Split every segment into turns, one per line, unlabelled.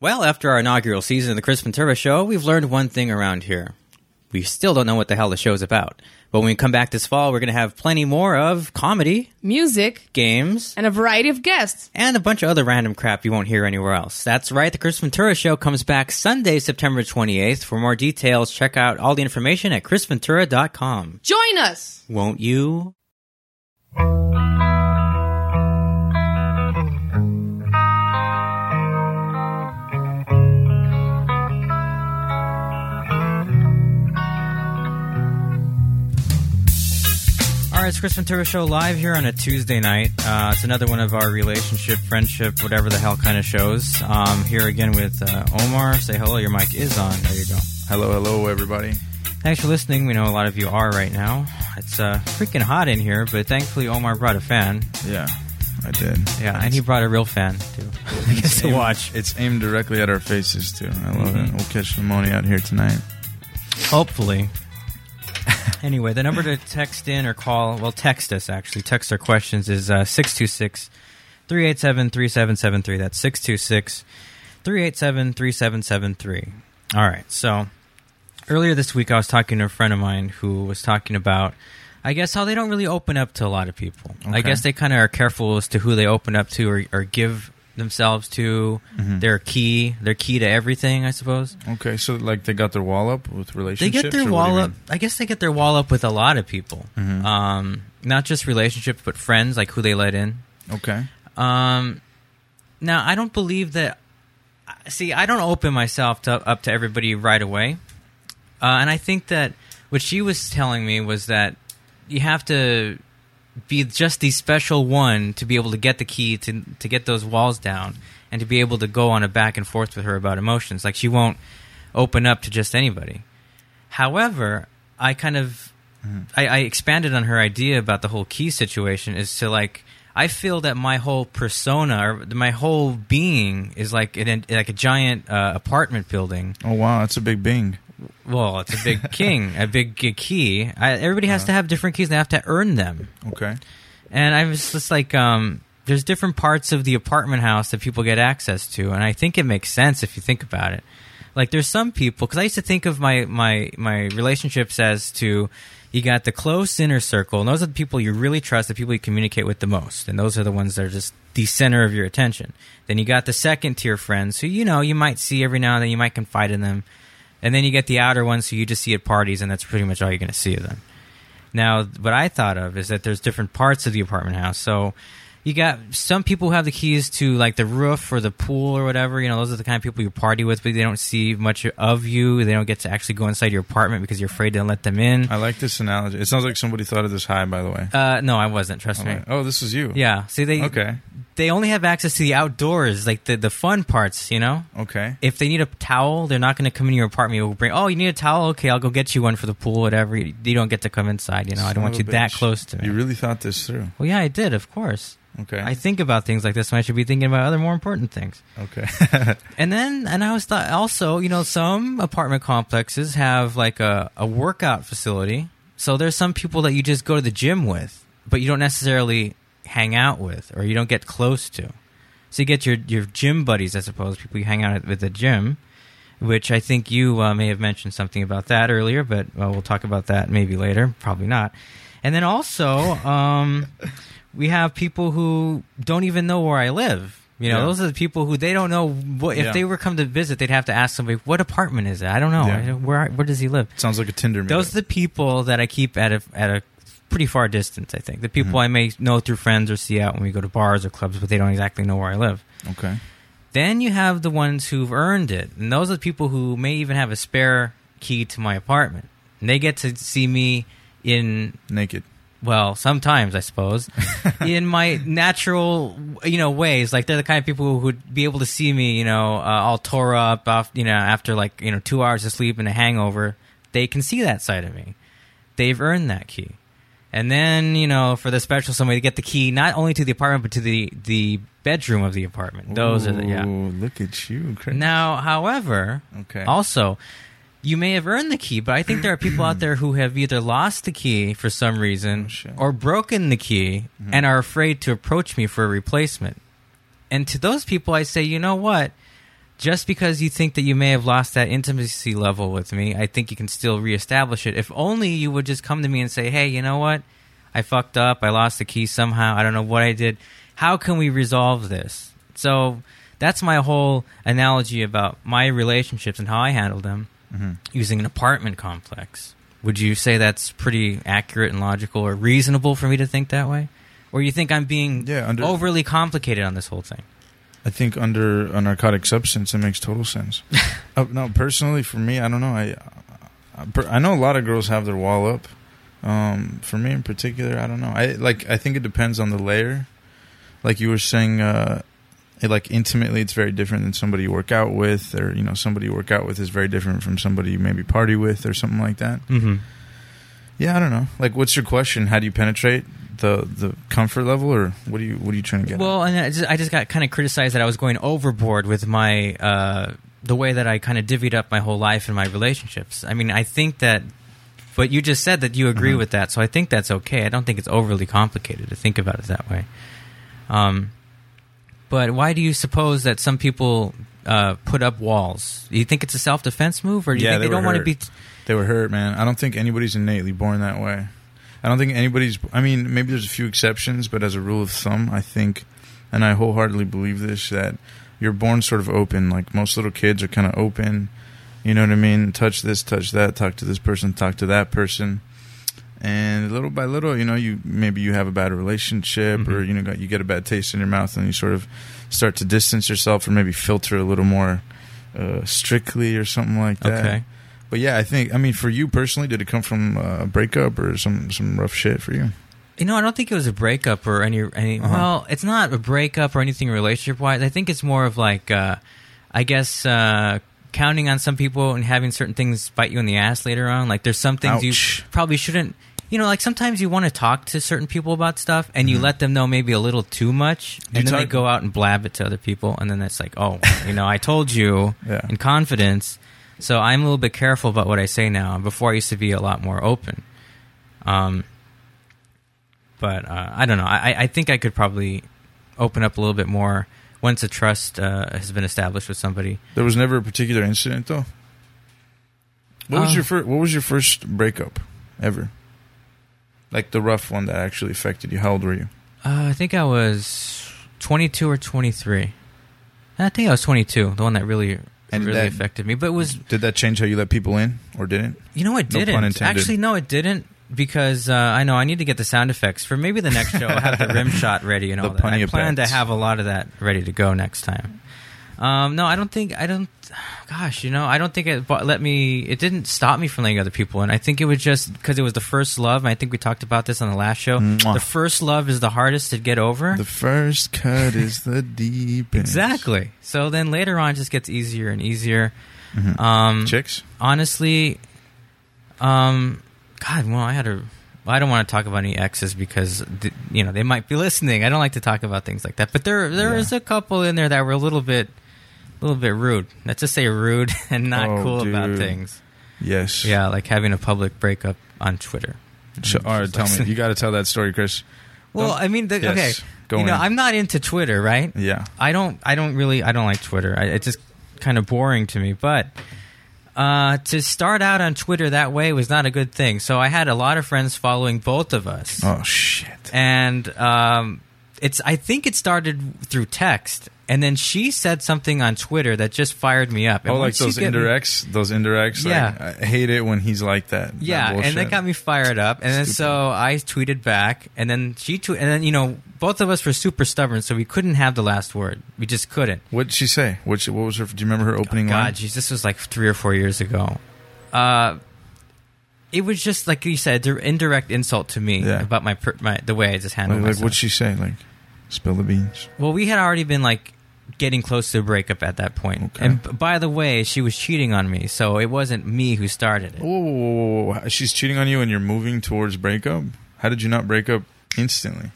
Well, after our inaugural season of the Chris Ventura Show, we've learned one thing around here. We still don't know what the hell the show's about. But when we come back this fall, we're going to have plenty more of comedy,
Music
games,
and a variety of guests.
and a bunch of other random crap you won't hear anywhere else. That's right, the Chris Ventura Show comes back Sunday, September 28th. For more details, check out all the information at chrisventura.com.
Join us.
Won't you? All right, it's Chris Ventura Show live here on a Tuesday night. Uh, it's another one of our relationship, friendship, whatever the hell kind of shows. Um, here again with uh, Omar. Say hello. Your mic is on. There you go.
Hello, hello, everybody.
Thanks for listening. We know a lot of you are right now. It's uh, freaking hot in here, but thankfully Omar brought a fan.
Yeah, I did.
Yeah, and he brought a real fan too. I guess to
Aimed-
watch.
It's aimed directly at our faces too. I love it.
Mm-hmm.
We'll catch the money out here tonight.
Hopefully. anyway, the number to text in or call, well, text us actually. Text our questions is uh, 626 387 3773. That's 626 387 3773. All right, so earlier this week I was talking to a friend of mine who was talking about. I guess how they don't really open up to a lot of people. I
Okay.
guess they kind of are careful as to who they open up to or, or give themselves to. Their key, their key to everything, I suppose.
Mm-hmm. Okay, so like they got their wall up with
They
relationships.
get
or what
their
do you
wall up.
mean? Mm-hmm.
I guess they get their wall up with a lot of people, um, not just relationships, but friends, like who they let in.
Okay.
Um, now, I don't believe that. See, I don't open myself to, up to everybody right away, uh, and I think that what she was telling me was that you have to be just the special one to be able to get the key to to get those walls down and to be able to go on a back and forth with her about emotions. Like she won't open up to just anybody. However, I kind of I, I expanded on her idea about the whole key situation is to like I feel that my whole persona or my whole being is like an, like a giant uh, apartment building.
Oh wow, that's a big bing.
Well, it's a big king, a big g- key. I, everybody has to have different keys and they have to earn them.
Okay.
And I was just like, um, there's different parts of the apartment house that people get access to, and I think it makes sense if you think about it. Like, there's some people because I used to think of my my my relationships as to you got the close inner circle, and those are the people you really trust, the people you communicate with the most, and those are the ones that are just the center of your attention. Then you got the second tier friends who you know you might see every now and then, you might confide in them, and then you get the outer ones who you just see at parties, and that's pretty much all you're going to see of them. Now, what I thought of is that there's different parts of the apartment house. So you got some people who have the keys to like the roof or the pool or whatever. You know, those are the kind of people you party with, but they don't see much of you. They don't get to actually go inside your apartment because you're afraid to let them in.
I like this analogy. It sounds like somebody thought of this high, by the way.
Uh, no, I wasn't. Trust
I'm
me.
like, oh, this is you.
Yeah. See, they
Okay.
they only have access to the outdoors, like the the fun parts. You know.
Okay.
If they need a towel, they're not going to come in your apartment. You'll bring, oh, you need a towel? Okay, I'll go get you one for the pool, whatever. You you don't get to come inside, you know. I don't want
Son
you
of a
that
bitch.
close to me.
You really thought this through.
well, yeah, I did, of course.
Okay.
I think about things like this when I should be thinking about other more important things.
okay.
And then, and I was thought also, you know, some apartment complexes have like a, a workout facility. So there's some people that you just go to the gym with, but you don't necessarily hang out with or you don't get close to. So you get your, your gym buddies, I suppose, people you hang out at- with at the gym, which I think you uh, may have mentioned something about that earlier, but uh, we'll talk about that maybe later. Probably not. And then also, um, we have people who don't even know where I live. You know,
Yeah.
those are the people who they don't know what if
Yeah.
they were come to visit, they'd have to ask somebody, "What apartment is it?" I don't know.
Yeah.
I don't- Where where does he live?
sounds like a Tinder.
Those
meetup.
are the people that I keep at a at a pretty far distance. I think the
Mm-hmm.
people I may know through friends or see out when we go to bars or clubs, but they don't exactly know where I live.
okay.
Then you have the ones who've earned it, and those are the people who may even have a spare key to my apartment, and they get to see me in
Naked.
well, sometimes I suppose, in my natural, you know, ways. Like they're the kind of people who would be able to see me, you know, uh, all tore up, off, you know, after like you know two hours of sleep and a hangover. They can see that side of me. They've earned that key. And then you know, for the special somebody to get the key not only to the apartment but to the the bedroom of the apartment. Those are the yeah.
Ooh, Look at you, Chris.
Now, however,
Okay.
also, you may have earned the key, but I think there are people out there who have either lost the key for some reason
Oh, shit. Mm-hmm.
or broken the key and are afraid to approach me for a replacement. And to those people, I say, you know what? just because you think that you may have lost that intimacy level with me, I think you can still reestablish it. If only you would just come to me and say, "Hey, you know what? I fucked up. I lost the key somehow. I don't know what I did. How can we resolve this?" So that's my whole analogy about my relationships and how I handle them
Mm-hmm.
using an apartment complex. Would you say that's pretty accurate and logical or reasonable for me to think that way? Or you think I'm being
Yeah, under-
overly complicated on this whole thing?
I think under a narcotic substance, it makes total sense. uh, no, personally, for me, I don't know. I, I, per- I know a lot of girls have their wall up. Um, for me in particular, I don't know. I like. I think it depends on the layer. Like you were saying, uh, it, like intimately, it's very different than somebody you work out with, or you know, somebody you work out with is very different from somebody you maybe party with, or something like that.
Mm-hmm.
Yeah, I don't know. Like, what's your question? How do you penetrate the the comfort level, or what are you what are you trying to get? at?
Well, and I just, I just got kind of criticized that I was going overboard with my uh, the way that I kind of divvied up my whole life and my relationships. I mean, I think that, but you just said that you agree
Mm-hmm.
with that, so I think that's okay. I don't think it's overly complicated to think about it that way. Um, but why do you suppose that some people uh, put up walls? Do you think it's a self defense move, or do you
Yeah,
think
they
they don't
were
want to
hurt.
be?
They were hurt, man. I don't think anybody's innately born that way. I don't think anybody's. I mean, maybe there's a few exceptions, but as a rule of thumb, I think, and I wholeheartedly believe this, that you're born sort of open. Like most little kids are kind of open. You know what I mean? Touch this, touch that, talk to this person, talk to that person. And little by little, you know, you maybe you have a bad relationship, or
Mhm.
you know, got- you get a bad taste in your mouth, and you sort of start to distance yourself, or maybe filter a little more uh, strictly, or something like that.
Okay.
But yeah, I think I mean for you personally, did it come from uh, a breakup or some some rough shit for you?
You know, I don't think it was a breakup or any. any
Uh-huh.
Well, it's not a breakup or anything relationship wise. I think it's more of like, uh, I guess, uh, counting on some people and having certain things bite you in the ass later on. Like, there's some things
Ouch.
you probably shouldn't. You know, like sometimes you want to talk to certain people about stuff, and
Mm-hmm.
you let them know maybe a little too much,
You
and then they
talk-
go out and blab it to other people, and then it's like, oh, you know, I told you
Yeah.
in confidence. So I'm a little bit careful about what I say now. Before I used to be a lot more open. Um, but uh, I don't know. I, I think I could probably open up a little bit more once a trust uh, has been established with somebody.
There was never a particular incident though. What was
Uh.
your first? What was your first breakup ever? Like the rough one that actually affected you. How old were you?
Uh, I think I was 22 or 23. I think I was 22, the one that really
And
really
that-
affected me. But it was
Did that change how you let people in or didn't?
you know it
No pun
didn't
intended.
actually no it didn't because uh, I know I need to get the sound effects for maybe the next show. I have the rim shot ready and
The
all that. I
punny
plan to
effects.
have a lot of that ready to go next time. Um, no, I don't think I don't. Gosh, you know, I don't think it bo- let me. It didn't stop me from letting other people in. I think it was just because it was the first love. And I think we talked about this on the last show.
Mwah.
The first love is the hardest to get over.
The first cut is the deep.
exactly. So then later on, it just gets easier and easier. Um,
Mm-hmm. Chicks.
honestly, um, God, well, I had a. I don't want to talk about any exes because th- you know they might be listening. I don't like to talk about things like that. But there, there
Yeah.
is a couple in there that were a little bit, a little bit rude. Let's just say rude and not
Oh,
cool about
dude.
things.
Yes.
Yeah, like having a public breakup on Twitter.
So, all right, tell me. You got to tell that story, Chris.
Well,
Don't-
I mean, the,
Yes,
okay,
go
you know,
in.
I'm not into Twitter, right?
Yeah.
I don't. I don't really. I don't like Twitter. I, it's just kind of boring to me. But uh, to start out on Twitter that way was not a good thing. So I had a lot of friends following both of us,
Oh shit.
and um, it's. I think it started through text, and then she said something on Twitter that just fired me up. And
Oh, like
once you
those
get me-
indirects, those indirects. like,
Yeah.
I hate it when he's like that. that
Yeah, and that
bullshit.
got me fired up. And then so I tweeted back, and then she tweeted, and then you know both of us were super stubborn, so we couldn't have the last word. We just couldn't.
What'd she say? What she, what was her? Do you remember her opening line?
God, geez, this was like three or four years ago. Uh, it was just like you said, dir- indirect insult to me
Yeah.
about my, per- my the way I just handled
Like, like
myself.
what'd she say? Like, spill the beans.
well, we had already been like getting close to a breakup at that point,
Okay.
and b- by the way, she was cheating on me, so it wasn't me who started it.
Whoa, whoa, whoa, whoa, whoa! She's cheating on you, and you're moving towards breakup. How did you not break up instantly?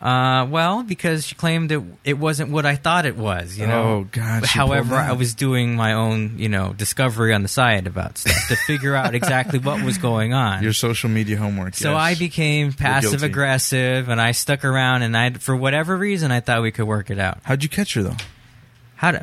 Uh, well, because she claimed that it wasn't what I thought it was, you know.
oh God! she
However,
pulled that.
I was doing my own, you know, discovery on the side about stuff to figure out exactly what was going on.
your social media homework.
So
yes.
I became passive
guilty.
aggressive, and I stuck around, and I, for whatever reason, I thought we could work it out.
How'd you catch her though?
How do?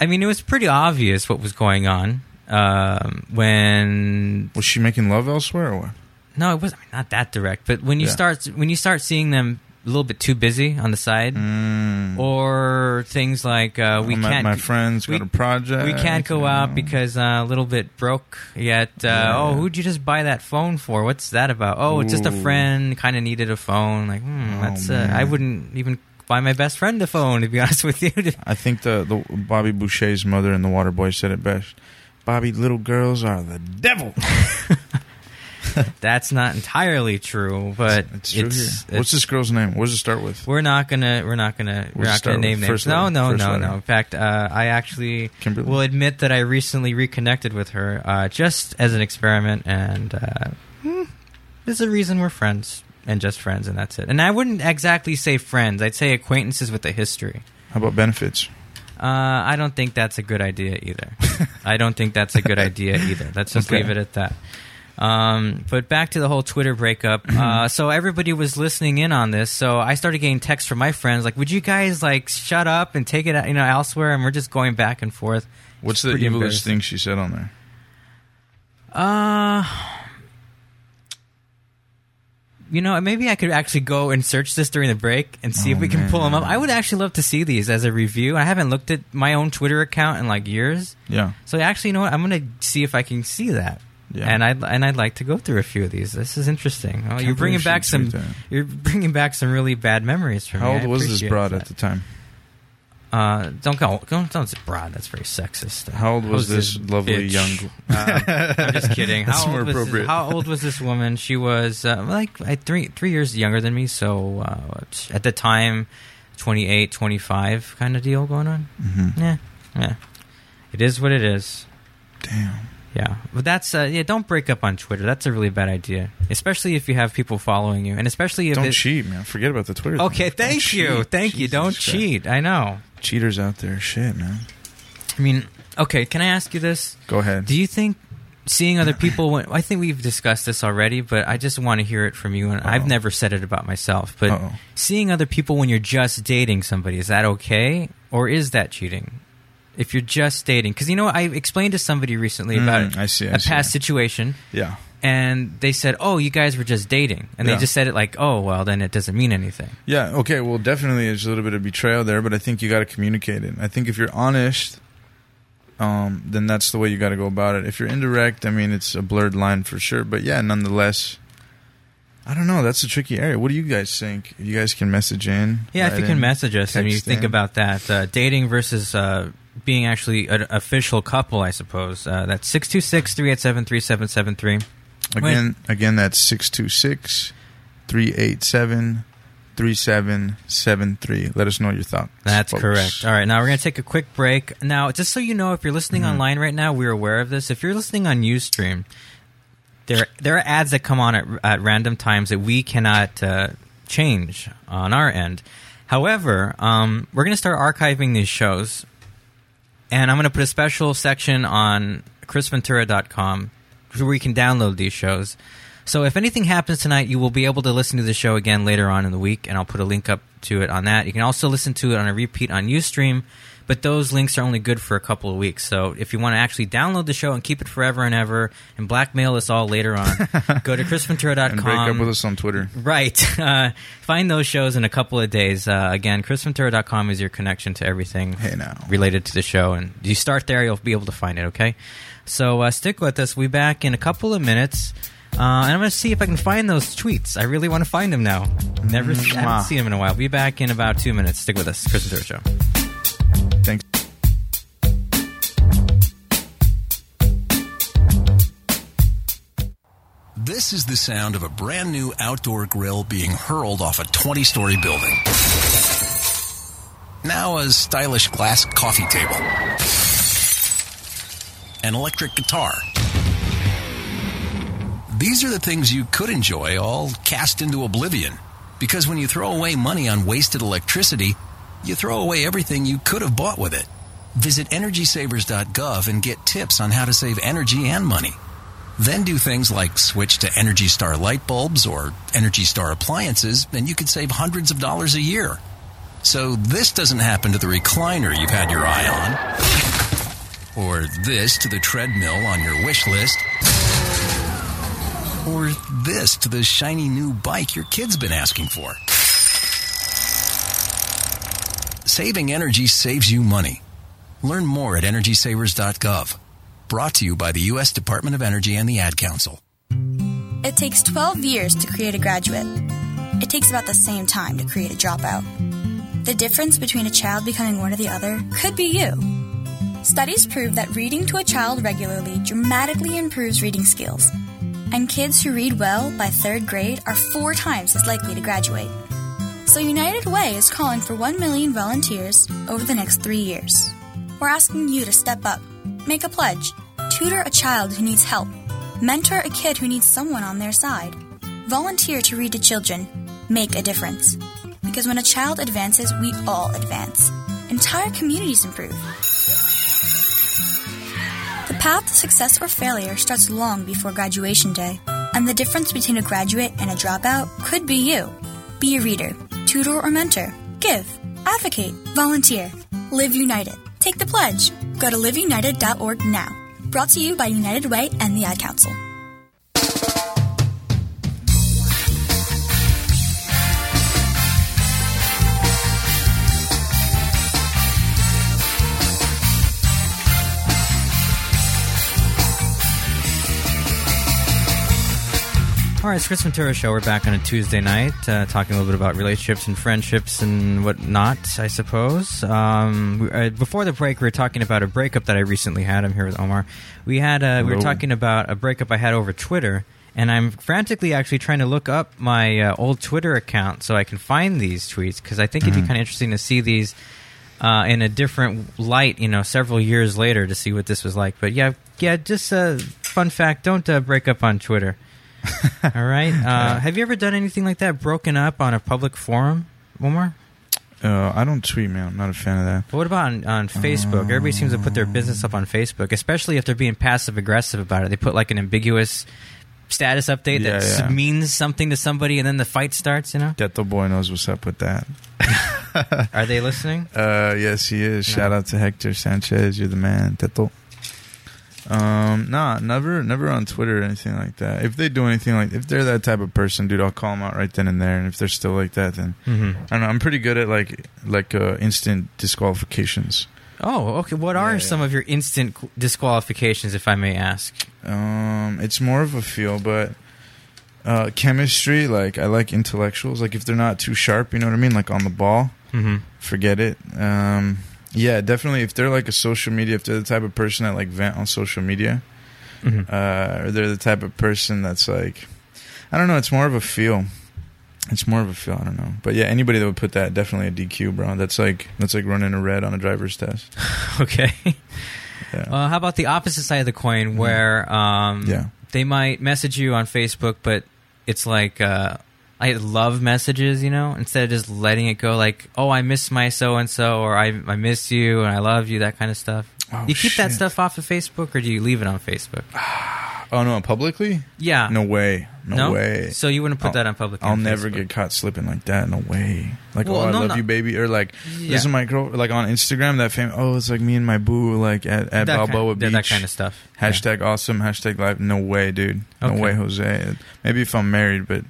I mean, it was pretty obvious what was going on um, when.
Was she making love elsewhere or what?
No, it was I mean, not that direct, but when you
Yeah.
start when you start seeing them a little bit too busy on the side,
Mm,
or things like uh, we
I'm at
can't
my friends
we-
got a project.
we can't go
you
out
know.
because uh, a little bit broke yet. Uh,
Yeah.
Oh, who'd you just buy that phone for? What's that about? Oh, it's just a
Ooh.
friend. Kind of needed a phone. Like, hmm,
Oh,
that's. Uh, I
man.
wouldn't even buy my best friend a phone to be honest with you.
I think the, the Bobby Boucher's mother and the Water Boy said it best. Bobby, little girls are the devil.
that's not entirely true, but
It's true here.
it's-
What's this girl's name? What does it start with?
We're not gonna. We're not gonna. We're
We'll
not
start
gonna
with
name names.
first
No,
letter,
no,
first
no,
letter.
no. In fact, uh, I actually
Kimberly.
will admit that I recently reconnected with her uh, just as an experiment, and uh, hmm, there's a reason we're friends and just friends, and that's it. And I wouldn't exactly say friends. I'd say acquaintances with a history.
How about benefits?
Uh, I don't think that's a good idea either. I don't think that's a good idea either. Let's just
Okay.
leave it at that. Um, but back to the whole Twitter breakup. Uh, so everybody was listening in on this. So I started getting texts from my friends like, "Would you guys like shut up and take it, out, you know, elsewhere?" And we're just going back and forth.
What's
It's
the
pretty
evilest thing she said on there?
Uh, you know, maybe I could actually go and search this during the break and see
Oh,
if we can pull them up.
man.
I would actually love to see these as a review. I haven't looked at my own Twitter account in like years.
Yeah.
So actually, you know what? I'm going to see if I can see that.
Yeah.
And I'd and I'd like to go through a few of these. This is interesting. Oh, you're
believe
bringing
she
back
would
some.
tweet that.
You're bringing back some really bad memories for
How
me.
old
I
was this
appreciate
broad
that.
at the time?
Uh, don't go. Don't don't say broad. That's very sexist.
How old was this lovely
bitch?
young-
Uh, I'm just kidding. How
That's
old
more
was this-
appropriate.
how old was this woman? She was uh, like I- three three years younger than me. So uh, at the time, 28, 25 kind of deal going on.
Mm-hmm.
Yeah, yeah. It is what it is.
Damn.
Yeah, but that's uh, yeah. Don't break up on Twitter. That's a really bad idea, especially if you have people following you, and especially if
Don't
it-
cheat, man. Forget about the Twitter. thing.
Okay,
Don't
thank you,
cheat.
thank you.
Jesus
Don't
Christ.
cheat. I know.
Cheaters out there. Shit, man.
I mean, okay. Can I ask you this?
Go ahead.
Do you think seeing other people? When, I think we've discussed this already, but I just want to hear it from you. And I've
Uh-oh.
never said it about myself, but
Uh-oh.
seeing other people when you're just dating somebody is that okay, or is that cheating? If you're just dating, because you know, I explained to somebody recently about
Mm, I see, I
a
see.
past situation.
yeah.
and they said, "Oh, you guys were just dating," and
Yeah.
they just said it like, "Oh, well, then it doesn't mean anything."
Yeah. Okay. Well, definitely, there's a little bit of betrayal there, but I think you got to communicate it. I think if you're honest, um, then that's the way you got to go about it. If you're indirect, I mean, it's a blurred line for sure. But yeah, nonetheless, I don't know. That's a tricky area. What do you guys think? You guys can message in.
Yeah, if
write
you can
in.
message us and you
text
think
in.
about that, uh, dating versus uh, being actually an official couple, I suppose. Uh, that's six two six three eight seven three seven seven three.
Again, again, that's 626 387 3773. Let us know your thoughts.
That's
folks.
correct. All right, now we're going to take a quick break. Now, just so you know, if you're listening
Mm-hmm.
online right now, we're aware of this. If you're listening on UStream, there there are ads that come on at, at random times that we cannot uh, change on our end. However, um, we're going to start archiving these shows, and I'm going to put a special section on chrisventura.com where you can download these shows. So if anything happens tonight, you will be able to listen to the show again later on in the week, and I'll put a link up to it on that. You can also listen to it on a repeat on Ustream, but those links are only good for a couple of weeks. So if you want to actually download the show and keep it forever and ever and blackmail us all later on, go to chrisventura.com.
And break up with us on Twitter.
Right. Uh, find those shows in a couple of days. Uh, again, chrisventura.com is your connection to everything
Hey, now.
related to the show. And you start there, you'll be able to find it, okay? So uh, stick with us. We'll be back in a couple of minutes. Uh, and I'm going to see if I can find those tweets. I really want to find them now. Never
Mm-hmm.
I haven't seen them in a while. Be back in about two minutes. Stick with us. Chris and Tara Show.
Thanks.
This is the sound of a brand new outdoor grill being hurled off a 20 story building. Now a stylish glass coffee table. An electric guitar. These are the things you could enjoy all cast into oblivion. Because when you throw away money on wasted electricity, you throw away everything you could have bought with it. Visit energysavers.gov and get tips on how to save energy and money. Then do things like switch to Energy Star light bulbs or Energy Star appliances, and you could save hundreds of dollars a year. So this doesn't happen to the recliner you've had your eye on. Or this to the treadmill on your wish list? Or this to the shiny new bike your kid's been asking for? Saving energy saves you money. Learn more at EnergySavers.gov. Brought to you by the U.S. Department of Energy and the Ad Council.
It takes 12 years to create a graduate. It takes about the same time to create a dropout. The difference between a child becoming one or the other could be you. Studies prove that reading to a child regularly dramatically improves reading skills, and kids who read well by third grade are four times as likely to graduate. So, United Way is calling for 1 million volunteers over the next three years. We're asking you to step up, make a pledge, tutor a child who needs help, mentor a kid who needs someone on their side, volunteer to read to children, make a difference. Because when a child advances, we all advance. Entire communities improve. The path to success or failure starts long before graduation day, and the difference between a graduate and a dropout could be you. Be a reader, tutor or mentor, give, advocate, volunteer, live united. Take the pledge. Go to liveunited.org now. Brought to you by United Way and the Ad Council.
All right, it's Chris Ventura Show. We're back on a Tuesday night, uh, talking a little bit about relationships and friendships and whatnot, I suppose. Um, we, uh, before the break, we were talking about a breakup that I recently had. I'm here with Omar. We had uh, we were
Hello.
talking about a breakup I had over Twitter, and I'm frantically actually trying to look up my uh, old Twitter account so I can find these tweets because I think it'd be kind of interesting to see these uh, in a different light, you know, several years later to see what this was like. But yeah, yeah, just uh, fun fact: don't uh, break up on Twitter. All right. Uh, have you ever done anything like that? Broken up on a public forum, Omar?
Uh, I don't tweet, man. I'm not a fan of that.
But what about on, on Facebook? Everybody seems to put their business up on Facebook, especially if they're being passive aggressive about it. They put like an ambiguous status update that
Yeah,
s-
yeah.
means something to somebody, and then the fight starts. You know?
Ghetto boy knows what's up with that.
Are they listening?
Uh, yes, he is. Shout out to Hector Sanchez. You're the man, Teto. Um, nah, never, never on Twitter or anything like that. If they do anything like, if they're that type of person, dude, I'll call them out right then and there. And if they're still like that, then
Mm-hmm.
I don't know. I'm pretty good at like, like uh, instant disqualifications.
Oh, okay. What are
Yeah, yeah.
some of your instant qu- disqualifications, if I may ask?
Um, it's more of a feel, but uh, chemistry. Like, I like intellectuals. Like, if they're not too sharp, you know what I mean. Like on the ball.
Mm-hmm.
forget it. Um, yeah, definitely. If they're like a social media, if they're the type of person that like vent on social media,
Mhm.
uh, or they're the type of person that's like, I don't know. It's more of a feel. It's more of a feel. I don't know. But yeah, anybody that would put that definitely a DQ, bro. That's like that's like running a red on a driver's test.
Okay.
Yeah. Mm-hmm.
Uh, how about the opposite side of the coin, where um,
Yeah.
they might message you on Facebook, but it's like uh, I love messages, you know, instead of just letting it go, like "Oh, I miss my so and so," or "I I miss you" and "I love you," that kind of stuff.
Oh,
you keep that
shit.
stuff off of Facebook, or do you leave it on Facebook?
Oh no, publicly?
Yeah.
No way. No,
No?
way.
So you wouldn't put
I'll-
that on public
I'll
on
never
Facebook?
get caught slipping like that. No way. Like,
Well,
oh, I
no,
love
no.
you, baby, or like
Yeah.
this is my girl. Like on Instagram, that fame. Oh, it's like me and my boo, like at, at
that
Balboa
kind,
Beach.
that kind of stuff. Yeah.
Hashtag awesome. Hashtag life. No way, dude. No
Okay.
way, Jose. Maybe if I'm married, but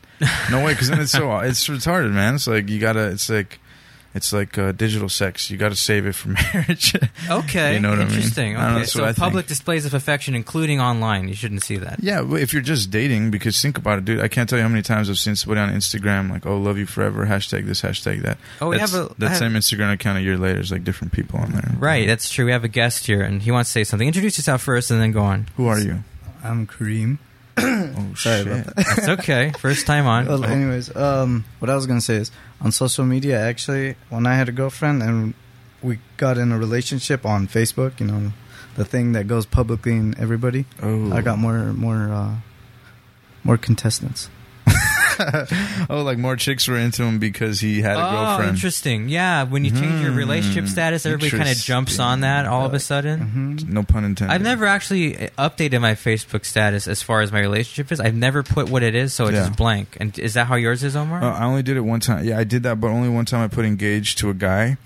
no way. Because then it's so it's retarded, man. It's like you gotta. It's like it's like uh, digital sex. You gotta save it for marriage.
Okay.
You know what I mean?
Interesting.
I don't know,
Okay.
that's
so
what I think.
public displays of affection, including online, you shouldn't see that.
yeah, well, if you're just dating, because think about it, dude. I can't tell you how many times I've seen somebody on Instagram like, "Oh, love you forever." Hashtag this. Hashtag that.
Oh, we
That's-
have a- I
that
have-
same Instagram account a year later is like different people on there.
Right, that's true. We have a guest here, and he wants to say something. Introduce yourself first, and then go on.
Who are you?
I'm Kareem.
Oh
Sorry
shit.
about
It's okay. first time on.
Well, anyways, um, what I was gonna say is on social media. Actually, when I had a girlfriend and we got in a relationship on Facebook, you know, the thing that goes publicly in everybody,
Oh,
I got more, more, uh, more contestants.
Oh, like more chicks were into him because he had a
Oh,
girlfriend.
interesting. Yeah, when you change your relationship
Hmm,
status, everybody kind of jumps on that all of a sudden.
hmm
No pun intended.
I've never actually uh, updated my Facebook status as far as my relationship is. I've never put what it is, so it's
Yeah.
just blank.
Oh,
And is that how yours is, Omar?
Uh, I only did it one time. Yeah, I did that, but only one time. I put engaged to a guy,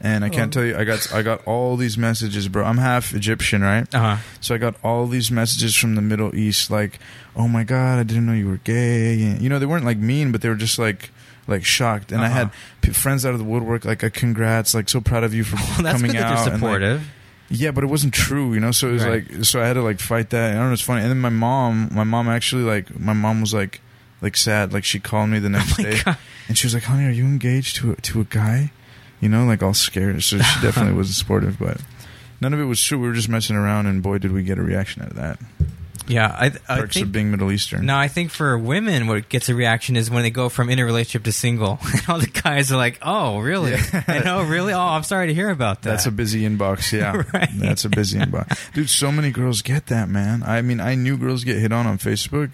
And I can't
Oh.
tell you, I got I got all these messages, bro. I'm half Egyptian, right?
Uh huh.
So I got all these messages from the Middle East, like, "Oh my God, I didn't know you were gay." And, you know, they weren't like mean, but they were just like, like shocked. And I
Uh-huh.
had p- friends out of the woodwork, like, "Uh, "Congrats! Like, so proud of you for
Well, that's
coming
good
out."
that they're
and, like,
supportive.
yeah, but it wasn't true, you know. So it was
Right.
like, so I had to like fight that. And I don't know, it's funny. And then my mom, my mom actually like, my mom was like, like sad. Like she called me the next
Oh my
day,
God.
and she was like, "Honey, are you engaged to a, to a guy?" You know, like all scared. So she definitely wasn't supportive, but none of it was true. We were just messing around, and boy, did we get a reaction out of that.
yeah, I, I
Perks of
think.
being Middle Eastern.
No, I think for women, what gets a reaction is when they go from in a relationship to single, and all the guys are like, "Oh, really? And, oh, really? Oh, I'm sorry to hear about that."
That's a busy inbox, yeah.
Right.
That's a busy inbox, dude. So many girls get that, man. I mean, I knew girls get hit on on Facebook,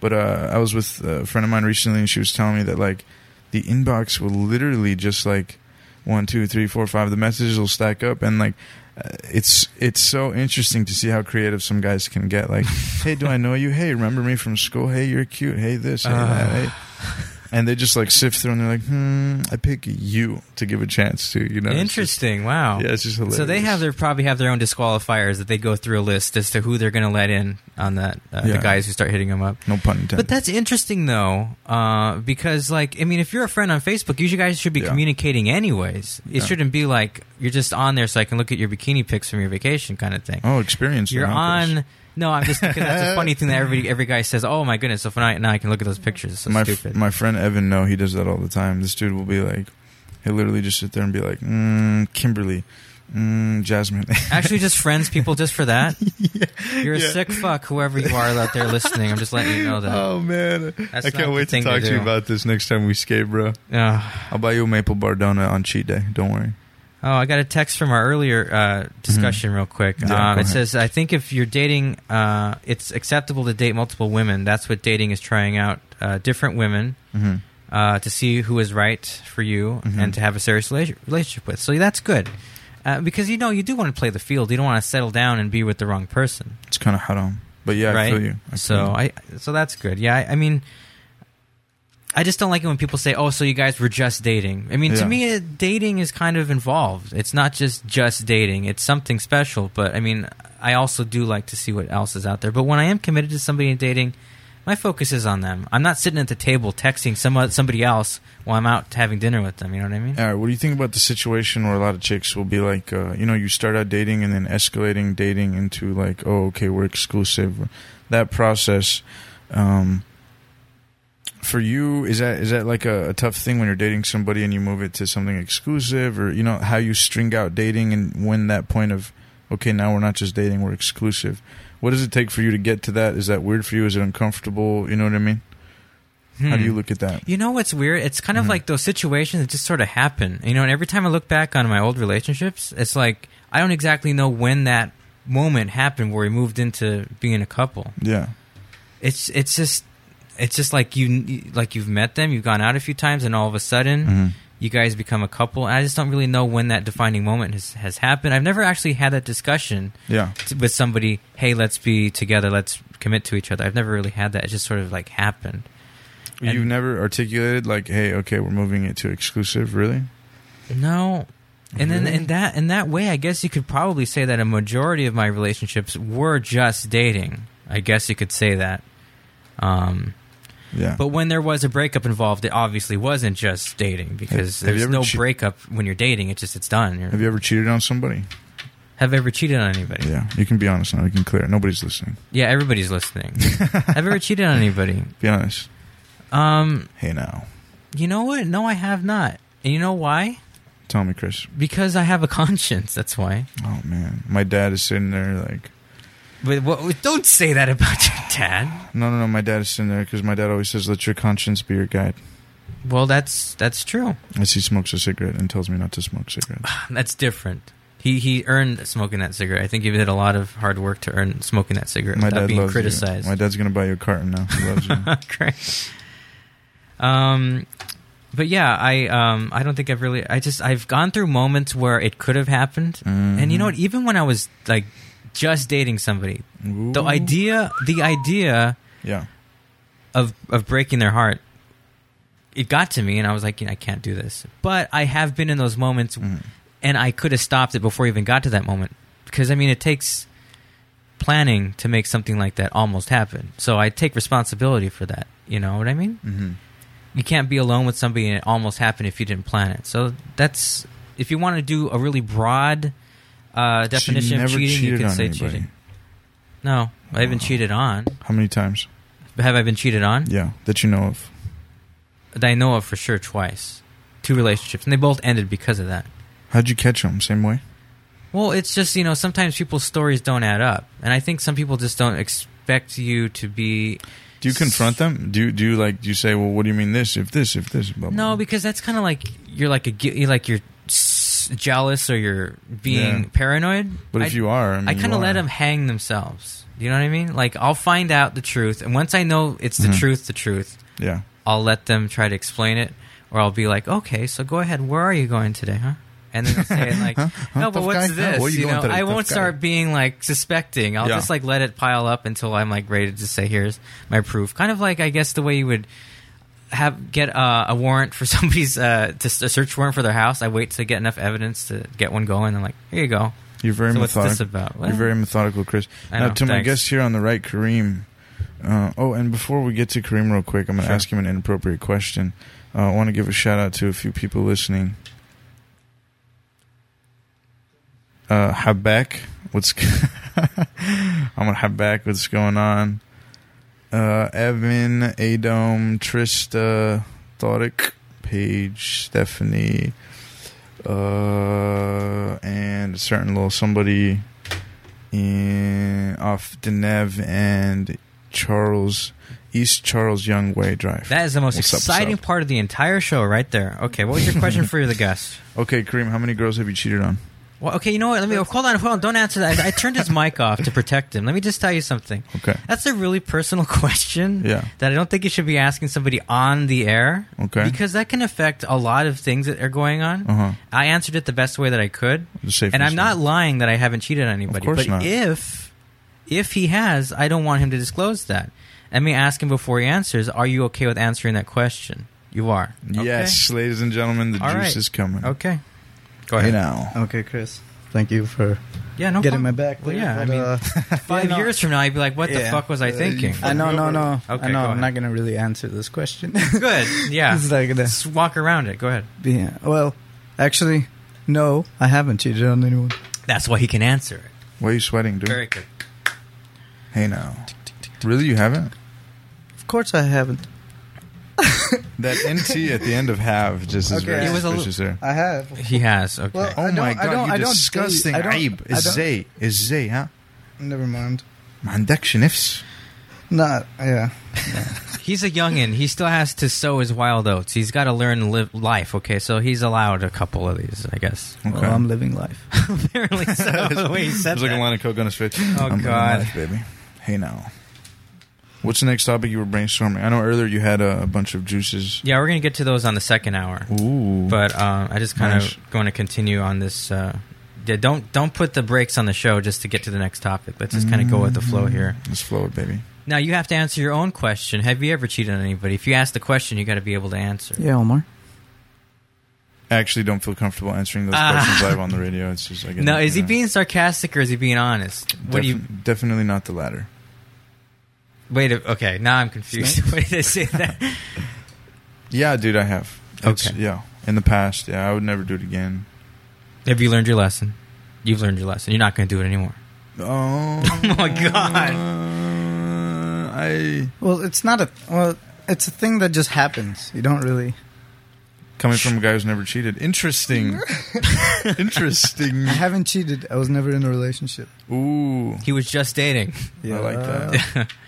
but uh, I was with a friend of mine recently, and she was telling me that like the inbox will literally just like one, two, three, four, five. The messages will stack up, and like uh, it's it's so interesting to see how creative some guys can get. Like, hey, do I know you? Hey, remember me from school? Hey, you're cute. Hey, this. Hey,
Uh.
that. Hey.
Ah.
And they just like sift through, and they're like, "Hmm, I pick you to give a chance to." You know, It's just-
interesting. Wow.
yeah, it's just hilarious.
So they have their probably have their own disqualifiers that they go through a list as to who they're going to let in on that uh,
Yeah.
the guys who start hitting them up.
no pun intended.
But that's interesting though, uh, because like I mean, if you're a friend on Facebook, you guys should be
Yeah.
communicating anyways. It
Yeah.
shouldn't be like you're just on there so I can look at your bikini pics from your vacation kind of thing.
oh, experience.
you're
huh, Chris?
on. No, I'm just because that's a funny thing that everybody every guy says. Oh my goodness! So for now, now I can look at those pictures. It's so
my f-
stupid.
my friend Evan. No, he does that all the time. This dude will be like, he'll literally just sit there and be like, mm, Kimberly, mm, Jasmine.
Actually, just friends people just for that. You're a
Yeah.
sick fuck, whoever you are out there listening. I'm just letting you know that.
oh man,
That's
I
not
can't
the
wait to
thing to
talk to,
do.
you about this next time we skate, bro.
Ugh.
I'll buy you a maple bar donut on cheat day. Don't worry.
Oh, I got a text from our earlier uh, discussion, real quick.
Mm-hmm. Yeah,
um,
go
it
ahead.
says, "I think if you're dating, uh, it's acceptable to date multiple women. That's what dating is: trying out uh, different women
Mm-hmm.
uh, to see who is right for you and to have a serious rela- relationship with. So that's good, uh, because you know you do want to play the field. You don't want to settle down and be with the wrong person,
It's kind of haram, but yeah,
right?
I feel you. I feel
so
you.
I, so that's good. Yeah, I, I mean." I just don't like it when people say, "Oh, so you guys were just dating." I mean, to
Yeah.
me, it, dating is kind of involved. It's not just just dating. It's something special. But I mean, I also do like to see what else is out there. But when I am committed to somebody in dating, my focus is on them. I'm not sitting at the table texting some somebody else while I'm out having dinner with them. You know what I mean?
All right, what do you think about the situation where a lot of chicks will be like, uh, you know, you start out dating and then escalating dating into like, oh, okay, we're exclusive. That process, um, for you, is that is that like a, a tough thing when you're dating somebody and you move it to something exclusive, or you know how you string out dating and when that point of, okay, now we're not just dating, we're exclusive. What does it take for you to get to that? Is that weird for you? Is it uncomfortable? You know what I mean? How do
Hmm.
you look at that? Hmm.
You know what's weird? It's kind of like those situations that just sort of happen. You know, and every time I look back on my old relationships, it's like I don't exactly know when that moment happened where we moved into being a couple.
Yeah.
It's it's just it's just like you like you've met them, you've gone out a few times, and all of a sudden
Mhm.
you guys become a couple. And I just don't really know when that defining moment has, has happened. I've never actually had that discussion
Yeah.
t- with somebody. Hey, let's be together. Let's commit to each other. I've never really had that. It just sort of like happened. And-
You've never articulated like, "Hey, okay, we're moving it to exclusive." Really?
No. And then in that in that way, I guess you could probably say that a majority of my relationships were just dating. I guess you could say that. Um,
Yeah.
but when there was a breakup involved, it obviously wasn't just dating because
Have you
there's
ever
no
che-
breakup when you're dating. It's just it's done. You're-
Have you ever cheated on somebody?
have I ever cheated on anybody?
Yeah. You can be honest now. You can clear. it. Nobody's listening.
Yeah, everybody's listening. have I ever cheated on anybody?
Be honest.
Um,
Hey, now,
you know what? No, I have not. And you know why?
tell me, Chris.
Because I have a conscience. That's why.
Oh man, my dad is sitting there like,
But what, don't say that about your dad.
no, no, no. My dad is sitting there because my dad always says, "Let your conscience be your guide."
Well, that's that's true.
As he smokes a cigarette and tells me not to smoke cigarettes.
That's different. He he earned smoking that cigarette. I think he did a lot of hard work to earn smoking that cigarette
My
without
dad
being
loves
criticized.
you. My dad's gonna buy you a carton now. He loves you.
Great. Um, but yeah, I um I don't think I've really I just I've gone through moments where it could have happened, and you know what? Even when I was like just dating somebody, the
Ooh.
idea the idea
Yeah.
of of breaking their heart
Mm-hmm.
it got to me and i was like you know, i can't do this but i have been in those moments and I could have stopped it before I even got to that moment because I mean it takes planning to make something like that almost happen. So I take responsibility for that. You know what I mean?
Mm-hmm.
You can't be alone with somebody and it almost happened if you didn't plan it. So that's if you want to do a really broad uh, definition of cheating, you can say cheating. No, I haven't
Oh.
cheated on.
How many times?
Have I been cheated on?
Yeah, that you know of.
That I know of for sure twice. Two relationships, and they both ended because of that.
How'd you catch them? Same way.
Well, it's just, you know, sometimes people's stories don't add up. And I think some people just don't expect you to be.
Do you confront them? Do you, do you like? Do you say, well, what do you mean this? If this, if this, blah, blah,
No,
blah.
because that's kind of like you're like a gui- you're like you're s- jealous or you're being
Yeah.
paranoid.
But if
I-
you are, I,
I kind of let them hang themselves. You know what I mean? Like I'll find out the truth, and once I know it's the
Mhm.
truth, the truth,
Yeah,
I'll let them try to explain it, or I'll be like, okay, so go ahead. Where are you going today, huh? And then they'll say it like,
Huh?
no,
Huh,
but
tough
what's
guy? Huh?
this?
Where you
you
going
know,
today,
I
tough
won't
guy?
start being like suspecting. I'll
Yeah.
just like let it pile up until I'm like ready to say, here's my proof. Kind of like I guess the way you would have get uh, a warrant for somebody's uh, to s- a search warrant for their house. I wait to get enough evidence to get one going. I'm like, here you go.
you're very
so what's
methodical.
this about? Well,
You're very methodical, Chris.
I
now,
know,
to my
thanks.
guest here on the right, Kareem. Uh, oh, and before we get to Kareem, real quick, I'm going to
Sure.
ask him an inappropriate question. Uh, I want to give a shout out to a few people listening. Uh, Habak, what's I'm gonna Habak, what's going on? Uh, Evan, Adom, Trista, Thoric, Paige, Stephanie, uh, and a certain little somebody in off Denev and Charles East Charles Young Way Drive.
that is the most
What's up,
exciting
sup?
part of the entire show, right there. Okay, what was your question for the guest?
okay, Kareem, how many girls have you cheated on?
Well, okay, you know what? Let me hold on, hold on. Don't answer that. I, I turned his mic off to protect him. Let me just tell you something.
Okay,
That's a really personal question.
Yeah.
That I don't think you should be asking somebody on the air.
Okay.
Because that can affect a lot of things that are going on.
Uh-huh.
I answered it the best way that I could,
The safest
and I'm not
way.
lying that I haven't cheated on anybody.
course
but
not.
if if he has, I don't want him to disclose that. Let me ask him before he answers. Are you okay with answering that question? You are. Okay?
yes, ladies and gentlemen, the
All
juice
right.
is coming.
Okay. Go ahead.
You know.
Okay, Chris. Thank you for
Yeah. No.
getting
problem.
my back.
Well,
there,
yeah. I
but,
mean,
uh,
five
no.
years from now, I'd be like, "What the
Yeah.
fuck was I
Uh,
thinking?"
I know, no, no. I
Okay,
know.
go
I'm not
ahead.
gonna really answer this question.
Good. Yeah.
It's like that.
Just walk around it. Go ahead.
Yeah. Well, actually, no, I haven't cheated on anyone.
That's why he can answer it.
Why are you sweating, dude?
Very good.
Hey now. Really, you haven't?
Of course, I haven't.
That NT at the end of have just is
Okay.
very
It was
a little-
suspicious there.
I have.
He has. Okay.
Well,
Oh
I
my
don't- I don't-
god,
I
you
don't
disgusting
date- I don't-
ape.
I don't-
Is Zay. Is Zay, huh?
Never mind.
Man, that sniffs.
Not. Yeah.
He's a youngin. He still has to sow his wild oats. He's got to learn to live life. Okay, so he's allowed a couple of these, I guess.
Okay.
Well, I'm living life.
Apparently, so the way he said
There's like a
that.
line of coke on his face.
Oh,
I'm
God.
alive, baby. Hey now. What's the next topic you were brainstorming? I know earlier you had a, a bunch of juices.
Yeah, we're gonna get to those on the second hour.
Ooh.
But um, I just kind of
Nice.
going to continue on this. Uh, yeah, don't don't put the brakes on the show just to get to the next topic. Let's just kind of go with the flow here.
Mm-hmm. Let's flow it, baby.
Now you have to answer your own question. Have you ever cheated on anybody? If you ask the question, you got to be able to answer.
Yeah, Omar.
I actually don't feel comfortable answering those
Ah.
questions live on the radio. It's just like
No,
you
is he
know,
being sarcastic or is he being honest? What do you
defi- definitely not the latter.
wait? a- Okay, now I'm confused. Why did I say that?
Yeah, dude, I have. It's-
Okay.
Yeah, in the past, yeah, I would never do it again.
Have you learned your lesson? You've learned your lesson. You're not going to do it anymore.
Oh,
Oh my god!
Uh, I
Well, it's not a. Well, it's a thing that just happens. You don't really.
coming from a guy who's never cheated. Interesting. Interesting.
I haven't cheated. I was never in a relationship.
Ooh,
He was just dating.
I like that.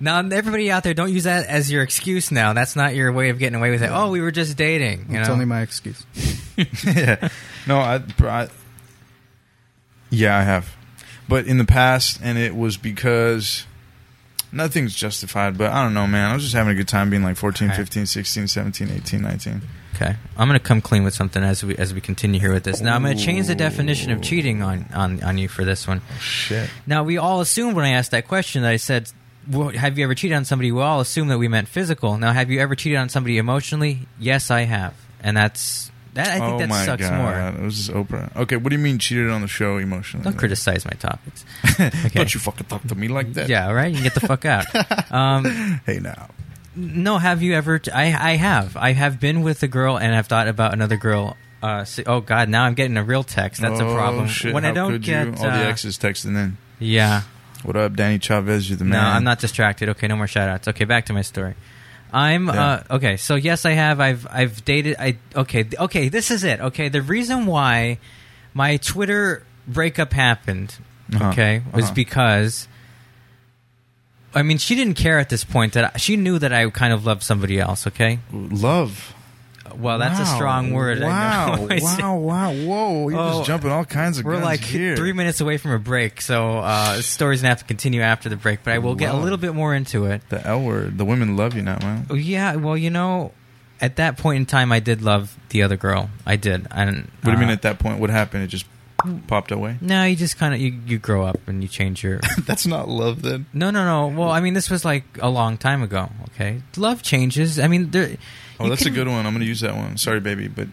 Now everybody out there, don't use that as your excuse. Now that's not your way of getting away with it. Oh, we were just dating. You
It's
know?
only my excuse.
yeah. No, I, bro, I. Yeah, I have, but in the past, and it was because nothing's justified. But I don't know, man. I was just having a good time being like 14,
Alright.
15, 16, 17, 18, 19.
okay, I'm going to come clean with something as we as we continue here with this. Now I'm going to change the
Ooh.
definition of cheating on on on you for this one.
Shit.
Now we all assumed when I asked that question that I said, well, "Have you ever cheated on somebody?" We all assumed that we meant physical. Now, have you ever cheated on somebody emotionally? Yes, I have, and that's That I think
oh
that
my
sucks
god,
more.
it was just Oprah. Okay, what do you mean cheated on the show emotionally?
Don't criticize my topics.
Don't you fucking talk to me like that.
Yeah, all right. You can get the fuck out. Um,
Hey now.
No, have you ever? T- I I have. I have been with a girl and I've thought about another girl. Uh, si- oh God, now I'm getting a real text. That's
Oh,
a problem.
Shit,
when
how
I don't
could
get
you? all the
uh,
exes texting in.
yeah.
What up, Danny Chavez? You're the
No,
man.
I'm not distracted. Okay, no more shout outs. Okay, back to my story. I'm
Yeah.
uh, okay. So yes, I have. I've I've dated. I okay. th- Okay, this is it. Okay, the reason why my Twitter breakup happened.
Uh-huh,
Okay, was
uh-huh.
because. I mean, she didn't care at this point that I, she knew that I kind of loved somebody else. Okay,
Love.
Well, that's a
Wow.
strong word. I
Oh, Wow,
know.
wow, wow, whoa! You're
Oh,
just jumping all kinds of.
We're
guns
like
here.
three minutes away from a break, so uh, the story's gonna have to continue after the break. But I will get a
Wow.
little bit more into it.
The L word. The women love you now, man.
Oh, Yeah, well, you know, at that point in time, I did love the other girl. I did. And
What do you mean
uh,
at that point? What happened? It just popped away.
No, you just kind of you, you grow up and you change your.
That's not love, then.
no, no, no. Well, I mean, this was like a long time ago. Okay, love changes. I mean, there.
Oh,
you
that's
can-
a good one. I'm going to use that one. Sorry, baby, but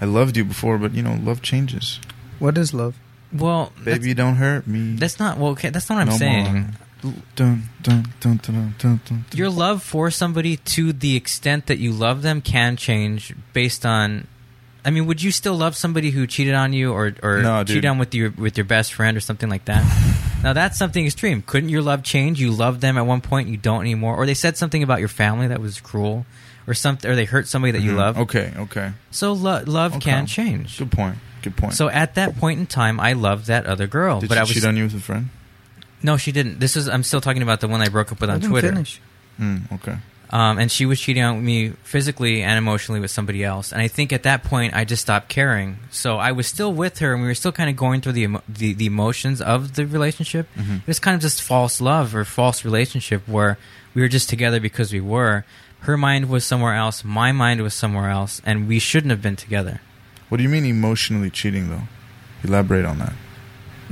I loved you before, but you know, love changes.
What is love?
Well,
Baby, don't hurt me.
that's, that's not well. Okay, that's not what I'm
No
saying.
more. Dun, dun, dun, dun, dun, dun, dun.
your love for somebody to the extent that you love them can change based on I mean, would you still love somebody who cheated on you or, or
No, dude.
cheated on with your with your best friend or something like that? now that's something extreme. Couldn't your love change? You loved them at one point, you don't anymore, or they said something about your family that was cruel, or something, or they hurt somebody that you
Mhm.
love.
Okay, okay.
So lo- love
Okay.
can change.
Good point. Good point.
So at that point in time, I loved that other girl,
did
but
she
I was
cheat on you with a friend?
no, she didn't. This is I'm still talking about the one I broke up with
I
on
didn't
Twitter.
finish.
Mm, okay.
um, and she was cheating on me physically and emotionally with somebody else. And I think at that point, I just stopped caring. So I was still with her, and we were still kind of going through the emo- the, the emotions of the relationship. It was kind of just false love or false relationship where we were just together because we were. Her mind was somewhere else, my mind was somewhere else, and we shouldn't have been together.
What do you mean emotionally cheating, though? Elaborate on that.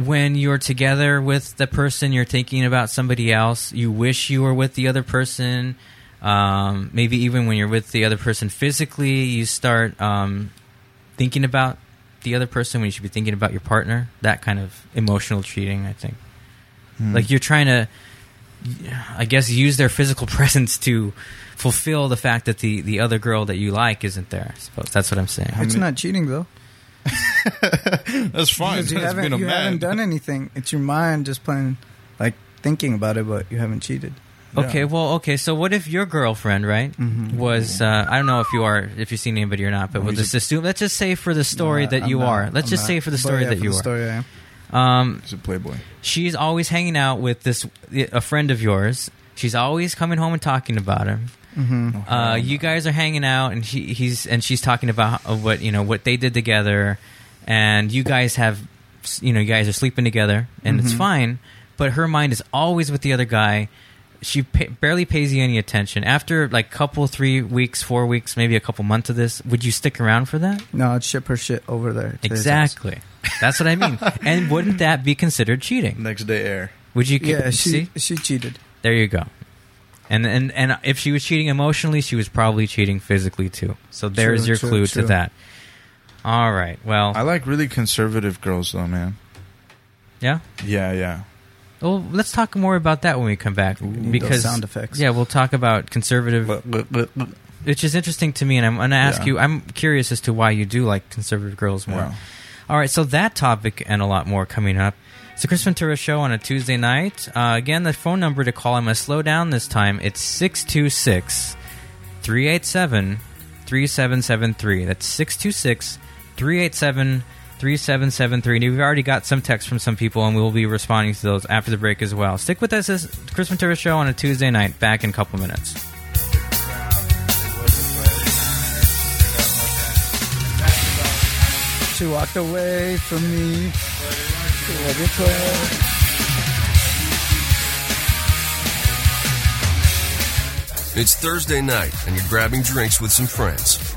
when you're together with the person you're thinking about somebody else you wish you were with the other person um, maybe even when you're with the other person physically you start um, thinking about the other person when you should be thinking about your partner that kind of emotional cheating i think like you're trying to i guess use their physical presence to fulfill the fact that the, the other girl that you like isn't there i suppose that's what i'm saying
It's not cheating though.
That's fine.
Because you haven't, you haven't done anything. It's your mind just playing, like thinking about it, but you haven't cheated.
Okay,
Yeah. Mm-hmm.
well, okay. So, what if your girlfriend, right, was? Uh, I don't know if you are, if you've seen anybody or not, but we'll
he's a-
just assume. Let's just say for the story
No,
that
I'm
you
not-
are. Let's
I'm
just
not.
say for the
But
story
yeah,
that
for
you
the
are.
story I am.
Um,
He's a playboy.
she's always hanging out with this a friend of yours. She's always coming home and talking about him.
Oh,
Mm-hmm.
Uh, you guys are hanging out, and he, he's and she's talking about how- what you know what they did together, and you guys have you know you guys are sleeping together, and it's
Mm-hmm.
fine. But her mind is always with the other guy. She pa barely pays you any attention. After like couple three weeks, four weeks, maybe a couple months of this, would you stick around for that?
No, it's ship her shit over there. to his house.
Exactly. That's what I mean. and wouldn't that be considered cheating?
Next day air.
Would you?
Yeah,
see?
she she cheated.
There you go. And and and if she was cheating emotionally, she was probably cheating physically too. So there's
True,
your
true,
clue
true.
to that. All right. Well,
I like really conservative girls, though, man.
yeah.
Yeah, yeah.
Well, let's talk more about that when we come back
those
because
sound effects.
Yeah, we'll talk about conservative,
But, but, but, but-
which is interesting to me, and I'm going to ask
Yeah.
you. I'm curious as to why you do like conservative girls more.
Yeah.
All right, so that topic and a lot more coming up. It's the Chris Ventura Show on a Tuesday night. Uh, again, the phone number to call, I'm going to slow down this time. It's 626 387 3773. That's 626 387 3773. And we've already got some texts from some people, and we'll be responding to those after the break as well. Stick with us. This is Chris Ventura Show on a Tuesday night. Back in a couple minutes.
She walked away from me. She walked away.
It's Thursday night, and you're grabbing drinks with some friends.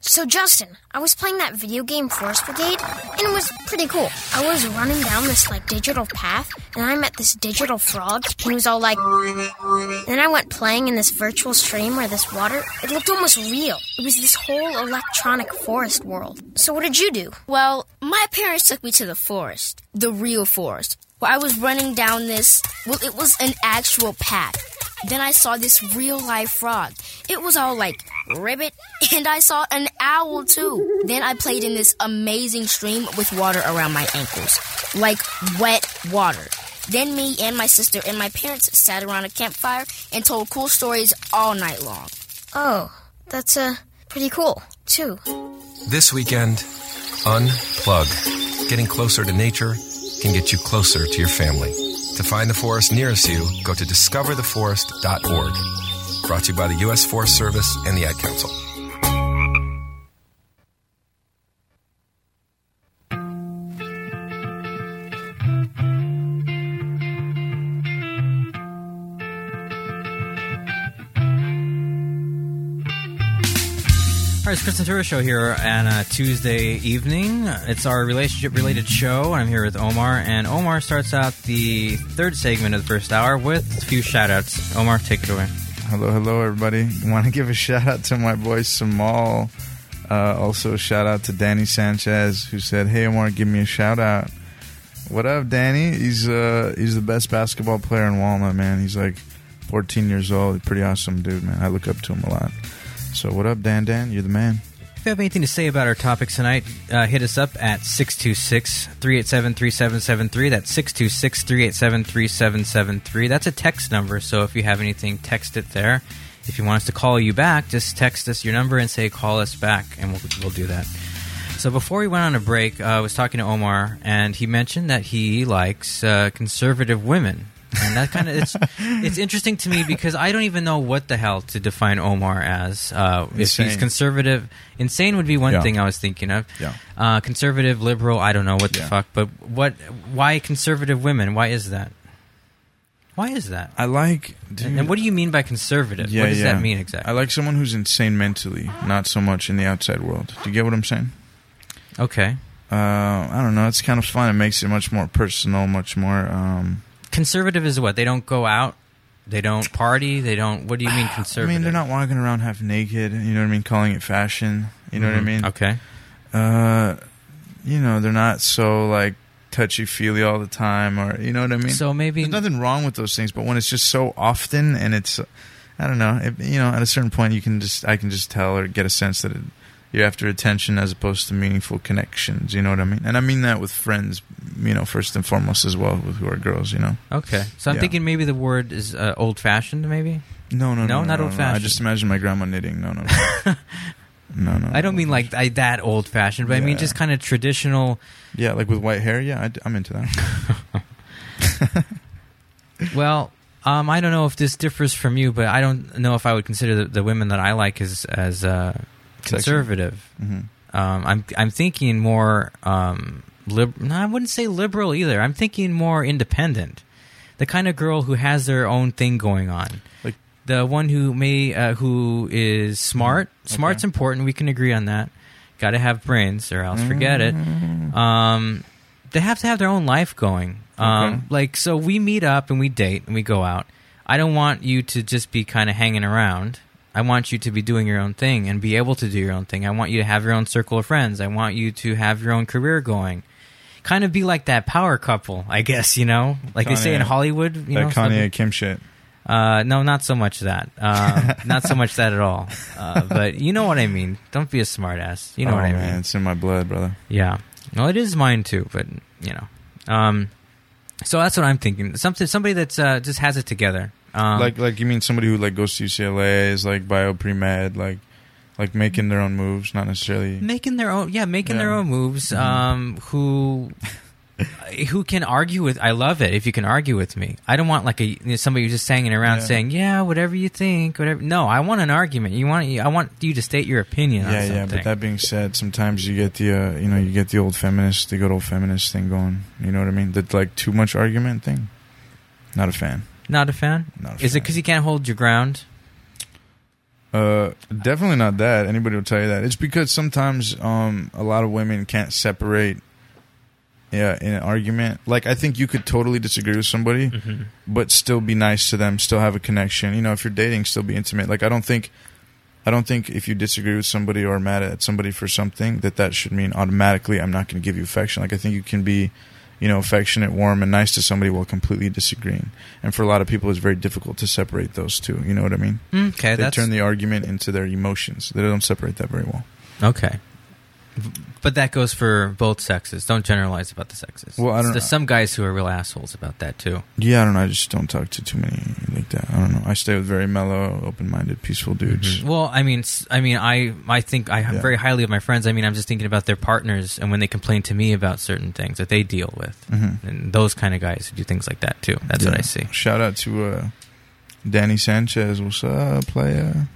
So, Justin, I was playing that video game Force Brigade, and it was pretty cool. I was running down this, like, digital path, and I met this digital frog, and he was all like. Then I went playing in this virtual stream where this water, it looked almost real. It was this whole electronic forest world. So, what did you do?
Well, my parents took me to the forest, the real forest, where I was running down this. Well, it was an actual path. Then I saw this real life frog. It was all like ribbit, and I saw an owl too. Then I played in this amazing stream with water around my ankles, like wet water. Then me and my sister and my parents sat around a campfire and told cool stories all night long.
Oh, that's, uh, pretty cool, too.
This weekend, unplug. Getting closer to nature can get you closer to your family. To find the forest nearest you, go to discovertheforest.org. Brought to you by the U.S. Forest Service and the Ad Council.
All right, it's Kristen Turo show here on a Tuesday evening. It's our relationship related show. I'm here with Omar, and Omar starts out the third segment of the first hour with a few shout outs. Omar, take it away.
Hello, hello, everybody. Want to give a shout out to my boy Samal. Uh, also, shout out to Danny Sanchez who said, "Hey, Omar, give me a shout out." What up, Danny? He's uh, he's the best basketball player in Walnut, man. He's like 14 years old. Pretty awesome dude, man. I look up to him a lot. So, what up, Dan? Dan, you're the man.
If you have anything to say about our topics tonight, uh, hit us up at 626 387 3773. That's 626 387 3773. That's a text number, so if you have anything, text it there. If you want us to call you back, just text us your number and say, call us back, and we'll, we'll do that. So before we went on a break, uh, I was talking to Omar, and he mentioned that he likes uh, conservative women. And that kind of it's it's interesting to me because I don't even know what the hell to define Omar as. Uh, if he's
Insane.
conservative, insane would be one
Yeah.
thing I was thinking of.
Yeah.
Uh, conservative, liberal, I don't know what the
Yeah.
fuck, but what? Why conservative women? Why is that? Why is that?
I like. Dude,
and, and what do you mean by conservative?
Yeah,
what does
yeah.
that mean exactly?
I like someone who's insane mentally, not so much in the outside world. Do you get what I'm saying?
okay.
Uh, I don't know. It's kind of fun. It makes it much more personal, much more. Um,
Conservative is what? They don't go out. They don't party. They don't. What do you mean
I
conservative?
mean, they're not walking around half naked. You know what I mean? Calling it fashion. You know what I mean?
Mm-hmm. Okay.
Uh, you know, they're not so like touchy feely all the time, or you know what I mean.
So maybe-
there's nothing wrong with those things, but when it's just so often and it's, I don't know, it, you know, at a certain point you can just I can just tell or get a sense that it, you're after attention as opposed to meaningful connections. You know what I mean? And I mean that with friends, you know, first and foremost as well, with who are girls, you know.
Okay. So I'm
Yeah.
thinking maybe the word is uh, old fashioned. Maybe
No, no,
No,
no,
not
I
old-fashioned.
just imagine my grandma knitting. No, no, no, no, no.
I don't mean
no.
like I, that old fashioned, but I mean
Yeah.
just kind of traditional.
yeah, like with white hair. Yeah, I, am into that.
Well, um, I don't know if this differs from you, but I don't know if I would consider the, the women that I like as as uh, conservative.
Mhm.
Um, I'm I'm thinking more. Um, lib- no, I wouldn't say liberal either. I'm thinking more independent, the kind of girl who has their own thing going on.
Like-
the one who may uh, who is smart. Smart's important. We can agree on that. Got to have brains, or else forget it. Um, they have to have their own life going. Um,
Okay.
Like so, we meet up and we date and we go out. I don't want you to just be kind of hanging around. I want you to be doing your own thing and be able to do your own thing. I want you to have your own circle of friends. I want you to have your own career going. Kind of be like that power couple, I guess. You know, like they say in
Kanye.
Hollywood. You know,
that
something-
Kanye Kim shit.
uh, no, not so much that. Um, not so much that at all. Uh, but you know what I mean. Don't be a smartass. You know
oh,
what I
man,
mean.
It's in my blood, brother.
Yeah. Well, it is mine too, but you know. Um, So that's what I'm thinking. Something somebody that's uh, just has it together. Um,
like like you mean somebody who like goes to UCLA is like bio pre med like like making their own moves, not necessarily.
making their own yeah making their
Yeah. Mm-hmm.
own moves um who who can argue with i love it if you can argue with me i don't want like a you know, somebody who's just hanging around
Yeah.
saying yeah whatever you think whatever no i want an argument you want i want you to state your opinion on
Yeah,
something
yeah. But that being said, sometimes you get the uh, you know you get the old feminist, the good old feminist thing going. You know what I mean? The like too much argument thing. Not a fan.
not a fan
Not a
is it
fan.
because you can't hold your ground
Uh, definitely not that. Anybody will tell you that. It's because sometimes um, a lot of women can't separate. Yeah, in an argument, like I think you could totally disagree with somebody, but still be nice to them, still have a connection. You know, if you're dating, still be intimate. Like I don't think, I don't think if you disagree with somebody or are mad at somebody for something, that that should mean automatically I'm not going to give you affection. Like I think you can be, you know, affectionate, warm, and nice to somebody while completely disagreeing. And for a lot of people, it's very difficult to separate those two. You know what I mean?
okay
they
that's
turn the argument into their emotions. They don't separate that very well.
okay but that goes for both sexes don't generalize about the sexes
Well, I don't-
there's some guys who are real assholes about that too
Yeah, I don't know. I just don't talk to too many like that. I don't know. I stay with very mellow, open-minded, peaceful
Mm-hmm.
dudes.
Well, I mean, s- I mean, I, I think I
Mm-hmm. Yeah.
very highly of my friends. I mean, I'm just thinking about their partners and when they complain to me about certain things that they deal with,
Mhm.
and those kind of guys who do things like that too. That's what
Yeah.
I see.
Shout out to uh, Danny Sanchez. What's up, player?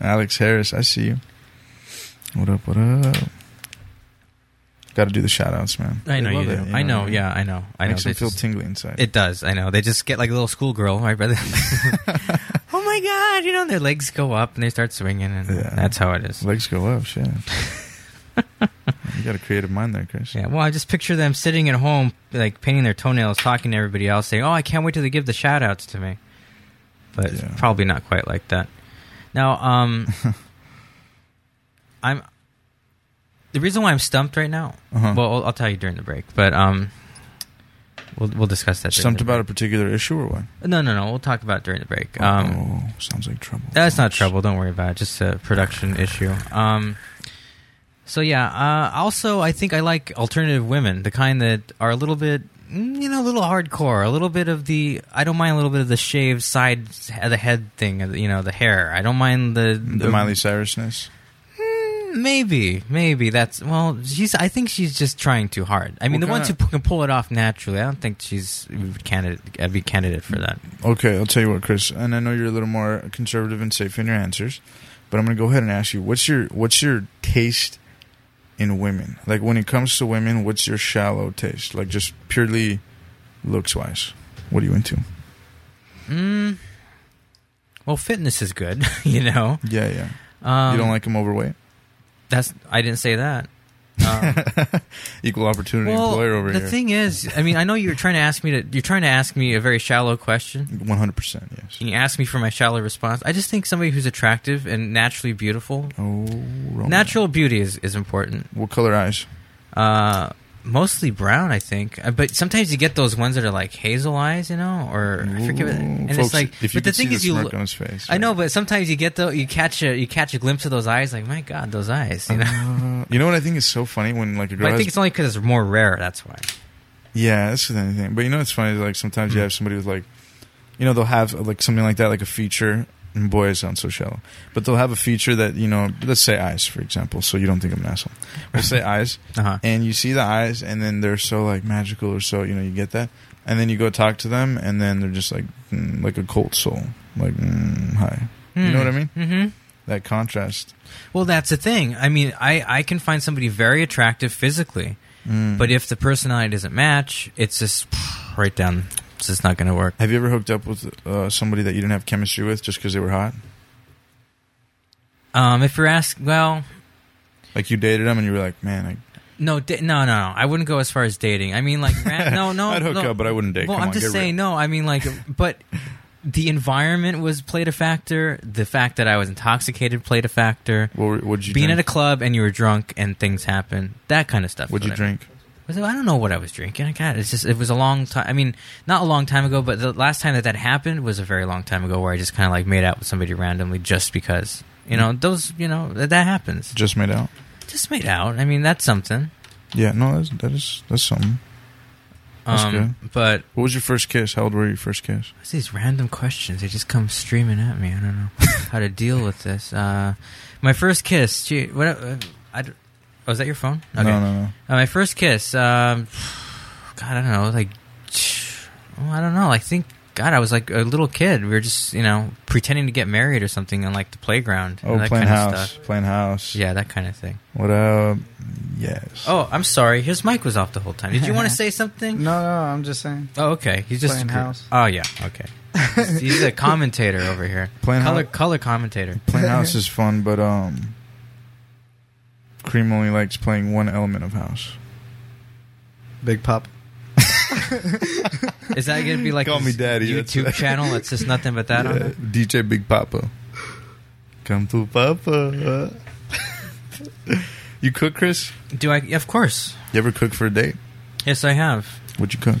Alex Harris. I see you. What up? What up? Got to do the shout outs, man.
I
They
know you.
love
Do.
it,
I know.
what
Yeah, I know. I know.
Makes them
They
feel
just-
tingly inside.
it does. I know. They just get like a little schoolgirl, right, brother? oh my god! You know, their legs go up and they start swinging, and
Yeah.
that's how it is.
Legs go up. Shit. you got a creative mind there, Chris.
Yeah, well, I just picture them sitting at home, like painting their toenails, talking to everybody else, saying, "Oh, I can't wait till they give the shout outs to me." But
Yeah.
it's probably not quite like that. Now, um, I'm the reason why I'm stumped right now.
Uh-huh.
Well, I'll, I'll tell you during the break, but um, we'll we'll discuss that. during
Stumped
the
about a particular issue or what?
break. No, no, no. We'll talk about it during the break. Um,
oh, sounds like trouble.
that's not trouble. Don't worry about it. Just a production issue. Um, so yeah. Uh, also, I think I like alternative women, the kind that are a little bit, mm, you know, a little hardcore, a little bit of the. I don't mind a little bit of the shaved side of the head thing, of the- you know, the hair. I don't mind the
The Miley Cyrusness.
Mm, Maybe, maybe that's well. She's. I think she's just trying too hard. I mean,
What
the ones who
kinda-
p- can pull it off naturally. I don't think she's candidate. I'd be candidate for that.
Okay, I'll tell you what, Chris. And I know you're a little more conservative and safe in your answers, but I'm going to go ahead and ask you what's your what's your taste in women? Like when it comes to women, what's your shallow taste? Like just purely looks wise. What are you into?
Mm. Well, fitness is good. You know,
Yeah, yeah.
um,
you don't like them overweight?
That's. I didn't say that. Um,
Equal opportunity
well,
employer over
the
here.
thing is, I mean, I know you're trying to ask me to. You're trying to ask me a very shallow question.
100%, yes.
And you ask me for my shallow response. I just think somebody who's attractive and naturally beautiful.
Oh, Roman.
Natural beauty is, is important.
What color eyes?
Uh, mostly brown, I think. Uh, But sometimes you get those ones that are like hazel eyes, you know, or I forget. What,
Ooh,
and
folks,
it's like,
if you
but the
could see
thing
the
is, you
smirk
look-
on his face,
I know,
right?
but sometimes you get though you catch a you catch a glimpse of those eyes, like my god, those eyes, you know.
Uh, you know what I think is so funny when like a girl
but I
has
think it's only because it's more rare. That's why.
Yeah, that's the anything. But you know, it's funny. Like sometimes
Hmm.
you have somebody with like, you know, they'll have like something like that, like a feature. And boy, it sounds so shallow. But they'll have a feature that you know, let's say eyes, for example. So you don't think I'm an asshole. Let's say eyes,
Uh-huh.
and you see the eyes, and then they're so like magical or so. You know, you get that, and then you go talk to them, and then they're just like mm, like a cold soul, like mm, hi. You know what I mean?
Mm-hmm.
That contrast.
Well, that's the thing. I mean, I, I can find somebody very attractive physically,
Mm.
but if the personality doesn't match, it's just right down. It's just not going to work.
Have you ever hooked up with uh, somebody that you didn't have chemistry with just because they were hot?
Um, if you're asked, well,
Like you dated them, and you were like, man, I
no, da- no, no, no. I wouldn't go as far as dating. I mean, like, ran- no, no.
I'd hook
no.
up, but I wouldn't date.
Well,
Come
I'm
on,
just
get
saying, no. I mean, like, but the environment was played a factor. The fact that I was intoxicated played a factor.
What were- what'd you
Being
drink?
at a club and you were drunk and things happen. That kind of stuff.
What'd
is
you
what I mean.
drink?
I said, I don't know what I was drinking. I got it's just it was a long time. I mean, not a long time ago, but the last time that that happened was a very long time ago, where I just kind of like made out with somebody randomly just because. You know, those. You know, that, that happens.
Just made out.
Just made out. I mean, that's something.
Yeah, no, that's, that is that's something. That's
Um, but
What was your first kiss? How old were you first kiss?
It's these random questions. They just come streaming at me. I don't know how to deal with this. Uh, my first kiss. Gee, what? Uh, I, d- oh, is that your phone?
No, no, no.
Uh, my first kiss. Um, God, I don't know. Like, oh, I don't know. I think God, I was like a little kid. We were just you know pretending to get married or something on like the playground. and
Oh,
that
playing
kind
house,
of stuff.
playing house.
Yeah, that kind of thing.
What up? Yes.
Oh, I'm sorry. His mic was off the whole time. Did you want to say something?
No, no, I'm just saying.
Oh, okay. He's just
Playing house.
Oh, yeah. Okay. He's- He's a commentator over here.
Playing
color,
house.
color commentator.
Playing house is fun, but um, Cream only likes playing one element of house.
Big Pop.
Is that gonna be like
Call
his
me daddy, that's
YouTube
right.
channel that's just nothing but that on
Yeah,
it?
DJ Uh, Big Papa. Come to Papa. you cook, Chris?
Do I? Of course.
You ever cook for a date?
Yes, I have.
What'd you cook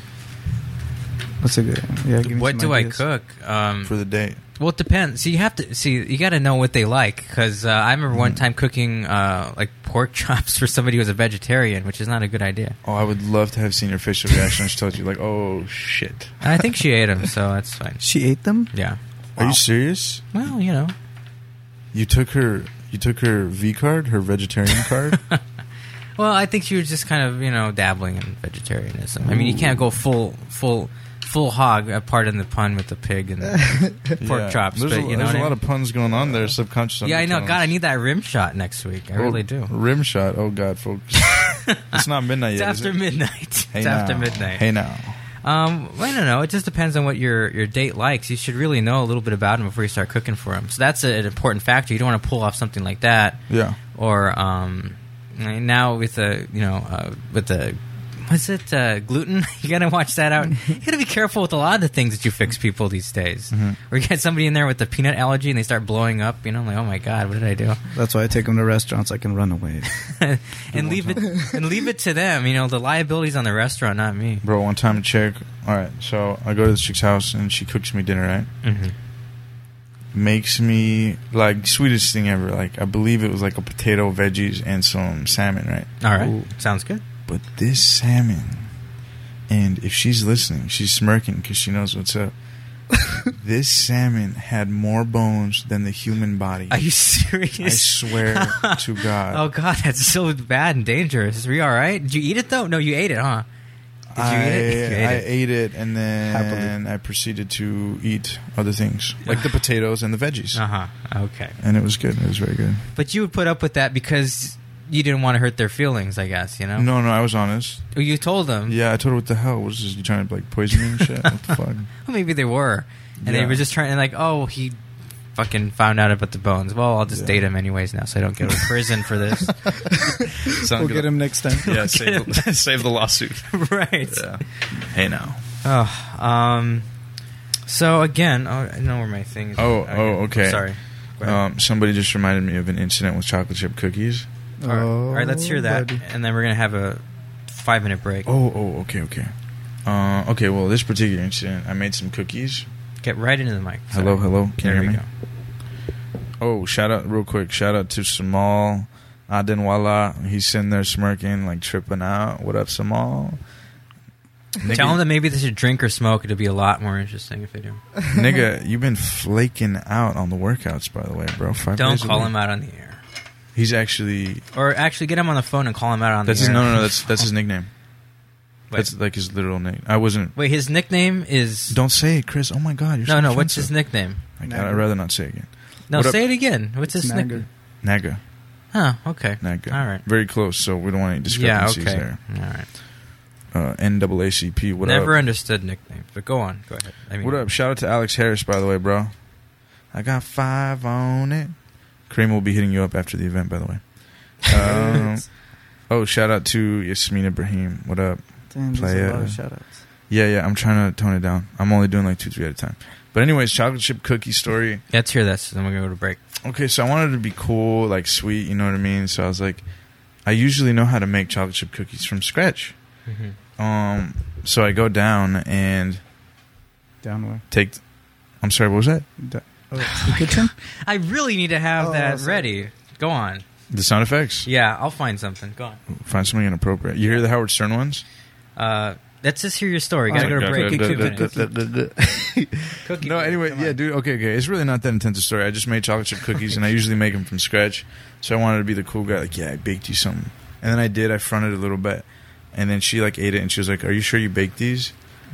What's a good? Yeah, give me
What
some
do
ideas.
I cook? Um,
for the date?
well, it depends. So you have to see. You got to know what they like because uh, I remember
Mm.
one time cooking uh, like pork chops for somebody who was a vegetarian, which is not a good idea.
Oh, I would love to have seen your facial reaction. when She told you, like, oh shit.
And I think she ate them, so that's fine.
She ate them.
Yeah.
Are you serious?
Well, you know,
You took her. You took her V card, her vegetarian card.
Well, I think she was just kind of you know dabbling in vegetarianism. I mean, you can't go full full full hog. Uh, pardon the pun with the pig and the pork
Yeah.
chops.
There's,
but,
a,
you know
there's
what
a
I
lot
mean?
of puns going on there, subconscious.
yeah, I know. God, I
undertones.
need that rim shot next week. I really do.
Oh, Rim shot. Oh God, folks. it's not midnight
It's
yet.
after
is it?
midnight.
Hey
it's
now.
after midnight.
Hey now.
Um, well, I don't know. It just depends on what your your date likes. You should really know a little bit about him before you start cooking for him. So that's a, an important factor. You don't want to pull off something like that.
Yeah.
Or um, and now with the you know uh, with the what's it uh, gluten? you gotta watch that out. you gotta be careful with a lot of the things that you fix people these days.
Mm-hmm.
Or you get somebody in there with the peanut allergy and they start blowing up. You know, like oh my god, what did I do?
That's why I take them to restaurants. I can run away.
and leave it and leave it to them. You know, the liability's on the restaurant, not me.
Bro, one time a chick. All right, so I go to the chick's house and she cooks me dinner. Right,
Mm-hmm.
makes me like sweetest thing ever. Like I believe it was like a potato, veggies, and some salmon. Right,
All right, sounds good.
but this salmon, and if she's listening, she's smirking because she knows what's up. this salmon had more bones than the human body.
Are you
I
serious?
swear to God.
Oh god, that's so bad and dangerous. Are you all right? Did you eat it though? No, you ate it, huh? Did you
I,
eat it? You ate
I
it.
ate it and then I proceeded to eat other things like the potatoes and the veggies,
Uh huh. Okay,
and it was good. It was very good.
but you would put up with that because you didn't want to hurt their feelings. I guess you know.
No, no, I was honest.
Well, Oh, You told them.
Yeah, I told her what the hell was this? You trying to like poison me and shit? What the fuck?
Well, maybe they were, and they
Yeah.
were just trying. Like, oh, he fucking found out about the bones. Well, I'll just
Yeah.
date him anyways now, so I don't go to prison for this.
we'll get him next time.
Yeah, save, the- save the lawsuit.
right.
Yeah. Hey now.
Oh, um. So again, oh, I know where my thing is.
Oh, oh, okay.
Sorry. Go ahead.
Um, somebody just reminded me of an incident with chocolate chip cookies.
All right. All right, let's hear that,
buddy.
and then we're gonna have a five minute break.
Oh, oh, okay, okay. Uh, okay, well, this particular incident, I made some cookies.
Get right into the mic. Sorry.
Hello, Oh, hello. Can
There
you
we
hear me?
go.
Oh, shout out real quick. Shout out to Samal Adenwala. He's sitting there smirking, like tripping out. What up, Samal? Nigga,
Tell them that maybe they should drink or smoke. It'll be a lot more interesting if they do.
nigga, you've been flaking out on the workouts, by the way, bro. Five
Don't
days a
call
week.
him out on the air,
He's actually
or actually get him on the phone and call him out on
that's
the
his
air.
no, no, no. That's that's his nickname.
Wait.
That's like his literal name. I wasn't.
Wait, his nickname is
Don't say it, Chris. Oh my God, you're
no,
so
no. What's his
offensive.
nickname?
My God, I'd rather not say it again.
No,
What up?
say it again. What's his
It's
nickname?
Naga,
Huh? Okay.
Naga.
All right.
Very close, so we don't want any
Yeah.
discrepancies
Okay. All right.
there. Uh, NAACP. What up?
Never understood nicknames, but go on. Go ahead. I mean,
What up? Shout out to Alex Harris, by the way, bro. I got five on it. Kareem will be hitting you up after the event, by the way. Um, oh, shout out to Yasmina Brahim. What up?
Damn, there's
Play,
a lot
uh,
of shout outs.
Yeah, yeah, I'm trying to tone it down. I'm only doing like two, three at a time. But, anyways, chocolate chip cookie story.
Let's hear this, and then we're gonna go to break.
Okay, so I wanted to be cool, like sweet, you know what I mean? So I was like, I usually know how to make chocolate chip cookies from scratch.
Mm-hmm.
Um, so I go down and
Downward.
take. I'm sorry, what was that?
Da- oh, the kitchen.
I really need to have
Oh,
that
sorry.
ready. Go on.
The sound effects?
Yeah, I'll find something. Go on.
Find something inappropriate. You hear the Howard Stern ones?
Uh, Let's just hear your story. Gotta
Oh,
go to break. Cookie
no, anyway, yeah, dude. Okay, okay. It's really not that intense a story. I just made chocolate chip cookies, and I usually make them from scratch. So I wanted to be the cool guy. Like, yeah, I baked you something, and then I did. I fronted a little bit, and then she like ate it, and she was like, "Are you sure you baked these?"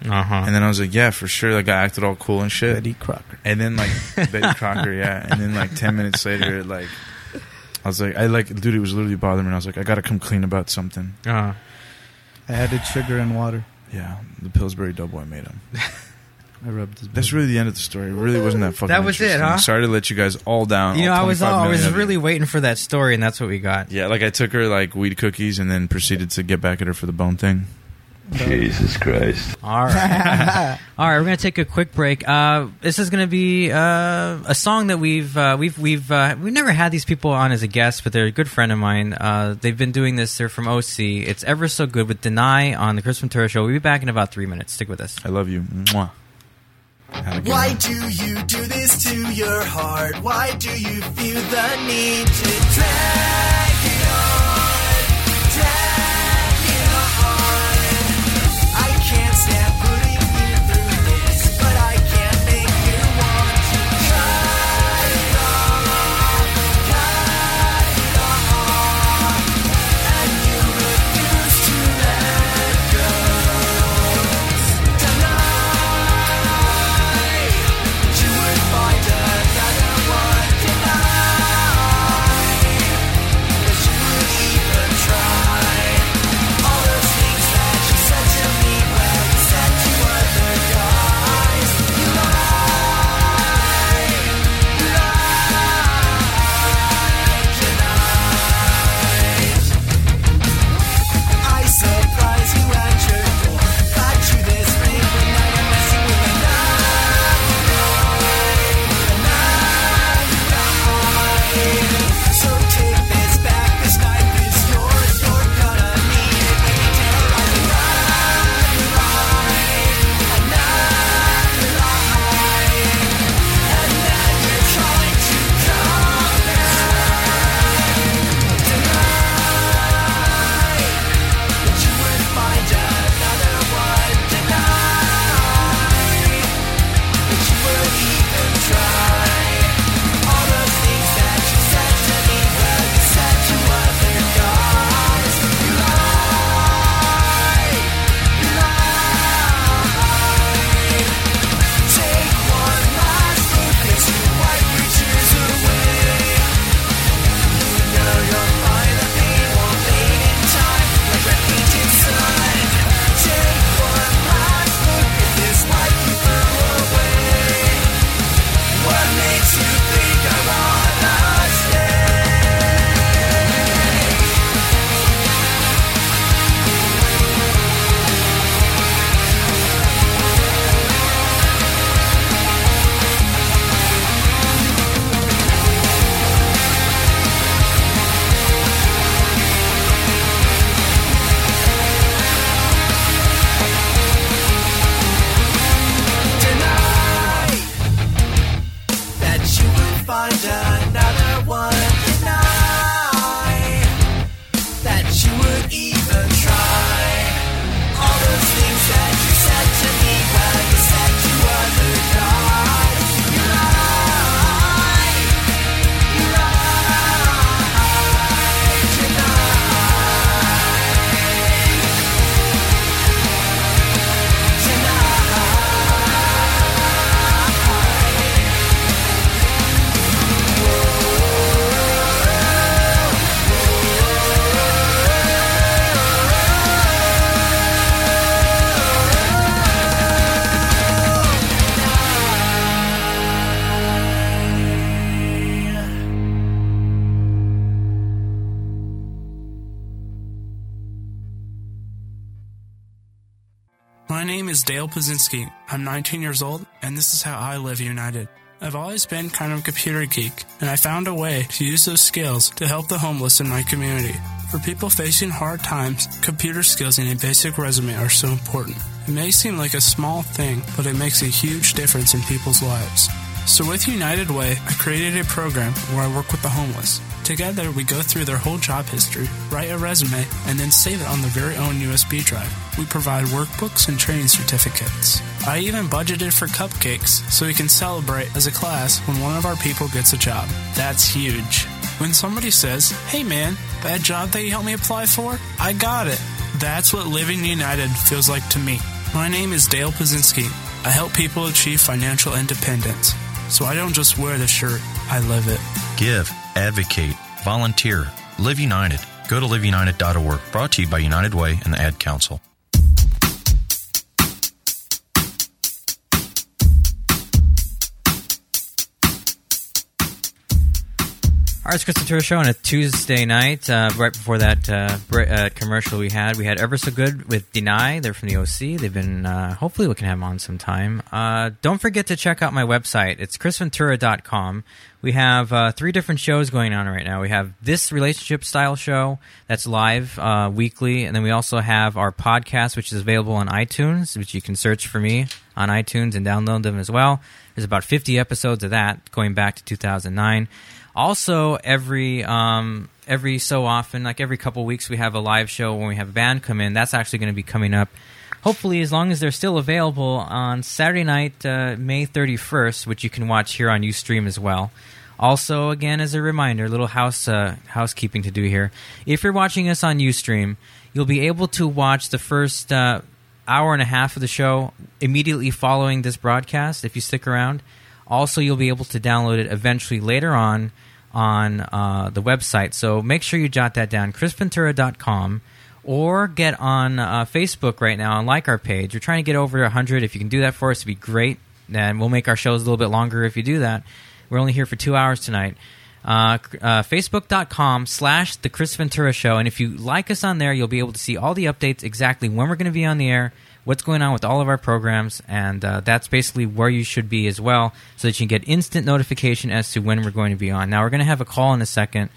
Uh-huh.
And then I was like, "Yeah, for sure." Like I acted all cool and shit.
Betty Crocker.
And then like Betty Crocker, yeah. And then like ten minutes later, it, like I was like, I like, dude, it was literally bothering me. And I was like, I gotta come clean about something.
Uh,
I added sugar and water.
Yeah, the Pillsbury Doughboy made them.
I rubbed his.
That's really the end of the story. It really wasn't that fucking.
That was it,
interesting.
huh?
Sorry to let you guys all down.
you know,
all
I was
25
all, I
oh, million
was
of you.
really waiting for that story, and that's what we got.
Yeah, like I took her like weed cookies and then proceeded to get back at her for the bone thing.
Jesus Christ.
All right, all right. We're gonna take a quick break. Uh, this is gonna be uh, a song that we've uh, we've we've uh, we've never had these people on as a guest, but they're a good friend of mine. Uh, they've been doing this. They're from OC. It's ever so good with Deny on the Chris Ventura Show. We'll be back in about three minutes. Stick with us.
I love you. Mwah. Have a good
Why
one.
do you do this to your heart? Why do you feel the need to drag it on? Drag it on. I can't stand putting you through this, but I can't make you want to cut it off. Cut it off. And you refuse to let go. Tonight. You would find another one tonight. But you would even try all those things that you said to me when you said to other guys. You lied, you lied tonight. I surprised you at your door, got you this ring, but now you're messing with another boy. So take this back, this night is yours, you're gonna need it when you tell a lie, lie, another lie, and then you're trying to come back, deny that you would find another one, deny that you would even try. All those things that you said to me, well, you said to other guys. You lie, you lie. Take one last look as you wipe your tears away. Now you'll find the pain won't fade in time, like a painted sun. Take one last look at this life you threw away. What makes you think I wanna stay? Deny that you would find another one. Deny that you would even try all those things that you said to me when you said to other guys. You lie, you lie tonight.
My name is Dale Pazinski. I'm 19 years old, and this is how I live United. I've always been kind of a computer geek, and I found a way to use those skills to help the homeless in my community. For people facing hard times, computer skills and a basic resume are so important. It may seem like a small thing, but it makes a huge difference in people's lives. So with United Way, I created a program where I work with the homeless. Together, we go through their whole job history, write a resume, and then save it on their very own USB drive. We provide workbooks and training certificates. I even budgeted for cupcakes so we can celebrate as a class when one of our people gets a job. That's huge. When somebody says, hey man, that job that you helped me apply for, I got it. That's what Living United feels like to me. My name is Dale Pazinski. I help people achieve financial independence. So I don't just wear the shirt, I live it.
Give, advocate, volunteer, live united. Go to liveunited.org. Brought to you by United Way and the Ad Council.
All right, it's Chris Ventura Show on a Tuesday night. Uh, right before that uh, br- uh, commercial we had, we had Ever So Good with Deny. They're from the OC. They've been, uh, hopefully, we can have them on sometime. Uh, don't forget to check out my website. It's chrisventura.com. We have uh, three different shows going on right now. We have this relationship style show that's live uh, weekly, and then we also have our podcast, which is available on iTunes, which you can search for me on iTunes and download them as well. There's about 50 episodes of that going back to 2009. Also, every um, every so often, like every couple weeks, we have a live show when we have a band come in. That's actually going to be coming up. Hopefully, as long as they're still available on Saturday night, uh, May 31st, which you can watch here on UStream as well. Also, again, as a reminder, a little house uh, housekeeping to do here. If you're watching us on UStream, you'll be able to watch the first uh, hour and a half of the show immediately following this broadcast if you stick around. Also, you'll be able to download it eventually later on on uh, the website. So make sure you jot that down, chrisventura.com, or get on uh, Facebook right now and like our page. We're trying to get over to 100. If you can do that for us, it'd be great. And we'll make our shows a little bit longer if you do that. We're only here for two hours tonight. Uh, c- uh, Facebook.com slash The Chris Ventura Show. And if you like us on there, you'll be able to see all the updates exactly when we're going to be on the air, what's going on with all of our programs. And uh, that's basically where you should be as well, so that you can get instant notification as to when we're going to be on. Now, we're going to have a call in a second.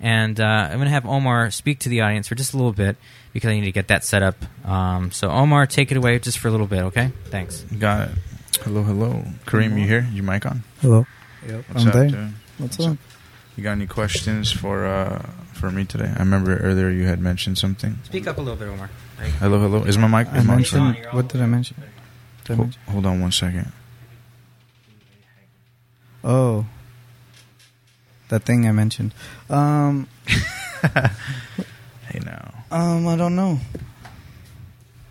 And uh, I'm going to have Omar speak to the audience for just a little bit because I need to get that set up. Um, so, Omar, take it away just for a little bit, okay? Thanks.
Got it. Hello, hello. Kareem, you here? Your mic on?
Hello. Yep,
What's
I'm
up,
there.
dude?
What's up?
You got any questions for uh, for me today? I remember earlier you had mentioned something.
Speak up a little bit, Omar.
Hello, hello. Is my mic?
I
is my mic
mentioned,
on?
what did I mention? Did I
Ho-
mention-
Hold on one second.
Oh, that thing I mentioned. Um,
hey now.
Um, I don't know.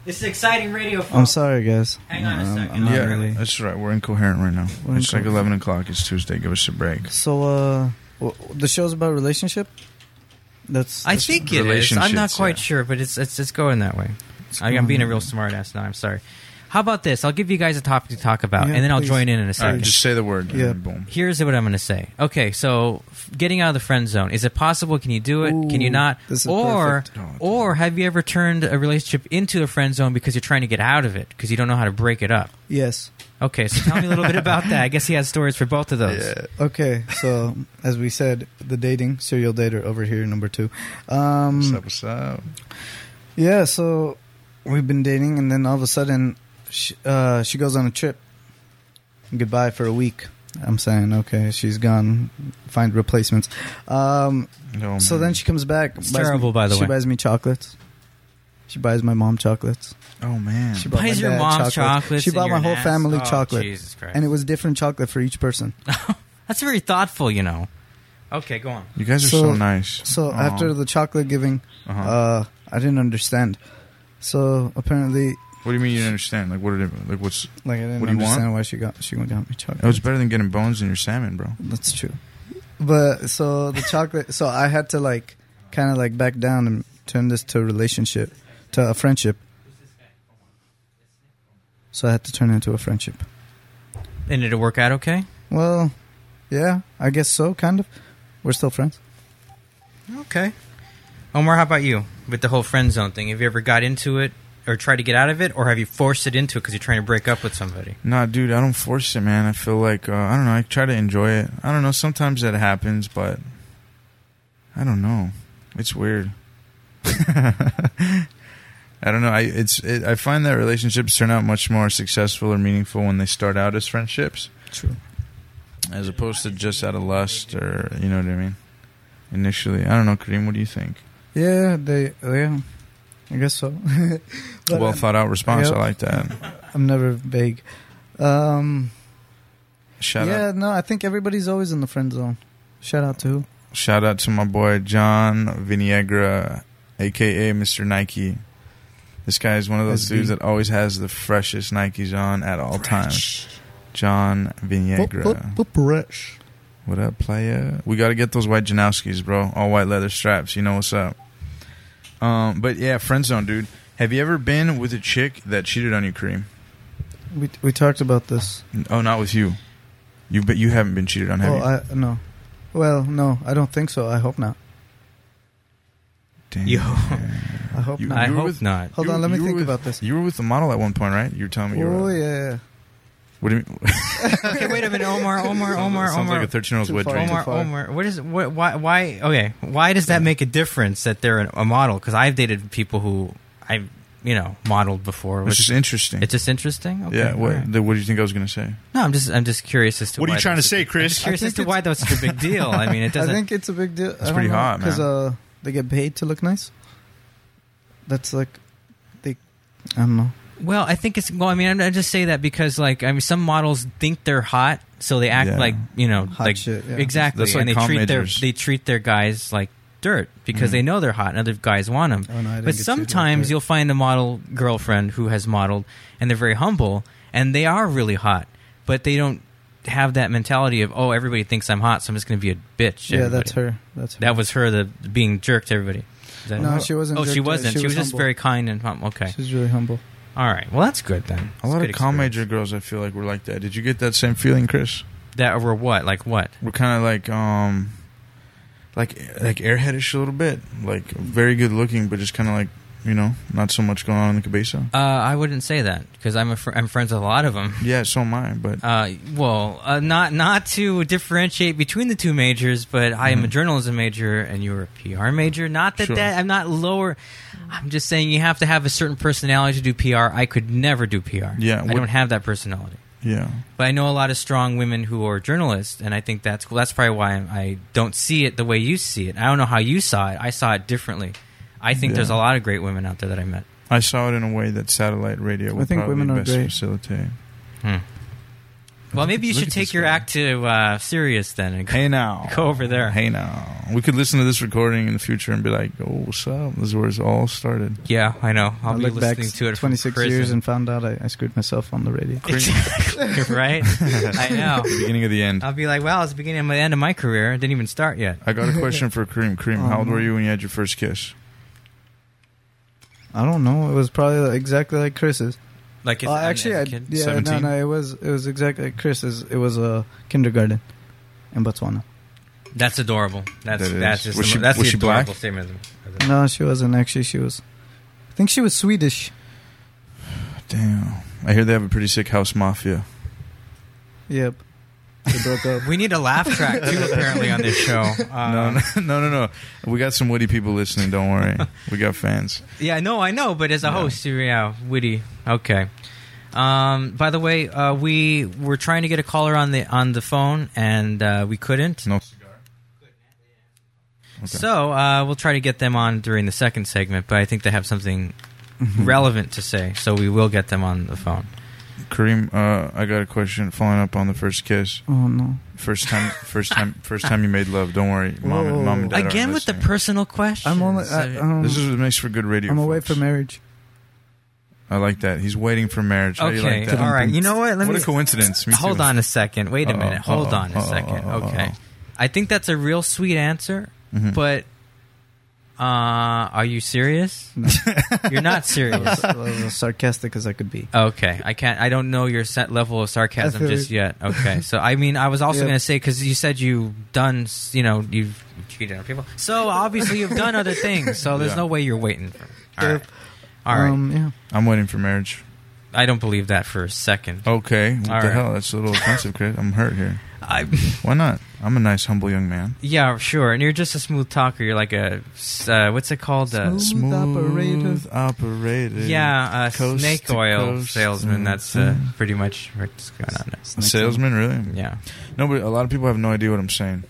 This is exciting radio.
I'm sorry, guys.
Hang on a
Um,
second.
I'm not
yeah,
really.
that's right. We're incoherent right now.
We're
it's like
incoherent.
11 o'clock. It's Tuesday. Give us a break.
So, uh, w- the show's about relationship. That's,
I
that's-
think it is. I'm not quite sure, but it's it's it's going that way. I,
going
am being a
that
real smart ass now. I'm sorry. How about this? I'll give you guys a topic to talk about,
Yeah,
and then I'll
please.
join in in a
All right,
second.
just say the word, and Yeah. then boom.
Here's what I'm going to say. Okay, so f- getting out of the friend zone is it possible? Can you do it? Can you
Ooh,
not?
this is
or
perfect.
or have you ever turned a relationship into a friend zone because you're trying to get out of it because you don't know how to break it up?
Yes.
Okay, so tell me a little bit about that. I guess he has stories for both of those.
Okay, so as we said, the dating serial dater over here, number two. Um,
What's up? What's up?
Yeah, so we've been dating, and then all of a sudden, she, uh, she goes on a trip. Goodbye for a week. I'm saying, okay, she's gone. Find replacements. Um,
No,
so
man.
then she comes back.
It's
buys me-
terrible, by the
she
way.
buys me chocolates. She buys my mom chocolates.
Oh man!
She bought
Buys
my
your
dad
mom chocolates
She
and
bought
you're
my
an
whole
ass?
family
Oh,
chocolate.
Jesus Christ.
And it was different chocolate for each person.
That's very thoughtful, you know. Okay, go on.
You guys are so, nice.
So
Aw. Uh-huh.
after the chocolate giving, uh I didn't understand. So apparently,
What do you mean you didn't understand? Like what? Did it, like what's?
like I didn't
what do you
understand
want?
why she got she went down me chocolate.
It was better than getting bones in your salmon, bro.
That's true. But so the chocolate, so I had to like kind of like back down and turn this to a relationship, to a friendship. So I had to turn it into a friendship.
And did it work out okay?
Well, yeah, I guess so, kind of. We're still friends.
Okay. Omar, how about you with the whole friend zone thing? Have you ever got into it or tried to get out of it, or have you forced it into it because you're trying to break up with somebody?
Nah, dude, I don't force it, man. I feel like uh, I don't know. I try to enjoy it. I don't know. Sometimes that happens, but I don't know. It's weird. I don't know. I it's it, I find that relationships turn out much more successful or meaningful when they start out as friendships.
True.
as opposed to just out of lust or you know what I mean. Initially, I don't know, Kareem. What do you think?
Yeah, they. Yeah, I guess so. But,
well
um,
thought out response.
yep.
I like that.
I'm never vague. Um,
Shout
yeah,
out,
no, I think everybody's always in the friend zone. Shout out to who?
shout out to my boy John Viniegra, aka Mr. Nike. This guy is one of those
SB.
dudes that always has the freshest Nikes on at all times. John Viniegra. What up, playa? We got to get those white Janowskis, bro. All white leather straps. You know what's up. Um, but yeah, friend zone, dude. Have you ever been with a chick that cheated on you, Kareem?
We we talked about this.
Oh, not with you. You but you haven't been cheated on, have
oh,
you?
I no. Well, no, I don't think so. I hope not.
Damn.
Yo.
I hope
You-
not.
you were with-
Hold
you-
on, let me
you were
think
with-
about this.
You were with the model at one point, right? You were telling me you were.
Oh yeah.
What do you mean?
okay, wait a minute, Omar, Omar,
Sounds-
Omar,
sounds
Omar.
like a 13-year-old's Too wet far, dream.
Omar,
too far.
Omar. What is what, why? Why? Okay, why does that make a difference that they're an- a model? Because I've dated people who I, have you know, modeled before.
It's
which-
just interesting.
It's just interesting. Okay,
yeah. What,
all right.
the- what do you think I was going to say?
No, I'm just I'm just curious as to
What are you
why
trying to
that's-
say,
I'm
Chris?
just curious
I
as
think
to why that's such a big deal. I mean, it doesn't.
I think it's a big deal.
It's pretty hot, man.
Because uh, they get paid to look nice. That's like, they. I don't know.
Well, I think it's well. I mean, I'm- I just say that because like I mean, some models think they're hot, so they act
Yeah.
like you know,
Hot
like
shit, yeah.
exactly,
That's like
and they
com
treat
majors.
their they treat their guys like dirt because
Mhm.
they know they're hot and other guys want them.
Oh, no, I didn't
but
get treated like
sometimes
dirt.
you'll find a model girlfriend who has modeled and they're very humble and they are really hot, but they don't have that mentality of oh everybody thinks I'm hot, so I'm just going to be a bitch. to
Yeah, that's
everybody."
her. That's her.
that was her the being jerked to everybody. Is that-
No, she wasn't
Oh, she
jerked, uh,
wasn't.
she
She,
was
was, just
humble.
very kind and hum- okay.
She's really humble.
All right. Well, that's good then.
A lot of com major girls, I feel like, were like that. Did you get that same feeling, Chris?
That were what? Like what?
We're kind of like, um, like like airheadish a little bit, like very good looking, but just kind of like you know, not so much going on in the cabeza.
Uh, I wouldn't say that because I'm a fr- I'm friends with a lot of them.
Yeah, so am I. But
Uh, well, uh, not not to differentiate between the two majors, but I am a journalism major and you're a PR major. Not that
Mm-hmm. Sure.
that I'm not lower. I'm just saying you have to have a certain personality to do PR. I could never do PR.
Yeah,
I
what-
don't have that personality.
yeah,
But I know a lot of strong women who are journalists, and I think that's cool. That's probably why I'm, I don't see it the way you see it. I don't know how you saw it. I saw it differently. I think
Yeah.
there's a lot of great women out there that I met.
I saw it in a way that satellite radio would
think
probably
women are
best
great.
facilitate.
Hmm. Well, maybe you
Look
should
at
take
this
your act to uh, serious then and go,
Hey now,
go over there.
Hey now, Uh, we could listen to this recording in the future and be like, "Oh, what's up?" This is where it all started.
Yeah, I know. I'll
I
be
looked back
listening to it.
26
from prison.
years and found out I, I screwed myself on the radio.
Exactly, right? I know.
The beginning of the end.
I'll be like, wow, it's the beginning of the end of my career. It didn't even start yet.
I got a question for Kareem. Kareem, how
Um,
old were you when you had your first kiss?
I don't know. It was probably exactly like Chris's.
Like, it's,
Oh, actually, I,
as a kid?
yeah, no, no, it was it was exactly like Chris's. It was a kindergarten in Botswana.
That's adorable.
That
That's
is.
that's just
Was
the,
she-
that's
was
the
she
adorable
black?
statement. of the-
No, she wasn't actually. She was. I think she was Swedish.
Damn. I hear they have a pretty sick house mafia.
Yep. They broke up.
We need a laugh track too, apparently, on this show. Uh,
No, no, no, no, no. We got some witty people listening. Don't worry. We got fans.
Yeah, no, I know, but as a host, you're yeah, witty. Okay. Um, by the way, uh, we were trying to get a caller on the on the phone, and uh, we couldn't.
No.
So uh, we'll try to get them on during the second segment, but I think they have something
Mm-hmm.
relevant to say, so we will get them on the phone.
Kareem, uh, I got a question following up on the first kiss.
Oh no.
First time, first time, first time you made love. Don't worry, mom, and, mom and dad.
Again
aren't
with the
listening.
personal question.
I'm only. I, um,
This is what makes for good radio.
I'm away
folks.
for marriage.
I like that. He's waiting for marriage. How do you like
Okay,
that?
all right. You know what? Let
what
me-
a coincidence. Me too.
Hold on a second. Wait a
Uh-oh,
minute. Hold
uh-oh,
on a
uh-oh,
second.
uh-oh,
Okay.
uh-oh.
I think that's a real sweet answer,
Mhm.
but uh, are you serious? You're not serious.
I was as sarcastic as I could be.
Okay, I can't. I don't know your set level of
I
sarcasm
feel
just
you.
yet. Okay, so I mean, I was also
Yep.
going to say because you said you've done, s- you know, you've cheated on people. So obviously you've done other things. So there's
Yeah.
no way you're waiting. For All right, all right.
Um, yeah.
I'm waiting for marriage.
I don't believe that for a second.
Okay. What
All
the
right.
hell? That's a little offensive, Chris. I'm hurt here.
I
Why not? I'm a nice, humble young man.
Yeah, sure. And you're just a smooth talker. You're like a uh, what's it called? Uh,
Smooth operator. operator.
Yeah, uh,
Coast
snake
to
oil
coast.
salesman.
Mm.
That's uh, pretty much what's going on. There.
A salesman, really?
Yeah.
No, but a lot of people have no idea what I'm saying,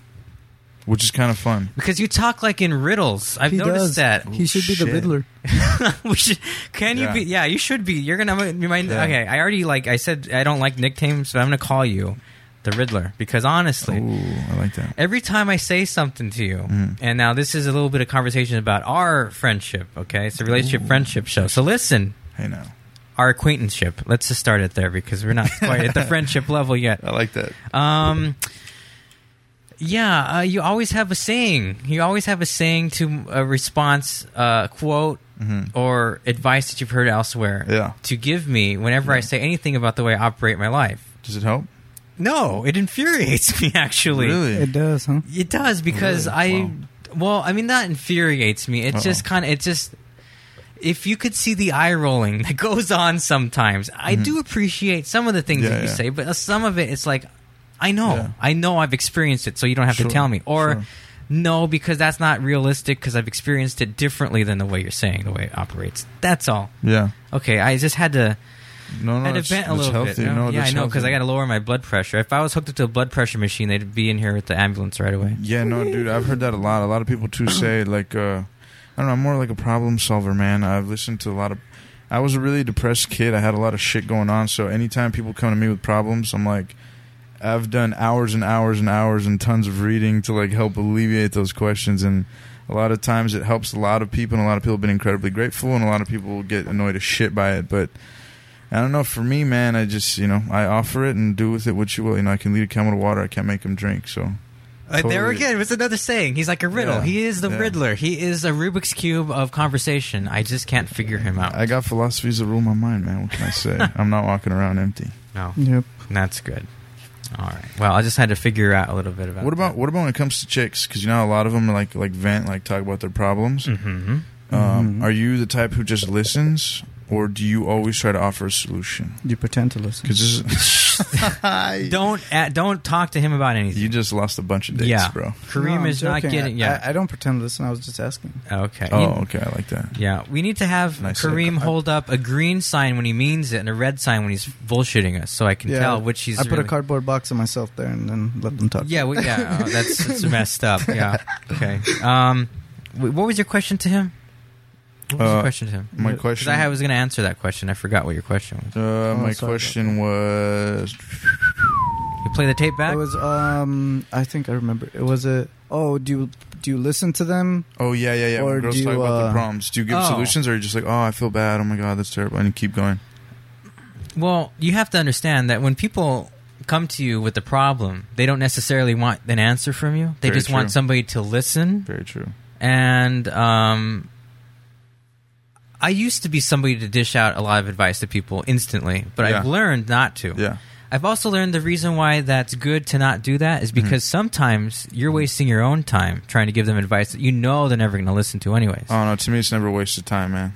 which is kind of fun.
Because you talk like in riddles. I've
He does.
noticed that.
He should be the Shit. riddler.
We should- can you
Yeah.
be? Yeah, you should be. You're gonna. I'm gonna be my,
Yeah.
Okay, I already like. I said I don't like nicknames, but I'm gonna call you the Riddler because honestly,
I like that.
Every time I say something to you,
Mhm.
and now this is a little bit of conversation about our friendship. Okay, it's a relationship friendship show. So listen.
Hey now.
Our acquaintanceship. Let's just start it there because we're not quite at the friendship level yet.
I like that.
Um, yeah, uh, you always have a saying. You always have a saying to a response, uh, quote, or advice that you've heard elsewhere.
Mm-hmm. Yeah.
To give me whenever I say anything about the way I operate my life.
Does it help?
No, it infuriates me actually.
Really?
It does, huh?
It does because
Really?
I, well, I mean, that infuriates me. It
Uh-oh.
just kind of, it just, if you could see the eye rolling that goes on sometimes, I do appreciate some of the things
Yeah,
that you
yeah.
say, but some of it, it's like, I know,
Yeah.
I know I've experienced it, so you don't have
Sure,
to tell me. Or,
sure.
no, because that's not realistic because I've experienced it differently than the way you're saying the way it operates. That's all.
Yeah.
Okay, I just had to.
No, no,
had to
it's-
vent Uh, a
it's
little
healthy.
bit.
No,
yeah, I
that's
know because I
healthy.
got to lower my blood pressure. If I was hooked up to a blood pressure machine, they'd be in here with the ambulance right away.
Yeah, no, dude, I've heard that a lot. A lot of people too say like, uh, I don't know, I'm more like a problem solver, man. I've listened to a lot of. I was a really depressed kid. I had a lot of shit going on, so anytime people come to me with problems, I'm like, I've done hours and hours and hours and tons of reading to like help alleviate those questions and. A lot of times it helps a lot of people, and a lot of people have been incredibly grateful, and a lot of people get annoyed as shit by it. But I don't know. For me, man, I just you know I offer it and do with it what you will. You know, I can lead a camel to water. I can't make him drink. So
Uh, there
Totally.
again, it's another saying. He's like a riddle.
Yeah,
He is the
yeah.
riddler. He is a Rubik's cube of conversation. I just can't figure him out.
I got philosophies that rule my mind, man. What can I say? I'm not walking around empty.
No.
Yep.
That's good. All right. Well, I just had to figure out a little bit about
What about what about when it comes to chicks? Because you know a lot of them are like like vent, like talk about their problems.
Mm-hmm.
Um, Are you the type who just listens, or do you always try to offer a solution?
You pretend to listen.
Because
don't uh, don't talk to him about anything.
You just lost a bunch of dates,
Yeah.
bro.
Kareem
No, I'm
is not
joking.
getting. Yeah.
I, I don't pretend to listen. I was just asking.
okay.
Oh,
You-
okay, I like that.
Yeah, we need to have
Nice
Kareem
little-
hold up a green sign when he means it and a red sign when he's bullshitting us, so I can tell which he's.
I put
really-
a cardboard box of myself there and then let them talk.
Yeah, well, yeah, oh, that's, that's messed up. Yeah. Okay. Um, wh- what was your question to him? What was
Uh,
your question to him?
my
'Cause
question-
I was going to answer that question. I forgot what your question was.
Uh,
sorry
my
about
question was.
You play the tape back.
It was um I think I remember. It was a oh, do you do you listen to them?
Oh yeah, yeah, yeah.
Or
when girls
do
talk
you,
about
uh,
their problems. Do you give
Oh.
solutions, or are you just like, oh, I feel bad. Oh my god, that's terrible, and you keep going.
Well, you have to understand that when people come to you with a problem, they don't necessarily want an answer from you. They
Very
just want
true.
somebody to listen.
Very true.
And um, I used to be somebody to dish out a lot of advice to people instantly, but I've
Yeah.
learned not to.
Yeah.
I've also learned the reason why that's good to not do that is
Mm-hmm.
because sometimes you're wasting your own time trying to give them advice that you know they're never going to listen to anyways.
Oh no, to me it's never a waste of time, man.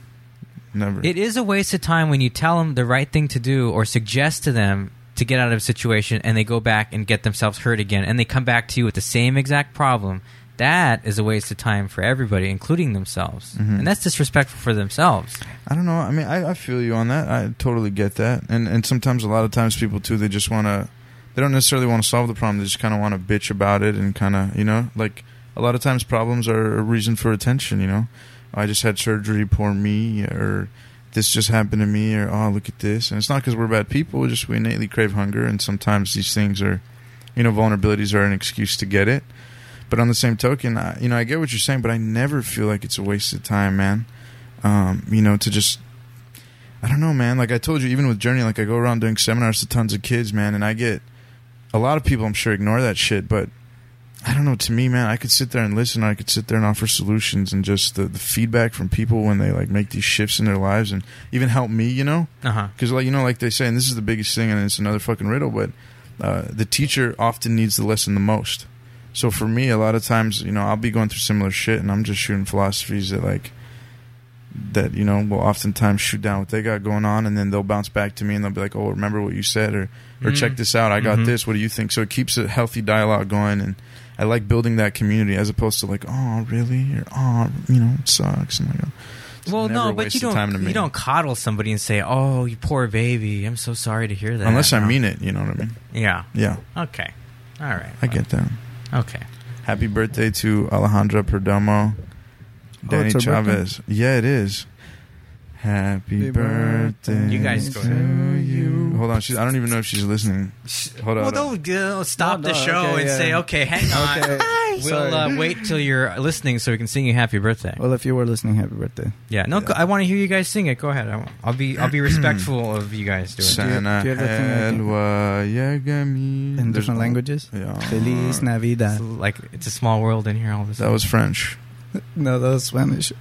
Never.
It is a waste of time when you tell them the right thing to do or suggest to them to get out of a situation and they go back and get themselves hurt again and they come back to you with the same exact problem. That is a waste of time for everybody, including themselves.
Mhm.
And that's disrespectful for themselves.
I don't know. I mean, I, I feel you on that. I totally get that. And and sometimes a lot of times people too, they just want to, they don't necessarily want to solve the problem. They just kind of want to bitch about it and kind of you know like a lot of times problems are a reason for attention. You know, I just had surgery, poor me, or this just happened to me, or oh look at this. And it's not because we're bad people. It's just we innately crave hunger, and sometimes these things are, you know, vulnerabilities are an excuse to get it. But on the same token, I, you know, I get what you're saying, but I never feel like it's a waste of time, man. Um, you know, to just, I don't know, man. Like I told you, even with Journey, like I go around doing seminars to tons of kids, man, and I get a lot of people, I'm sure, ignore that shit, but I don't know. To me, man, I could sit there and listen. I could sit there and offer solutions, and just the, the feedback from people when they like make these shifts in their lives, and even help me, you know,
Uh-huh.
because like you know, like they say, and this is the biggest thing, and it's another fucking riddle, but uh, the teacher often needs the lesson the most. So for me, a lot of times, you know, I'll be going through similar shit, and I'm just shooting philosophies that like that you know will oftentimes shoot down what they got going on, and then they'll bounce back to me and they'll be like, "Oh, remember what you said," or "Or
Mm.
check this out, I got
Mm-hmm.
Mhm.
this. What do you think?" So it keeps a healthy dialogue going, and I like building that community as opposed to like, "Oh, really?" or "Oh, you know, it sucks," and like. it's
Well,
never
no,
a
but
waste
you
of time to
don't.
me.
You don't coddle somebody and say, "Oh, you poor baby. I'm so sorry to hear that."
Unless I
No.
mean it, you know what I mean?
Yeah.
Yeah.
Okay. All right.
I get that.
Okay.
Happy birthday to Alejandra Perdomo, Danny
Oh, it's her
Chavez. Yeah, it is. Happy
Happy
birthday.
You guys go
to you. Hold on, she's, I don't even know if she's listening. Hold on.
Well, don't, uh, stop
No,
the
no,
show
okay,
and
yeah.
say, "Okay, hang on."
Okay.
We'll uh,
Sorry.
wait till you're listening so we can sing you "Happy Birthday."
Well, if you were listening, happy birthday.
Yeah. No, go- I want to hear you guys sing it. Go ahead. I- I'll be I'll be respectful of you guys doing
Sana
Do you have that thing like-
In
In different languages?
Yeah.
Feliz Navidad.
like it's a small world in here all of a
That
sudden.
was French.
No, that was Spanish.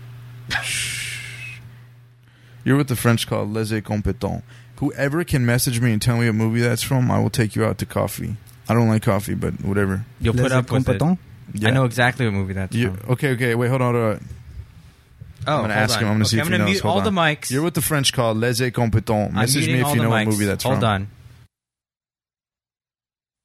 You're with the French called Les Incompetents. Whoever can message me and tell me what movie that's from, I will take you out to coffee. I don't like coffee, but whatever.
You'll put up with it.
Yeah.
I know exactly what movie that's
You-
from.
okay, okay, wait, hold on. Hold on.
Oh,
I'm gonna
hold
ask him. I'm
on.
gonna see
Okay,
if
I'm
he
gonna
knows.
mute
Hold
all the
on.
mics.
You're with the French called Les Incompetents. Message
muting
me if
all
you
the
know what
mics.
movie that's
Hold
from.
on.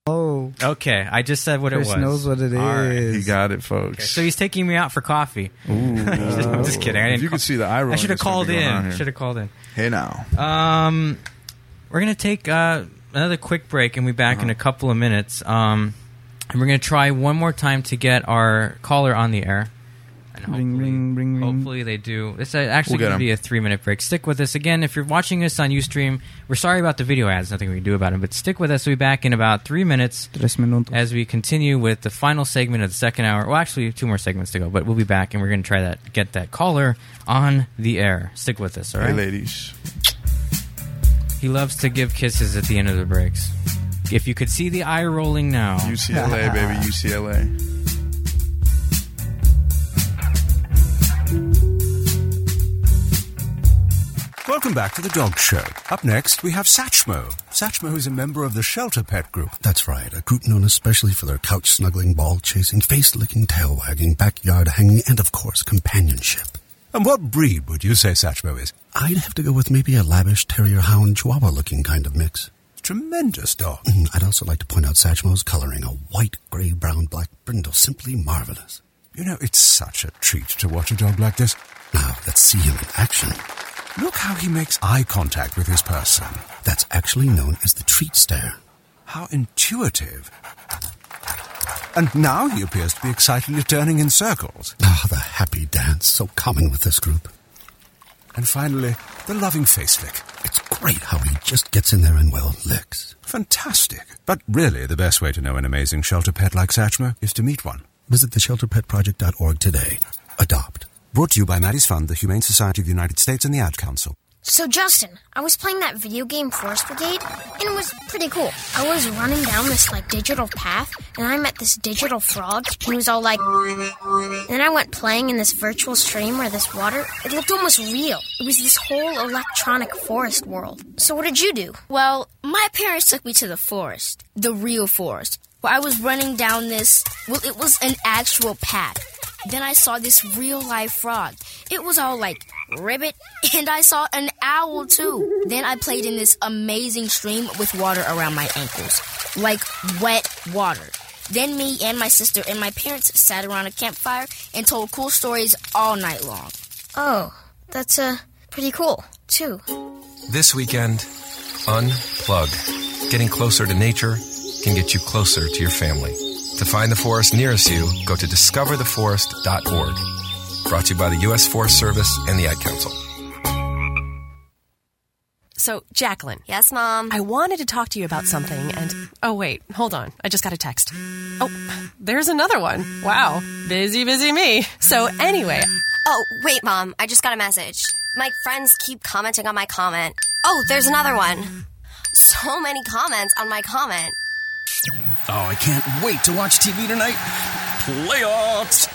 Oh.
Okay, I just said what
Chris
it was.
knows what it
All right.
is.
He got it,
Okay,
folks.
so he's taking me out for coffee.
Ooh.
I'm just kidding. I didn't.
If you could see the eye roll,
I should have
that's gonna
called
be going on
in.
here.
Should have called in.
Hey now.
Um, we're gonna take uh, another quick break, and we back
Uh-huh.
in a couple of minutes. Um, and we're gonna try one more time to get our caller on the air. And hopefully, hopefully they do. This is actually
We'll get
gonna
'em.
be a three-minute break. Stick with us again. If you're watching us on UStream, we're sorry about the video ads. Nothing we can do about them. But stick with us. We'll be back in about three minutes as we continue with the final segment of the second hour. Well, actually, two more segments to go, but we'll be back, and we're gonna try that. Get that caller on the air. Stick with us. All
Hey,
right,
ladies.
He loves to give kisses at the end of the breaks. If you could see the eye rolling now.
UCLA, baby, UCLA.
Welcome back to the Dog Show. Up next, we have Satchmo. Satchmo is a member of the Shelter Pet Group.
That's right, a group known especially for their couch snuggling, ball chasing, face licking, tail wagging, backyard hanging, and of course, companionship.
And what breed would you say Satchmo is?
I'd have to go with maybe a lavish terrier hound chihuahua looking kind of mix.
Tremendous dog.
Mm, I'd also like to point out Satchmo's coloring, a white, gray, brown, black brindle, simply marvelous.
You know, it's such a treat to watch a dog like this.
Now, let's see him in action.
Look how he makes eye contact with his person.
That's actually known as the treat stare.
How intuitive. And now he appears to be excitedly turning in circles.
Ah, the happy dance, so common with this group.
And finally, the loving face lick.
It's great how he just gets in there and, well, licks.
Fantastic. But really, the best way to know an amazing shelter pet like Satchmo is to meet one.
Visit theshelterpetproject.org today. Adopt.
Brought to you by Maddie's Fund, the Humane Society of the United States, and the Ad Council.
So, Justin, I was playing that video game Forest Brigade, and it was pretty cool. I was running down this, like, digital path, and I met this digital frog, and he was all like. Then I went playing in this virtual stream where this water, it looked almost real. It was this whole electronic forest world. So, what did you do?
Well, my parents took me to the forest, the real forest, where I was running down this. Well, it was an actual path. Then I saw this real life frog. It was all like ribbit, and I saw an owl too. Then I played in this amazing stream with water around my ankles, like wet water. Then me and my sister and my parents sat around a campfire and told cool stories all night long.
Oh, that's, uh, pretty cool, too.
This weekend, unplug. Getting closer to nature can get you closer to your family. To find the forest nearest you, go to discovertheforest.org. Brought to you by the U.S. Forest Service and the Ad Council.
So, Jacqueline. Yes, Mom. I wanted to talk to you about something, and. Oh, wait, hold on. I just got a text. Oh, there's another one. Wow. Busy, busy me. So, anyway.
Oh, wait, Mom. I just got a message. My friends keep commenting on my comment. Oh, there's another one. So many comments on my comment.
Oh, I can't wait to watch TV tonight. Playoffs!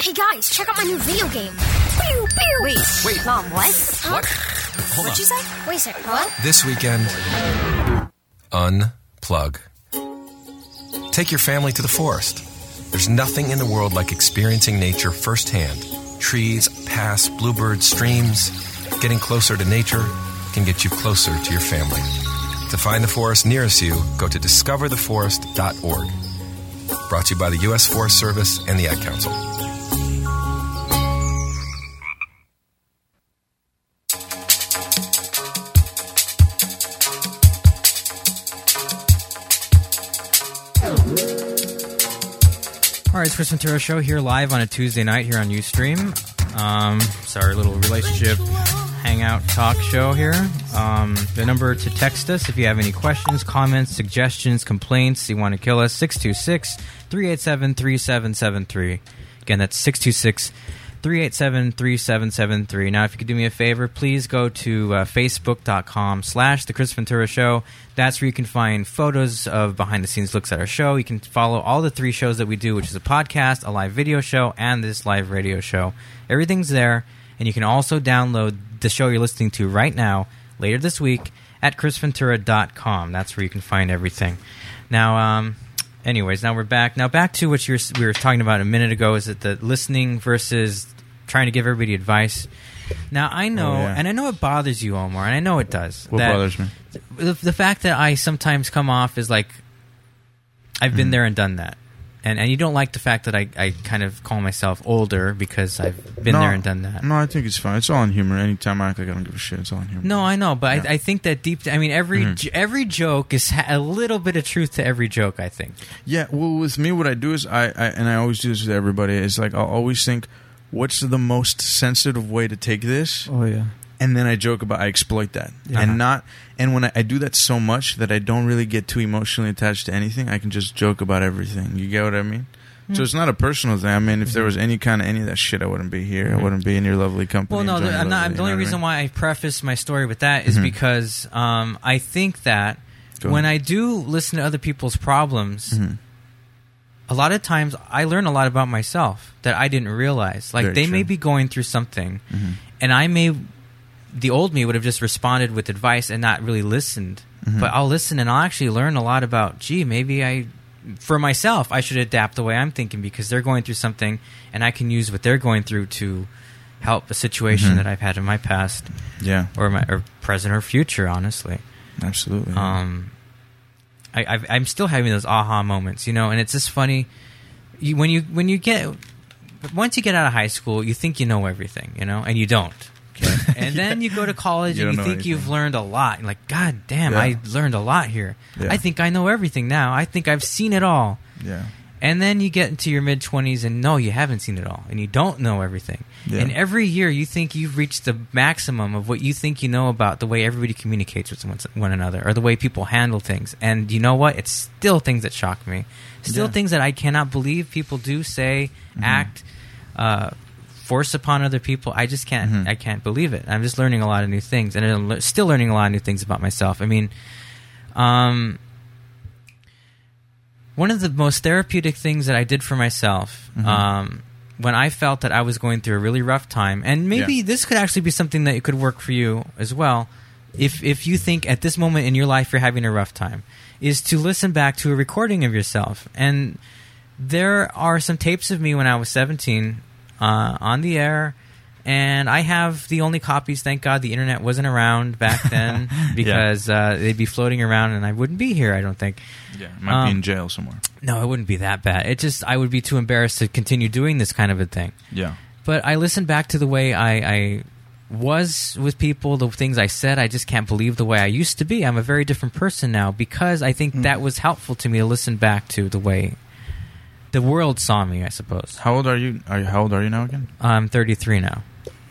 Hey guys, check out my new video game. Pew, pew. Wait, wait, mom, what? What?
Hold on.
What'd you say? Wait a sec, what?
This weekend, unplug. Take your family to the forest. There's nothing in the world like experiencing nature firsthand trees, pass, bluebird streams, getting closer to nature can get you closer to your family. To find the forest nearest you, go to discovertheforest.org. Brought to you by the U.S. Forest Service and the Ad Council.
All right, it's Chris Montero show here live on a Tuesday night here on UStream. Um, it's our little relationship hangout talk show here. Um, the number to text us if you have any questions, comments, suggestions, complaints, you want to kill us, 626 387 3773. Again, that's 626 387 3773. Now, if you could do me a favor, please go to uh, facebook.com slash The Chris Ventura Show. That's where you can find photos of behind the scenes looks at our show. You can follow all the three shows that we do, which is a podcast, a live video show, and this live radio show. Everything's there. And you can also download the show you're listening to right now later this week at chrisventura.com. That's where you can find everything. Now, um, anyways, now we're back. Now back to what you were, we were talking about a minute ago is that the listening versus trying to give everybody advice. Now I know,
Oh, yeah.
and I know it bothers you, Omar, and I know it does.
What
that-
bothers me?
The, the fact that I sometimes come off as like I've
Mm.
been there and done that. And, and you don't like the fact that I, I kind of call myself older because I've been
No, Mm.
there and done that.
No, I think it's fine. It's all in humor. Anytime I act like I don't give a shit, it's all in humor.
No, I know, but
Yeah.
I, I think that deep. I mean, every
Mhm.
j- every joke is ha- a little bit of truth to every joke. I think.
Yeah, well, with me, what I do is I, I and I always do this with everybody. Is like I'll always think, what's the most sensitive way to take this?
Oh yeah.
And then I joke about I exploit that
Yeah.
and not. And when I, I do that so much that I don't really get too emotionally attached to anything, I can just joke about everything. You get what I mean? So
Mm.
it's not a personal thing. I mean, if there was any kind of any of that shit, I wouldn't be here. I wouldn't be in your lovely company.
Mm-hmm. Well, no,
enjoying
the,
your
I'm not.
lovely-
The
you know
only
what I mean?
reason why I preface my story with that is
Mhm.
because um, I think that
Go Mm-hmm.
when I do listen to other people's problems, a lot of times I learn a lot about myself that I didn't realize. Like
Very
they may
true.
be going through something,
Mhm.
Mm-hmm. and I may, the old me would have just responded with advice and not really listened.
Mhm.
But I'll listen and I'll actually learn a lot about. Gee, maybe I, for myself, I should adapt the way I'm thinking because they're going through something, and I can use what they're going through to help a situation
Mhm.
that I've had in my past,
Yeah.
or my or present or future. Honestly,
absolutely.
Um, I, I've, I'm still having those aha moments, you know, and it's just funny you, when you when you get once you get out of high school, you think you know everything, you know, and you don't. Okay? And then you go to college
You
and
don't
you
know
think you've learned a lot. You're like, God damn,
Yeah.
I learned a lot here.
Yeah.
I think I know everything now. I think I've seen it all.
Yeah.
And then you get into your mid 20s and no, you haven't seen it all and you don't know everything.
Yeah.
And every year you think you've reached the maximum of what you think you know about the way everybody communicates with one- one another or the way people handle things. And you know what? It's still things that shock me. Still
Yeah. Mm-hmm.
things that I cannot believe people do say, act, uh, force upon other people. I just can't.
Mm-hmm.
I can't believe it. I'm just learning a lot of new things, and I'm le- still learning a lot of new things about myself. I mean, um, one of the most therapeutic things that I did for myself.
Mhm.
Um, when I felt that I was going through a really rough time, and maybe
Yeah.
this could actually be something that could work for you as well, if if you think at this moment in your life you're having a rough time, is to listen back to a recording of yourself. And there are some tapes of me when I was 17 uh, on the air, and I have the only copies. Thank God the internet wasn't around back then because uh, they'd be floating around, and I wouldn't be here. I don't think.
Yeah, might be
Um,
in jail somewhere.
no, it wouldn't be that bad. It just I would be too embarrassed to continue doing this kind of a thing.
Yeah.
But I listened back to the way I, I was with people, the things I said. I just can't believe the way I used to be. I'm a very different person now because I
Hmm.
think that was helpful to me to listen back to the way the world saw me. I suppose.
How old are you? Are you how old are you now again?
I'm 33 now.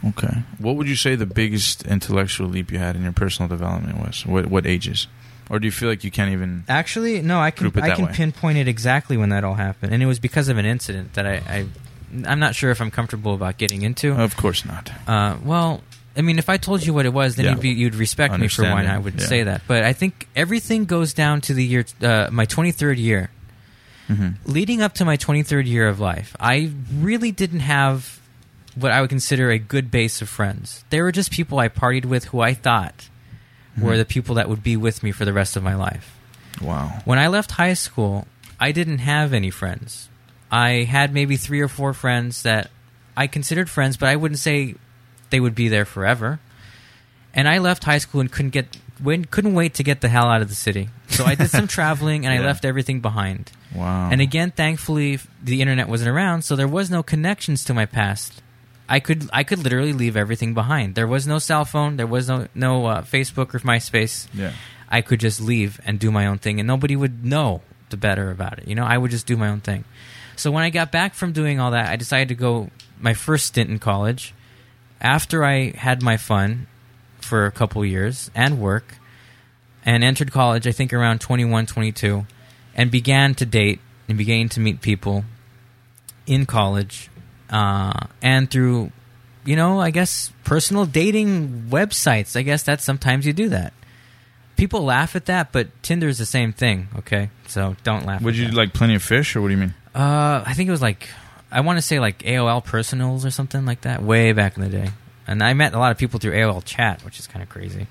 Okay. What would you say the biggest intellectual leap you had in your personal development was? What what ages? Or do you feel like you can't even?
Actually, no, I can
Group it
I
that
can
way.
pinpoint it exactly when that all happened, and it was because of an incident that I, I I'm not sure if I'm comfortable about getting into.
Of course not.
Uh, well, I mean, if I told you what it was, then
Yeah.
you'd, be, you'd respect me for
Understand
why
it.
I would
Yeah.
say that. But I think everything goes down to the year uh, my 23rd year.
Mhm.
Leading up to my 23rd year of life, I really didn't have what I would consider a good base of friends. They were just people I partied with who I thought were
Mhm.
the people that would be with me for the rest of my life.
Wow.
When I left high school, I didn't have any friends. I had maybe three or four friends that I considered friends, but I wouldn't say they would be there forever. And I left high school and couldn't get when, couldn't wait to get the hell out of the city. So I did some traveling and I
Yeah.
left everything behind.
Wow.
And again, thankfully, f- the internet wasn't around, so there was no connections to my past. I could I could literally leave everything behind. There was no cell phone. There was no no uh, Facebook or MySpace.
Yeah.
I could just leave and do my own thing, and nobody would know the better about it. You know, I would just do my own thing. So when I got back from doing all that, I decided to go my first stint in college. After I had my fun for a couple years and work, and entered college, I think around 21, 22, and began to date and began to meet people in college uh, and through, you know, I guess personal dating websites. I guess that sometimes you do that. People laugh at that, but Tinder is the same thing, okay? So don't laugh.
Would you like plenty of fish, or what do you mean?
Uh, I think it was like I want to say like AOL Personals or something like that, way back in the day. And I met a lot of people through AOL Chat, which is kind of crazy.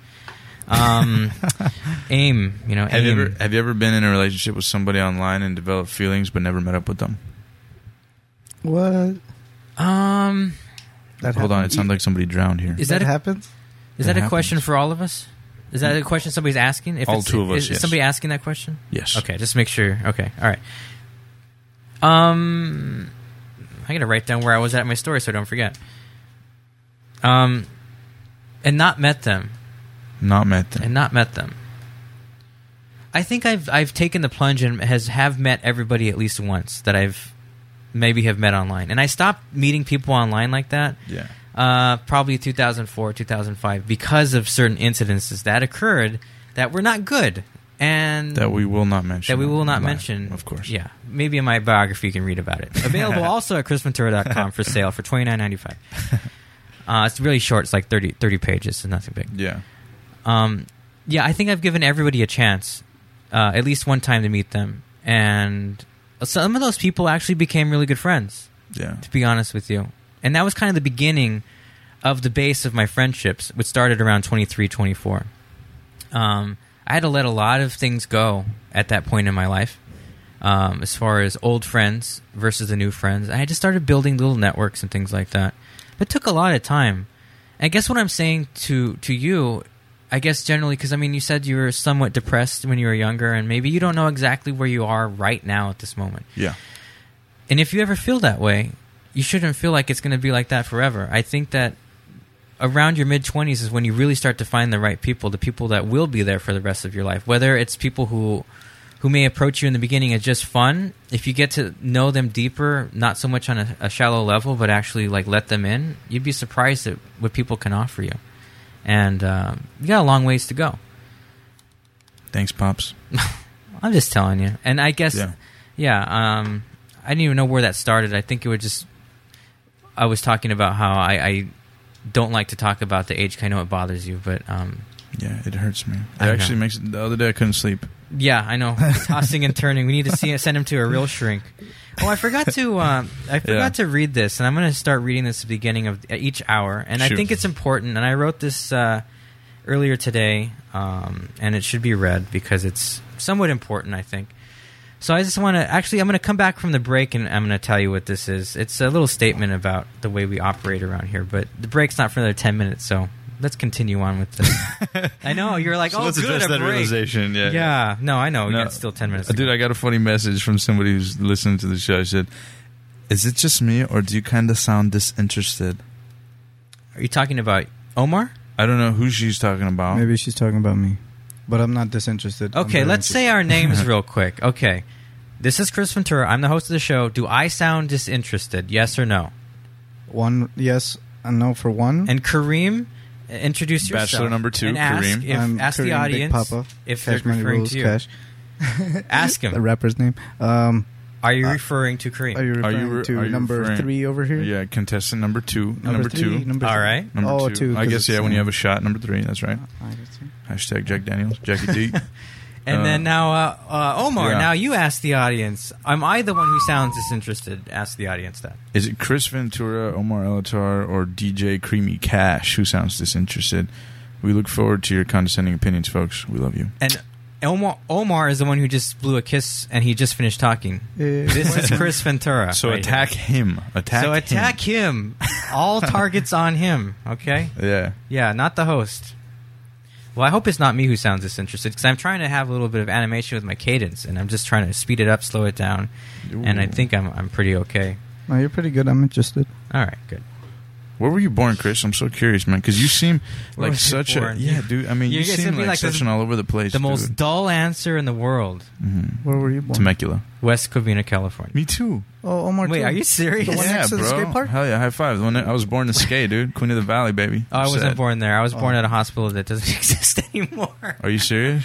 Um, AIM, you know,
have you
AIM.
ever have you ever been in a relationship with somebody online and developed feelings but never met up with them?
What?
Um,
That
Hold on, it
happens.
sounds like somebody drowned here.
Is that, a,
happens?
Is
That
that, a question for all of us? Is that a question somebody's asking?
All
it's-
two of us,
Is, is
yes.
somebody asking that question?
Yes.
Okay, just make sure. Okay, all right. Um, I gotta write down where I was at in my story so I don't forget. Um, and not met them,
Not met them.
and not met them. I think I've I've taken the plunge and has have met everybody at least once that I've maybe have met online, and I stopped meeting people online like that.
Yeah.
Uh, probably 2004, 2005, because of certain incidences that occurred that were not good, and
That we will not mention.
that we will not
Live,
mention.
of course.
Yeah. Maybe in my biography you can read about it. Available also at chrisventura.com for sale for twenty nine ninety five. Uh, it's really short. It's like 30, 30 pages. It's nothing big.
Yeah.
Um, yeah, I think I've given everybody a chance, uh, at least one time to meet them. And some of those people actually became really good friends.
Yeah.
To be honest with you. And that was kind of the beginning of the base of my friendships, which started around 23, 24. Um, I had to let a lot of things go at that point in my life, um, as far as old friends versus the new friends. I just started building little networks and things like that. But it took a lot of time. I guess what I'm saying to to you, I guess generally because I mean you said you were somewhat depressed when you were younger, and maybe you don't know exactly where you are right now at this moment.
Yeah.
And if you ever feel that way, you shouldn't feel like it's going to be like that forever. I think that around your mid 20s is when you really start to find the right people, the people that will be there for the rest of your life. Whether it's people who who may approach you in the beginning as just fun, if you get to know them deeper, not so much on a, a shallow level, but actually like let them in, you'd be surprised at what people can offer you. And um, you got a long ways to go.
Thanks, pops.
I'm just telling you. And I guess,
Yeah.
yeah, um, I didn't even know where that started. I think it was just, I was talking about how I, I don't like to talk about the age. 'cause I know it bothers you, but um,
Yeah, it hurts me. It
I know.
actually makes it. The other day I couldn't sleep.
yeah, I know. Tossing and turning. We need to see, send him to a real shrink. Oh, I forgot to um, I forgot to read this, and I'm going to start reading this at the beginning of at each hour. And I
Shoot.
think it's important. And I wrote this uh, earlier today, um, and it should be read because it's somewhat important, I think. So I just want to actually, I'm going to come back from the break, and I'm going to tell you what this is. It's a little statement about the way we operate around here, but the break's not for another ten minutes, so. Let's continue on with this. I know you're like,
So
oh,
let's
good,
address
a
that
break."
realization, yeah.
yeah. No, I know. It's still ten minutes.
Uh, Dude, I got a funny message from somebody who's listening to the show. I said, "Is it just me, or do you kind of sound disinterested?"
Are you talking about Omar?
I don't know who she's talking about.
Maybe she's talking about me, but I'm not disinterested. I'm
Okay,
very
let's say
interested.
our names real quick. Okay. This is Chris Ventura. I'm the host of the show. Do I sound disinterested? Yes or no?
one yes and no for one.
And Kareem, uh, introduce yourself.
Bachelor number two,
and ask
Kareem.
if-
I'm
ask
Kareem
the
Big
audience
Papa.
if
Cash
they're
Money
referring
Rules
to you.
Cash.
Ask
the
him.
rapper's name. Um,
Are you referring to Kareem?
Are you
Are
referring
you
to
are you
number
referring-
three over here?
Yeah, contestant number two. Number,
three,
two.
number All
All
three.
right.
Number
Oh,
two.
two,
I
'cause
guess
it's Ah,
yeah. When you
same.
have a shot, number three. That's right. Hashtag Jack Daniels, Jackie D.
And
Uh,
then now, uh, uh, Omar,
yeah.
now you ask the audience. Am I the one who sounds disinterested? Ask the audience that.
Is it Chris Ventura, Omar Elatar, or DJ Creamy Cash who sounds disinterested? We look forward to your condescending opinions, folks. We love you.
And Omar, Omar is the one who just blew a kiss and he just finished talking. This is Chris Ventura.
So
right
attack him. Attack.
so
him.
attack him. All targets on him. Okay.
Yeah.
Yeah, not the host. Well, I hope it's not me who sounds disinterested because I'm trying to have a little bit of animation with my cadence, and I'm just trying to speed it up, slow it down, and
Ooh.
I think I'm I'm pretty okay.
No, you're pretty good. I'm interested.
All right, good.
Where were you born, Chris? I'm so curious, man, because you seem
Where
like
was I
such
born?
a yeah, dude. I mean, you,
You're gonna
seem
be
like,
like
such
the-
an all over the place.
The most
dude.
dull answer in the world.
Mhm.
Where were you born?
Temecula.
West Covina, California.
Me too.
Oh, Omar.
Wait,
too.
are you serious?
The one
yeah,
next to
bro.
the skate park.
Hell yeah, high five. The one that- I was born in Skate, dude. Queen of the Valley, baby.
Oh, I wasn't
Sad.
born there. I was born at a hospital that doesn't exist anymore.
Are you serious?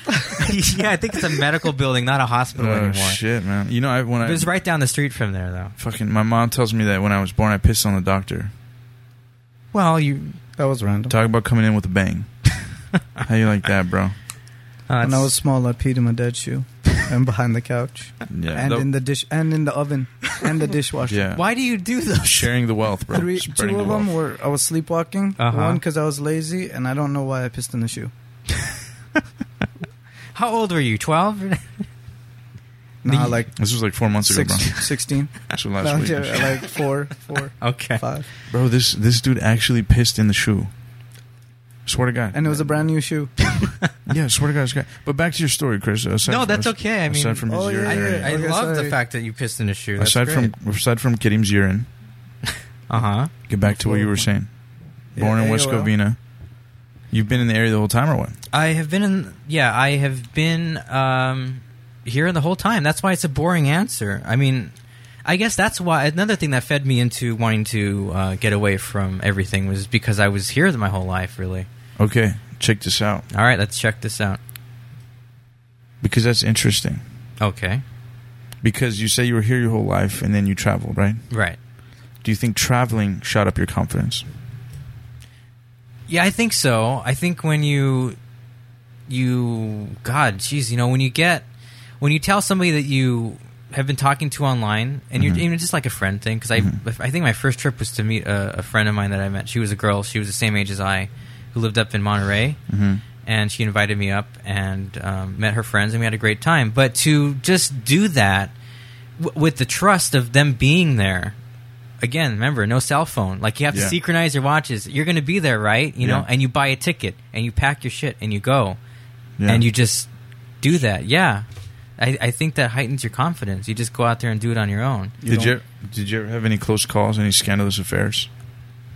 yeah, I think it's a medical building, not a hospital
oh
anymore.
shit, man. You know, I, when I
It was right down the street from there, though.
fucking my mom tells me that when I was born, I pissed on the doctor.
Well, you
That was random.
Talk about coming in with a bang. How you like that, bro?
when I was small, I peed in my dad's shoe, and behind the couch,
Yeah,
and
that-
in the dish, and in the oven, and the dishwasher.
Yeah.
Why do you do those?
Sharing the wealth, bro.
Three,
Spreading
two of
the wealth.
them were I was sleepwalking.
Uh-huh.
One because I was lazy, and I don't know why I pissed in the shoe.
How old were you? Twelve?
Nah, like
This was like four months ago,
six,
bro.
16.
This was last
No,
week.
yeah, like four, four.
Okay.
Bro, this this dude actually pissed in the shoe. Swear to God.
And it was a brand new shoe.
Uh, yeah, swear to God. it's got- But back to your story, Chris. Aside
No,
from
that's
us-
okay. I mean,
aside from his urine,
I, I
Okay,
love
sorry.
the fact that you pissed in a shoe. That's
aside
great.
from aside from Kidding's urine.
uh huh.
Get back to what you were saying.
Yeah,
Born in West
AOL.
Covina. You've been in the area the whole time, or what?
I have been in. Yeah, I have been um, here the whole time. That's why it's a boring answer. I mean, I guess that's why another thing that fed me into wanting to uh, get away from everything was because I was here my whole life. Really.
Okay, check this out
All right, let's check this out.
because that's interesting.
Okay.
Because you say you were here your whole life and then you traveled, right?
Right.
Do you think traveling shot up your confidence?
Yeah, I think so. I think when you you God, jeez, you know, when you get when you tell somebody that you have been talking to online, and you're you know, just like a friend thing, because I I think my first trip was to meet a, a friend of mine that I met. She was a girl. She was the same age as I, who lived up in Monterey,
Mhm.
and she invited me up and um, met her friends, and we had a great time. But to just do that w- with the trust of them being there. Again, remember, no cell phone. Like you have to
Yeah.
synchronize your watches. You're going to be there, right? You know,
Yeah.
and you buy a ticket and you pack your shit and you go,
Yeah.
and you just do that. Yeah, I, I think that heightens your confidence. You just go out there and do it on your own.
did you did you ever have any close calls, any scandalous affairs?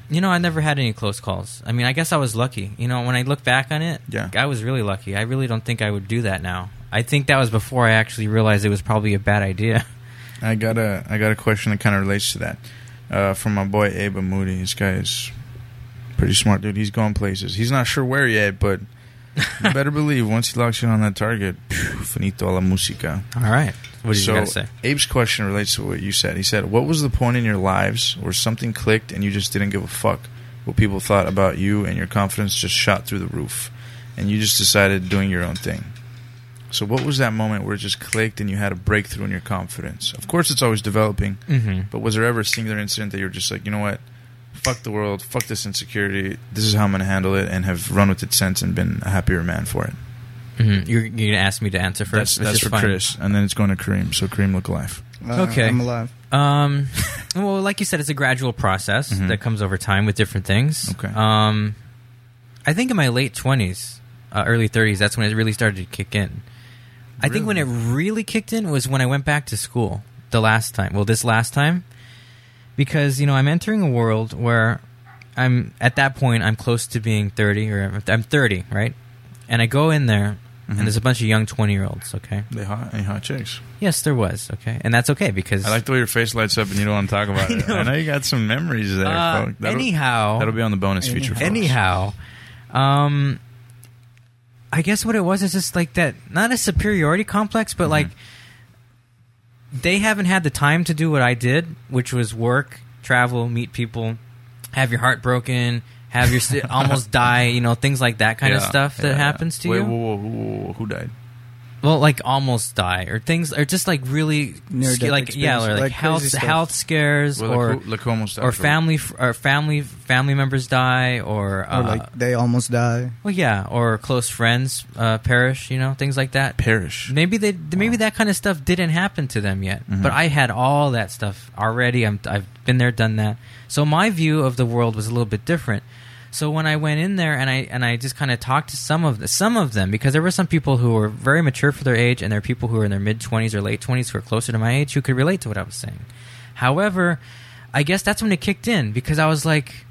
You know, I never had any close calls. I mean, I guess I was lucky. You know, when I look back on it,
Yeah.
I was really lucky. I really don't think I would do that now. I think that was before I actually realized it was probably a bad idea.
I got a I got a question that kind of relates to that uh, from my boy Abe Moody. This guy is pretty smart, dude. He's going places. He's not sure where yet, but you better believe once he locks in on that target, phew, finito la musica.
All right. What did you
so,
gotta say?
Abe's question relates to what you said. He said, "What was the point in your lives where something clicked and you just didn't give a fuck what people thought about you and your confidence just shot through the roof, and you just decided doing your own thing?" So, what was that moment where it just clicked and you had a breakthrough in your confidence? Of course, it's always developing,
Mhm.
but was there ever a singular incident that you were just like, you know what? Fuck the world, fuck this insecurity, this is how I'm going to handle it, and have run with it since and been a happier man for it.
Mhm. You're, you're gonna ask me to answer
That's,
first. which
that's
is
for
fine.
Chris, and then it's going to Kareem, so Kareem look alive.
okay,
I'm alive.
Um, well, like you said, it's a gradual process
Mm-hmm.
that comes over time with different things. Okay. Um, I think in my late twenties, uh, early thirties, that's when it really started to kick in. I think when it really kicked in was when I went back to school the last time. Well, this last time, because you know I'm entering a world where I'm at that point I'm close to being 30 or I'm 30, right? And I go in there and
Mhm.
there's a bunch of young 20 year olds. Okay.
They hot, any hot chicks?
Yes, there was. Okay, and that's okay because
I like the way your face lights up and you don't want to talk about it. I know you got some memories there.
Uh,
folks.
anyhow-
that'll be on the bonus feature. Folks.
Anyhow, um, I guess what it was is just like that, not a superiority complex,
Mm-hmm.
but like they haven't had the time to do what I did, which was work, travel, meet people, have your heart broken, have your si- almost die, you know, things like that kind of
Yeah,
stuff that
yeah.
happens to
Wait,
you.
Whoa, whoa, whoa, whoa, who died?
well, like almost die, or things, or just like really,
Near-death
sca- like yeah,
experience,
or like,
like
health
crazy stuff.
health scares,
Well, like
or
who- like who almost died
or
for-
family, f- or family family members die, or, uh,
or like they almost die.
well, yeah, or close friends uh, perish, you know, things like that.
Perish.
Maybe they, maybe that kind of stuff didn't happen to them yet.
Mhm.
But I had all that stuff already. I'm, I've been there, done that. So my view of the world was a little bit different. So when I went in there and I and I just kind of talked to some of the, some of them because there were some people who were very mature for their age, and there are people who are in their mid twenties or late twenties who are closer to my age who could relate to what I was saying. However, I guess that's when it kicked in because I was like,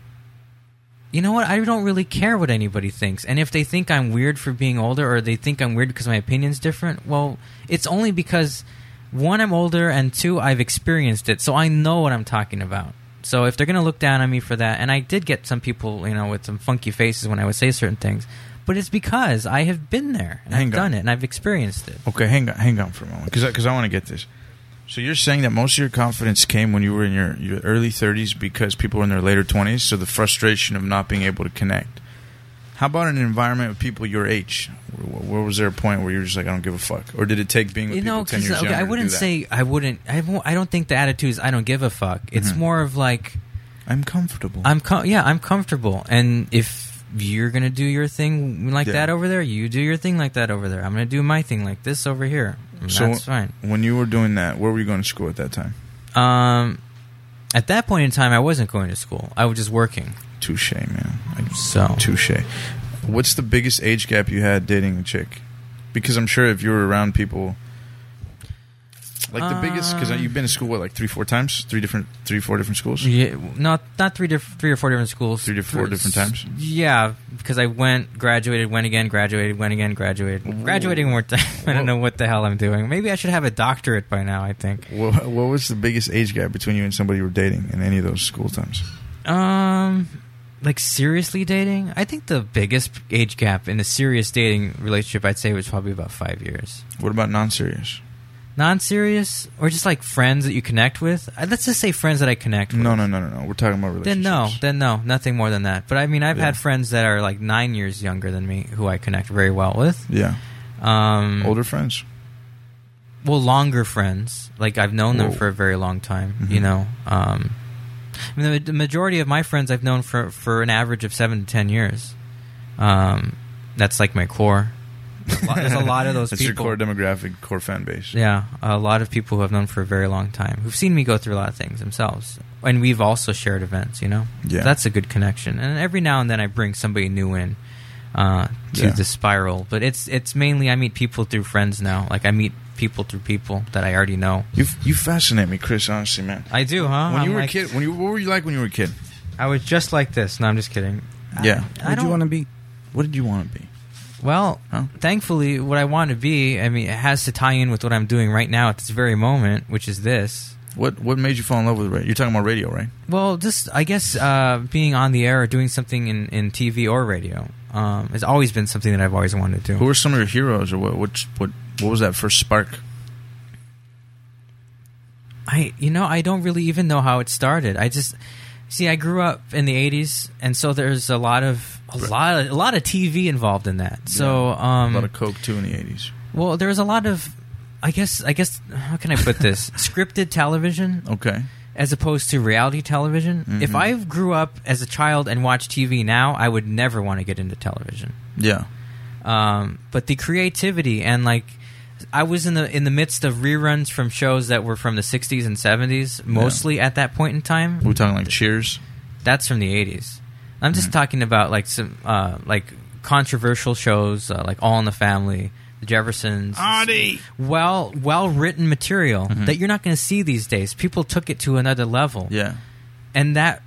you know what? I don't really care what anybody thinks. And if they think I'm weird for being older or they think I'm weird because my opinion's different, well, it's only because one, I'm older, and two, I've experienced it. So I know what I'm talking about. So if they're going to look down on me for that, and I did get some people, you know, with some funky faces when I would say certain things, but it's because I have been there and
Hang
I've
on.
done it and I've experienced it.
Okay, hang on, hang on for a moment, because because I want to get this. So you're saying that most of your confidence came when you were in your, your early 30s because people were in their later 20s, so the frustration of not being able to connect. How about an environment with people your age? Where, where was there a point where you were just like, I don't give a fuck? Or did it take being with
you
people
know,
10
'cause,
years
okay,
younger
I
to do
wouldn't
that?
say I wouldn't. I, won't, I don't think the attitude is I don't give a fuck. It's
Mhm.
more of like
I'm comfortable.
I'm com- yeah, I'm comfortable, and if you're gonna do your thing like
Yeah.
that over there, you do your thing like that over there. I'm gonna do my thing like this over here. And
So
that's fine.
When you were doing that, where were you going to school at that time?
Um, at that point in time, I wasn't going to school. I was just working.
Touche, man. I,
so
touche. What's the biggest age gap you had dating a chick? Because I'm sure if you were around people, like the biggest, because
Um,
you've been to school what, like three, four times, three different, three, four different schools.
Yeah, not not three diff- three or four different schools. Three to
four different times?
Yeah, because I went, graduated, went again, graduated, went again, graduated, graduating more time. I don't know what the hell I'm doing. Maybe I should have a doctorate by now. I think.
What, what was the biggest age gap between you and somebody you were dating in any of those school times?
Um, like seriously dating, I think the biggest age gap in a serious dating relationship, I'd say, was probably about five years.
What about non-serious?
Non-serious, or just like friends that you connect with. Uh, Let's just say friends that I connect. with.
No, no, no, no, no. We're talking about relationships.
Then no, then no, nothing more than that. But I mean, I've
Yeah.
had friends that are like nine years younger than me who I connect very well with.
Yeah.
Um,
Older friends.
Well, longer friends. Like I've known them
Whoa.
for a very long time.
Mhm.
You know, um, I mean, the, the majority of my friends I've known for for an average of seven to ten years. Um, that's like my core. There's a lot- There's a lot of those
That's
people.
your core demographic, core fan base.
Yeah, a lot of people who I've known for a very long time who've seen me go through a lot of things themselves, and we've also shared events. You know,
Yeah.
that's a good connection. And every now and then I bring somebody new in uh, to
Yeah.
the spiral, but it's it's mainly I meet people through friends now. Like I meet people through people that I already know.
You you fascinate me, Chris. Honestly, man.
I do, huh?
When
I'm
you were
like-
a kid, when you what were you like when you were a kid?
I was just like this. No, I'm just kidding.
Yeah.
I What'd you don't-
want
to be?
What did you want to be?
Well, thankfully, what I want to be, I mean, it has to tie in with what I'm doing right now at this very moment, which is this.
What What made you fall in love with radio? You're talking about radio, right?
Well, just I guess uh, being on the air or doing something in, in TV or radio um, has always been something that I've always wanted to do.
Who were some of your heroes, or what? What what, what was that first spark?
I you know I don't really even know how it started. I just see I grew up in the '80s, and so there's a lot of a lot of, a lot of TV involved in that. So
Yeah.
um,
a lot of coke too in the '80s.
well, there was a lot of I guess I guess how can I put this scripted television.
Okay.
As opposed to reality television, if
Mhm.
I grew up as a child and watched TV now, I would never want to get into television.
Yeah.
um, but the creativity and like I was in the in the midst of reruns from shows that were from the 60s and 70s mostly at that point in time.
We're talking like Cheers. Mm-hmm.
That's from the 80s. I'm just talking about like some uh, like controversial shows uh, like All in the Family, The Jeffersons,
Artie!
well well written material that you're not going to see these days. People took it to another level.
Yeah.
And that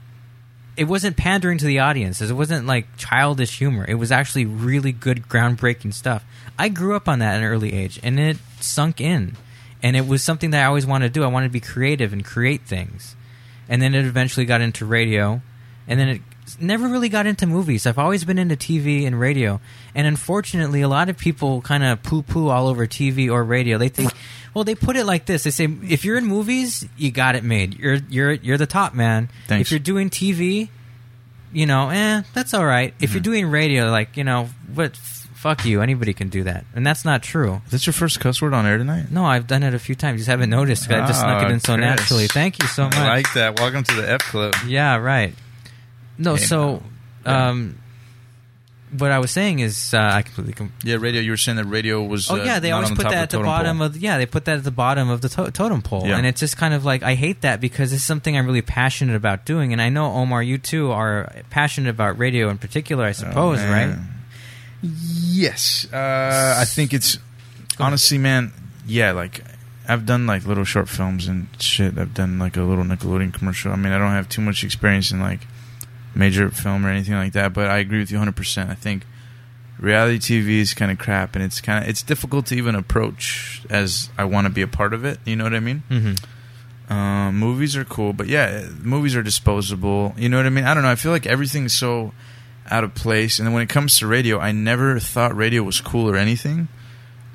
it wasn't pandering to the audiences. It wasn't like childish humor. It was actually really good groundbreaking stuff. I grew up on that at an early age and it sunk in. And it was something that I always wanted to do. I wanted to be creative and create things. And then it eventually got into radio and then it never really got into movies. I've always been into TV and radio, and unfortunately, a lot of people kind of poo-poo all over TV or radio. They think, well, they put it like this: they say, if you're in movies, you got it made. You're you're you're the top man.
Thanks.
If you're doing TV, you know, eh, that's all right. If you're doing radio, like you know, what f- fuck you. Anybody can do that, and that's not true.
Is that your first cuss word on air tonight?
No, I've done it a few times. You just haven't noticed. 'cause I just snuck
Ah,
it in so
Chris.
naturally. Thank you so much.
I like that. Welcome to the F Club.
Yeah, right. No,
Hey,
so um, what I was saying is uh, I completely. Com-
Yeah, radio. You were saying that radio was.
oh
uh,
yeah, they
not
always
on
put
top
that
of
at the
totem pole.
bottom of yeah, they put that at the bottom of the to- totem pole,
Yeah.
and it's just kind of like I hate that because it's something I'm really passionate about doing, and I know Omar, you too are passionate about radio in particular, I suppose, right?
Oh, man. Yes, uh, I think it's honestly, man. Yeah, like I've done like little short films and shit. I've done like a little Nickelodeon commercial. I mean, I don't have too much experience in like major film or anything like that, but I agree with you 100. percent I think reality TV is kind of crap, and it's kind of it's difficult to even approach as I want to be a part of it. You know what I mean?
Mhm.
Uh, movies are cool, but yeah, movies are disposable. You know what I mean? I don't know. I feel like everything's so out of place. And then when it comes to radio, I never thought radio was cool or anything.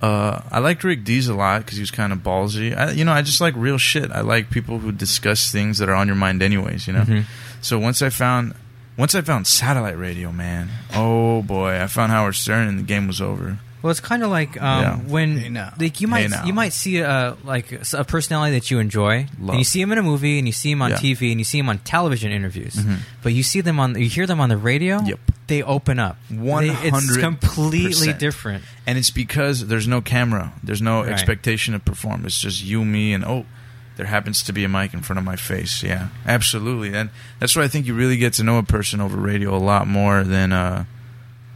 Uh, I liked Rick Dees a lot because he was kind of ballsy. I, you know, I just like real shit. I like people who discuss things that are on your mind, anyways. You know.
Mhm.
So once I found, once I found satellite radio, man. Oh boy, I found Howard Stern, and the game was over.
Well, it's kind of like um,
Yeah.
when like you
Hey,
might
now.
you might see a like s- a personality that you enjoy,
Love.
and you see him in a movie, and you see him on
Yeah.
TV, and you see him on television interviews,
Mhm.
but you see them on you hear them on the radio. Yep, they open up.
One
They- It's
hundred
completely different.
and it's because there's no camera, there's no
Right.
expectation to perform. It's just you, me, and oh, there happens to be a mic in front of my face. Yeah, absolutely, and that's why I think you really get to know a person over radio a lot more than uh,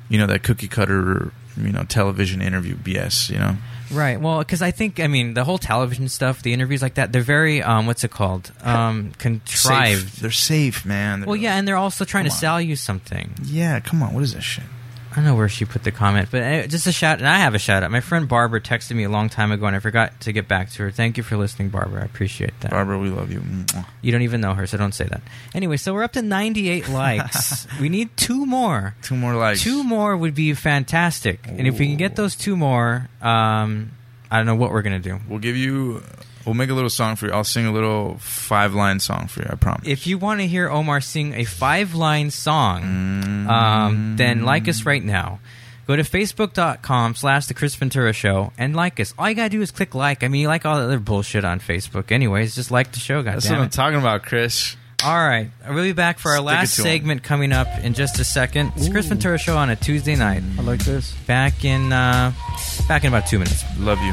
you know that cookie cutter, you know, television interview BS. You know,
Right. Well, because I think I mean the whole television stuff, the interviews like that, they're very um, what's it called um, contrived.
Safe. They're safe, man. They're-
Well, yeah, and they're also trying to
Come on.
sell you something.
yeah. Come on, what is this shit?
I don't know where she put the comment, but uh, just a shout. And I have a shout out. My friend Barbara texted me a long time ago, and I forgot to get back to her. Thank you for listening, Barbara. I appreciate that.
Barbara, we love you.
You don't even know her, so don't say that. Anyway, so we're up to 98 likes. we need two more.
Two more likes.
Two more would be fantastic. And if we can get those two more, um, I don't know what we're gonna do.
We'll give you. We'll make a little song for you. I'll sing a little five line song for you. I promise.
If you want to hear Omar sing a five line song, um, then like us right now. Go to facebook.com slash the Chris Ventura Show and like us. All you got to do is click like. I mean, you like all the other bullshit on Facebook, anyways. Just like the show, guys.
That's what I'm talking about, Chris.
All right. We'll be back for our
Stick it
last
to 'em.
segment coming up in just a second. It's Chris Ventura Show on a Tuesday night. I like this. Back in, uh, back in about two minutes.
Love you.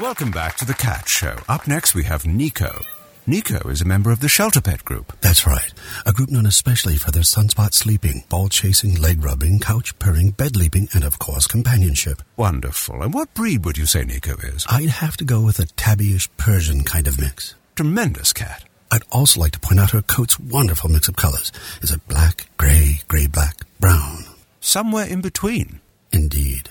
Welcome back to The Cat Show. Up next, we have Nico. Nico is a member of the Shelter Pet Group.
That's right. A group known especially for their sunspot sleeping, ball chasing, leg rubbing, couch purring, bed leaping, and of course companionship.
Wonderful. And what breed would you say Nico is?
I'd have to go with a tabbyish Persian kind of mix.
Tremendous cat.
I'd also like to point out her coat's wonderful mix of colors. Is it black, gray, gray, black, brown?
Somewhere in between.
Indeed.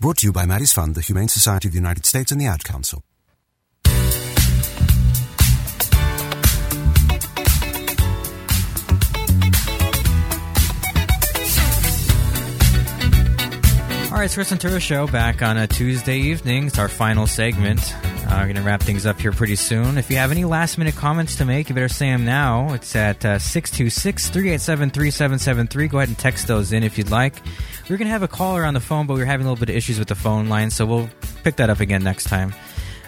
Brought to you by Maddie's Fund, the Humane Society of the United States, and the Ad Council.
All right, Chris and Turo Show back on a Tuesday evening. It's our final segment. Uh, we're going to wrap things up here pretty soon. If you have any last minute comments to make, you better say them now. It's at uh, 626 387 3773. Go ahead and text those in if you'd like. We're going to have a caller on the phone, but we are having a little bit of issues with the phone line, so we'll pick that up again next time.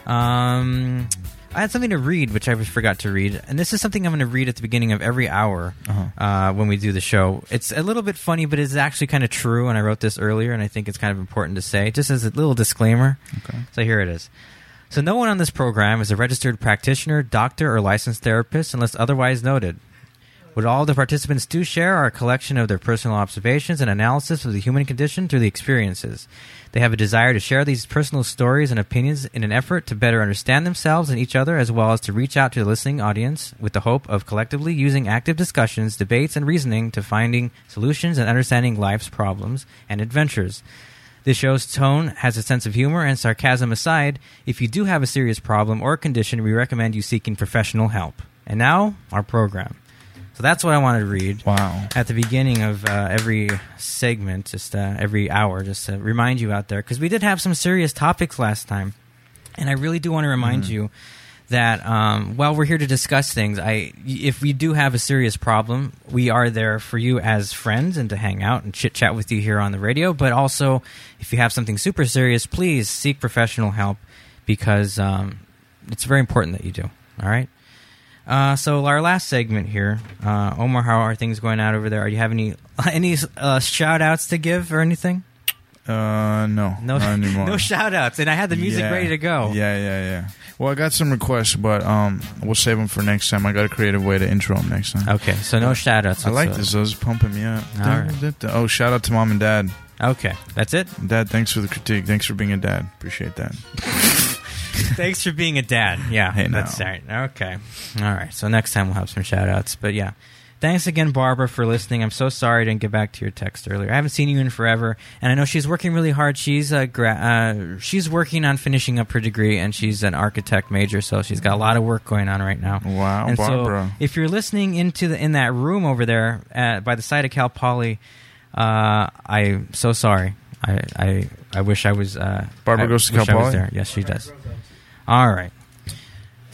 Um, I had something to read, which I forgot to read, and this is something I'm going to read at the beginning of every hour uh when we do the show. It's a little bit funny, but it's actually kind of true, and I wrote this earlier, and I think it's kind of important to say, just as a little disclaimer. Okay. So here it is. So no one on this program is a registered practitioner, doctor, or licensed therapist unless otherwise noted. What all the participants do share are a collection of their personal observations and analysis of the human condition through the experiences. They have a desire to share these personal stories and opinions in an effort to better understand themselves and each other, as well as to reach out to the listening audience with the hope of collectively using active discussions, debates, and reasoning to finding solutions and understanding life's problems and adventures. This show's tone has a sense of humor and sarcasm aside. If you do have a serious problem or condition, we recommend you seeking professional help. And now, our program. So that's what I wanted to read. Wow. At the beginning of uh, every segment, just uh, every hour, just to remind you out there, because we did have some serious topics last time. And I really do want to remind
Mhm.
you that um, while we're here to discuss things, I if we do have a serious problem, we are there for you as friends and to hang out and chit chat with you here on the radio. But also, if you have something super serious, please seek professional help because um, it's very important that you do. All right. Uh, so our last segment here, uh, Omar, how are things going out over there? Are you have any any uh, shout outs to give or anything?
Uh, no,
No,
not anymore.
no shout outs, and I had the music
Yeah.
ready to go.
Yeah, yeah, yeah. Well, I got some requests, but um, we'll save them for next time. I got a creative way to intro them next time.
Okay, so no shout outs.
I like this. I was pumping me up.
All right.
Oh, shout out to mom and dad.
Okay, that's it.
Dad, thanks for the critique. Thanks for being a dad. Appreciate that.
Thanks for being a dad. Yeah,
Hey, now.
that's right. Okay. All right. So next time we'll have some shout outs. But yeah. Thanks again, Barbara, for listening. I'm so sorry I didn't get back to your text earlier. I haven't seen you in forever, and I know she's working really hard. She's uh, gra- uh, she's working on finishing up her degree, and she's an architect major, so she's got a lot of work going on right now.
Wow,
and
Barbara.
So if you're listening into the in that room over there at, by the side of Cal Poly, uh, I'm so sorry. I, I I wish I was. Uh,
Barbara
I
goes to
wish
Cal
I was
Poly?
there. Yes, she does. All right.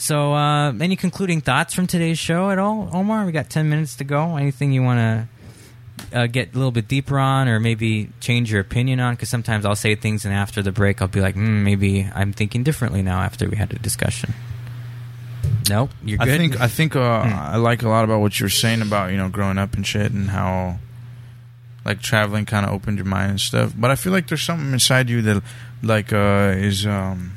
So, uh, any concluding thoughts from today's show at all, Omar? We got ten minutes to go. Anything you want to uh, get a little bit deeper on, or maybe change your opinion on? Because sometimes I'll say things, and after the break, I'll be like, mm, maybe I'm thinking differently now after we had a discussion. Nope, you're good. Hmm.
I think I think uh, I like a lot about what you were saying about you know growing up and shit and how like traveling kind of opened your mind and stuff. But I feel like there's something inside you that like uh, is um,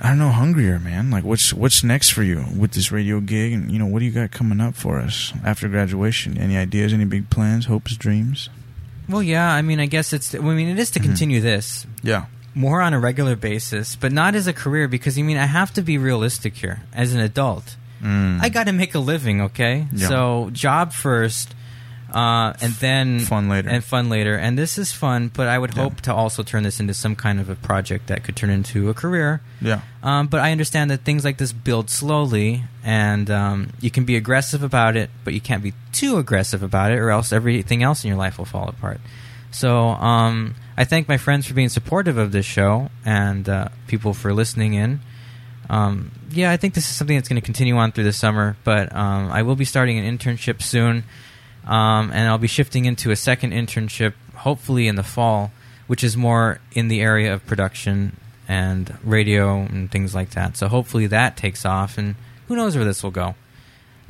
I don't know hungrier, man. Like what's what's next for you with this radio gig and you know what do you got coming up for us after graduation? Any ideas? Any big plans? Hopes? Dreams?
Well, yeah. I mean, I guess it's. I mean, it is to continue this.
Yeah.
More on a regular basis, but not as a career because I mean, I have to be realistic here as an adult.
Mm.
I got to make a living, okay?
Yeah.
So job first, uh, and then fun later, and fun later. And this is fun, but I would hope to also turn this into some kind of a project that could turn into a career.
Yeah.
Um, but I understand that things like this build slowly, and um, you can be aggressive about it, but you can't be too aggressive about it, or else everything else in your life will fall apart. So um, I thank my friends for being supportive of this show and uh, people for listening in. Um, yeah, I think this is something that's going to continue on through the summer, but um, I will be starting an internship soon, um, and I'll be shifting into a second internship hopefully in the fall, which is more in the area of production and radio and things like that. So hopefully that takes off, and who knows where this will go.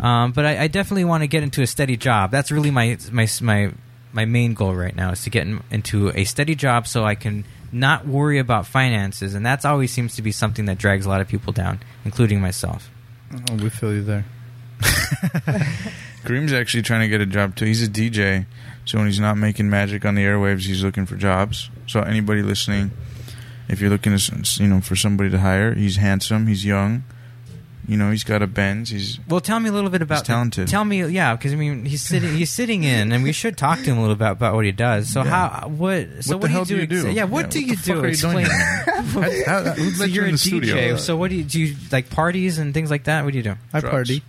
Um, but I, I definitely want to get into a steady job. That's really my my my my main goal right now is to get in, into a steady job so I can not worry about finances, and that's always seems to be something that drags a lot of people down, including myself.
Oh, we feel you there.
Kareem's actually trying to get a job too. He's a DJ, so when he's not making magic on the airwaves, he's looking for jobs. So anybody listening, if you're looking to, s- you know, for somebody to hire, he's handsome, he's young, you know, he's got a Benz, he's
Well, tell me a little bit about
He's talented.
Tell me, yeah, because I mean, he's sitting he's sitting in, and we should talk to him a little bit about what he does. So how what? So
What the
what, do
hell
you do?
do you
exa-
do?
Yeah, what
Yeah,
do
what
you
the
do?
fuck are you doing
Explain.
here? How- how- who'd
so
let you
you're a
in
DJ.
the studio?
So what do you do? You like parties and things like that? What do you do?
I Drugs. party.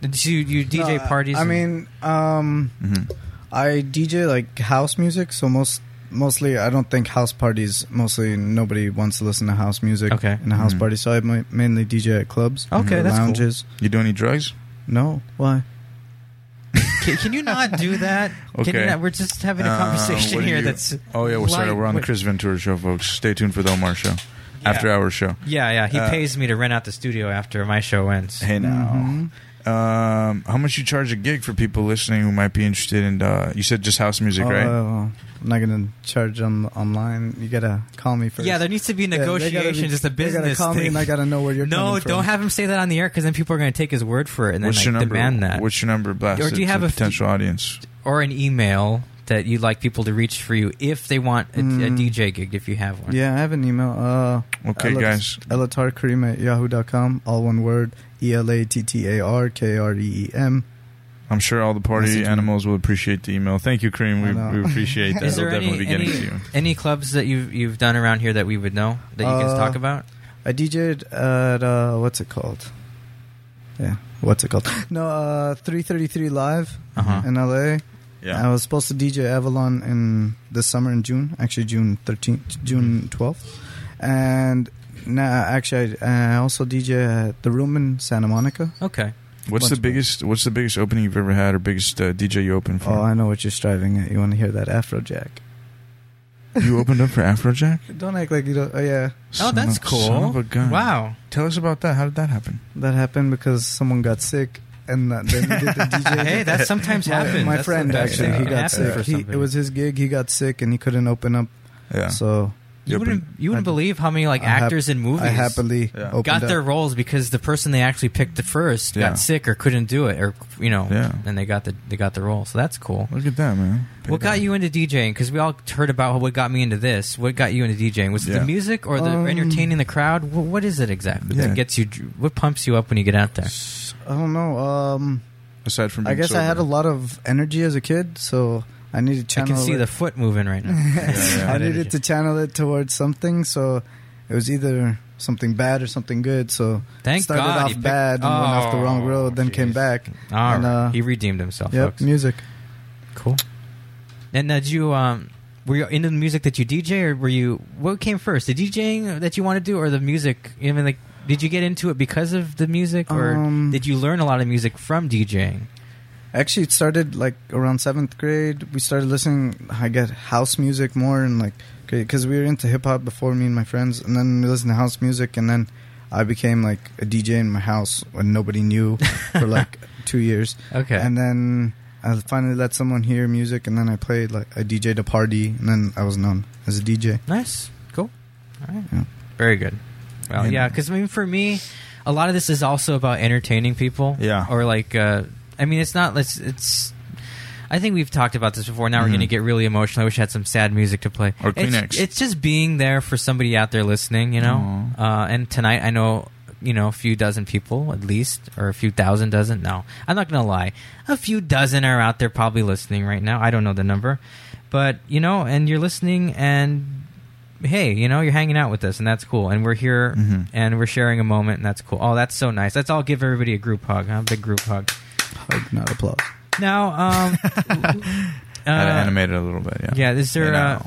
Do you, you DJ
No,
parties?
I
and-
Mm-hmm.
mean, um, I DJ like house music, so most mostly I don't think house parties. Mostly nobody wants to listen to house music okay. in a house
Mhm.
party, so I mi- mainly DJ at clubs.
Okay,
or
that's cool.
lounges.
You do any drugs?
No, why?
Can, can you not do that? Can you
Okay.
not, we're just having a
Uh,
conversation
what do
here.
you-
That's
oh yeah, we're sorry.
light-
We're on the
wait.
Chris Ventura show, folks. Stay tuned for the Omar show, after hour show.
Yeah, yeah. He
Uh,
pays me to rent out the studio after my show ends.
Hey
Mm-hmm.
now, um, how much you charge a gig for people listening who might be interested in? Uh, you said just house music,
Oh,
right?
well, I'm not gonna charge them online. You gotta call me first.
Yeah, there needs to be
Yeah, they gotta be-
negotiations. It's
They
a
gotta
business
call me,
thing.
and I gotta know where you're.
No,
coming from.
don't have him say that on the air because then people are going to take his word for it and
What's
then
your
like,
number?
demand that.
What's your number? Blast
Or
it
do you
to
have
the
a f-
potential audience?
Or an email that you'd like people to reach for you if they want a, a
Mm.
DJ gig if you have one.
Yeah, I have an email. Uh,
Okay, guys.
Elatar Kareem at yahoo.com. All one word. E L A T T A R K R E E M.
I'm sure all the party
Message me.
animals will appreciate the email. Thank you, Kareem.
I know.
We, we appreciate that.
Is there
we'll
any,
definitely be getting
any-
to you.
any clubs that you've you've done around here that we would know that you
Uh,
can talk about?
I DJ'd at, uh, what's it called? Yeah. What's it called? No, uh, 333 Live
Uh-huh.
in LA.
Yeah.
I was supposed to DJ Avalon in this summer in June, actually June 13th, June 12th. And now, actually, I, I also DJ at The Room in Santa Monica.
Okay.
What's the biggest? What's the biggest opening you've ever had, or biggest uh, DJ you opened for?
Oh, I know what you're striving at. You want to hear that Afrojack.
you opened up for Afrojack.
Don't act like you don't. Oh, yeah.
Son of- Son of a gun. Tell us about that. How did that happen?
That happened because someone got sick. And uh, they needed the DJ.
Hey, that sometimes
my,
happens.
My
That's
friend,
the best
actually,
thing
he
that
got
happens
sick.
for
He, it
somebody.
was his gig. He got sick and he couldn't open up.
Yeah.
So
You wouldn't you wouldn't believe how many like
I hap-
actors in movies
I happily opened
got
up.
their roles because the person they actually picked the first
Yeah.
got sick or couldn't do it or you know
Yeah.
and they got the they got the role. So that's cool.
Look at that, man.
What got you into DJing? Because we all heard about what got me into this. What got you into DJing? Was it
Yeah.
the music or the
Um,
entertaining the crowd? Wh- what is it exactly
Yeah.
that gets you? What pumps you up when you get out there?
I don't know. Um,
Aside from,
I
being
guess I
sober.
had a lot of energy as a kid, so I needed to
I
channel.
can see
it.
the foot moving right now.
yeah.
I needed to channel it towards something, so it was either something bad or something good. So
Thank
started
God
off
you picked-
bad and went off the wrong
Oh,
road, then came back.
All
and,
right.
uh,
he redeemed himself.
yep,
folks.
music.
Cool. And uh, did you um, were you into the music that you DJ, or were you what came first, the DJing that you want to do, or the music? I mean, like, did you get into it because of the music, or
Um,
did you learn a lot of music from DJing?
Actually, it started like around seventh grade. We started listening. I get house music more and like because we were into hip hop before me and my friends, and then we listened to house music, and then I became like a DJ in my house when nobody knew for like two years.
Okay.
and then I finally let someone hear music, and then I played like I DJ'd a party, and then I was known as a DJ.
Nice, cool. All right. Very good. Well, yeah, because I mean, for me, a lot of this is also about entertaining people.
Yeah.
Or like, uh, I mean, it's not. It's. it's I think we've talked about this before. Now we're
Mhm.
going to get really emotional. I wish I had some sad music to play.
Or
It's,
Kleenex.
it's just being there for somebody out there listening, you know. Uh, and tonight, I know, you know, a few dozen people at least, or a few thousand dozen. No, I'm not going to lie. A few dozen are out there probably listening right now. I don't know the number, but you know, and you're listening, and hey, you know, you're hanging out with us, and that's cool. And we're here,
Mhm.
and we're sharing a moment, and that's cool. Oh, that's so nice. Let's all give everybody a group hug. Huh? Big group hug.
Hug, not applause.
Now, um, uh,
Had to animate it a little bit. Yeah.
yeah, is
You
there
know.
uh,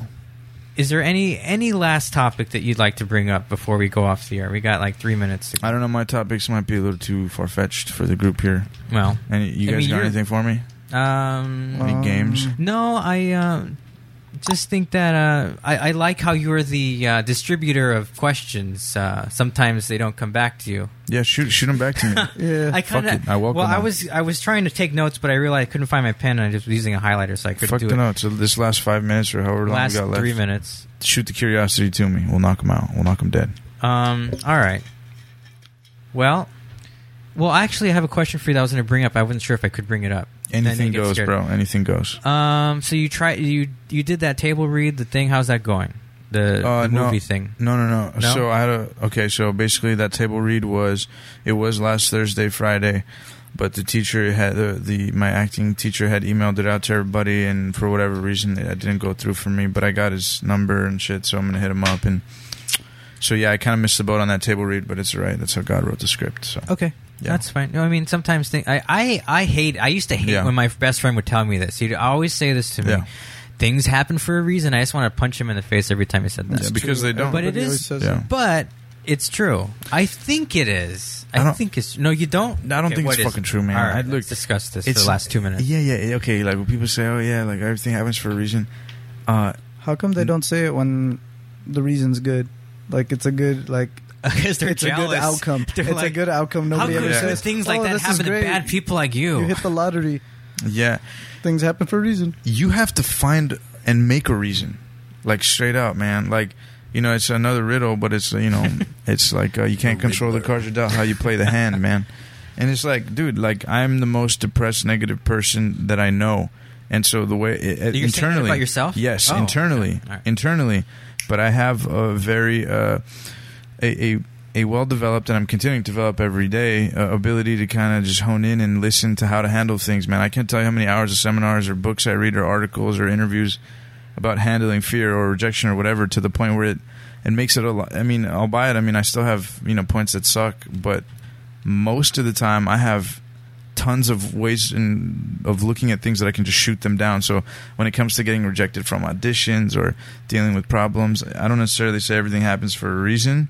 is there any any last topic that you'd like to bring up before we go off the air? We got like three minutes. To,
I don't know. My topics might be a little too far fetched for the group here.
Well,
and you
I
guys
mean,
got
you're-
anything for me?
um,
Any games?
No, I um just think that uh, I, I like how you're the uh, distributor of questions. Uh, sometimes they don't come back to you.
Yeah, shoot, shoot them back to me.
yeah,
I kind
Fuck it. I
of.
welcome.
well, I
them.
was I was trying to take notes, but I realized I couldn't find my pen, and I just was using a highlighter, so I couldn't
Fuck
do
the
it.
notes. So This last five minutes or however long
Last
we got left.
three minutes.
Shoot the curiosity to me. We'll knock them out. We'll knock them dead.
Um. All right. Well, well. Actually, I have a question for you that I was going to bring up. I wasn't sure if I could bring it up. And then
Anything
you get
goes,
scared.
bro. Anything goes.
Um. So you try you you did that table read the thing. How's that going? The, the
Uh, no.
movie thing.
No, no, no,
No?
So I had a okay. So basically, that table read was it was last Thursday, Friday, but the teacher had the, the my acting teacher had emailed it out to everybody, and for whatever reason, it didn't go through for me. But I got his number and shit, so I'm gonna hit him up. And so yeah, I kind of missed the boat on that table read, but it's alright. That's how God wrote the script. So
Okay. That's fine. No, I mean sometimes thing I, I I hate I used to hate
Yeah.
when my best friend would tell me this. He'd always say this to me.
Yeah.
things happen for a reason. I just want to punch him in the face every time he said that.
Yeah, because they don't.
But it
Everybody always
is.
says Yeah. that.
But it's true. I think it is. I, think it's no. You don't.
I don't
Okay,
think
what
it's
is
fucking
it?
true, man.
All right,
I'd-
let's discuss this for the last two minutes.
Yeah, yeah, yeah, okay. Like when people say, "Oh yeah, like everything happens for a reason." Uh,
How come they
Hmm.
don't say it when the reason's good? Like it's a good like.
Because they're
it's a good
jealous.
outcome.
They're
it's a
like,
good outcome. Nobody
how
ever
could
says
things like
"Oh,
that
this is
happen to
great.
bad people like you?
You hit the lottery.
Yeah.
Things happen for a reason.
You have to find and make a reason. Like straight up, man. Like you know, it's another riddle, but it's you know, it's like uh, you can't control the cards you dealt, how you play the hand, man. And it's like, dude, like I'm the most depressed, negative person that I know, and so the way it, it-
You're saying that
internally
about yourself?
yes,
Oh,
internally,
okay. All right.
internally. But I have a very uh, a, a a well-developed, and I'm continuing to develop every day, uh, ability to kind of just hone in and listen to how to handle things. Man, I can't tell you how many hours of seminars or books I read or articles or interviews about handling fear or rejection or whatever to the point where it it makes it a lot. I mean, I'll buy it. I mean, I still have you know points that suck, but most of the time I have tons of ways in, of looking at things that I can just shoot them down. So when it comes to getting rejected from auditions or dealing with problems, I don't necessarily say everything happens for a reason.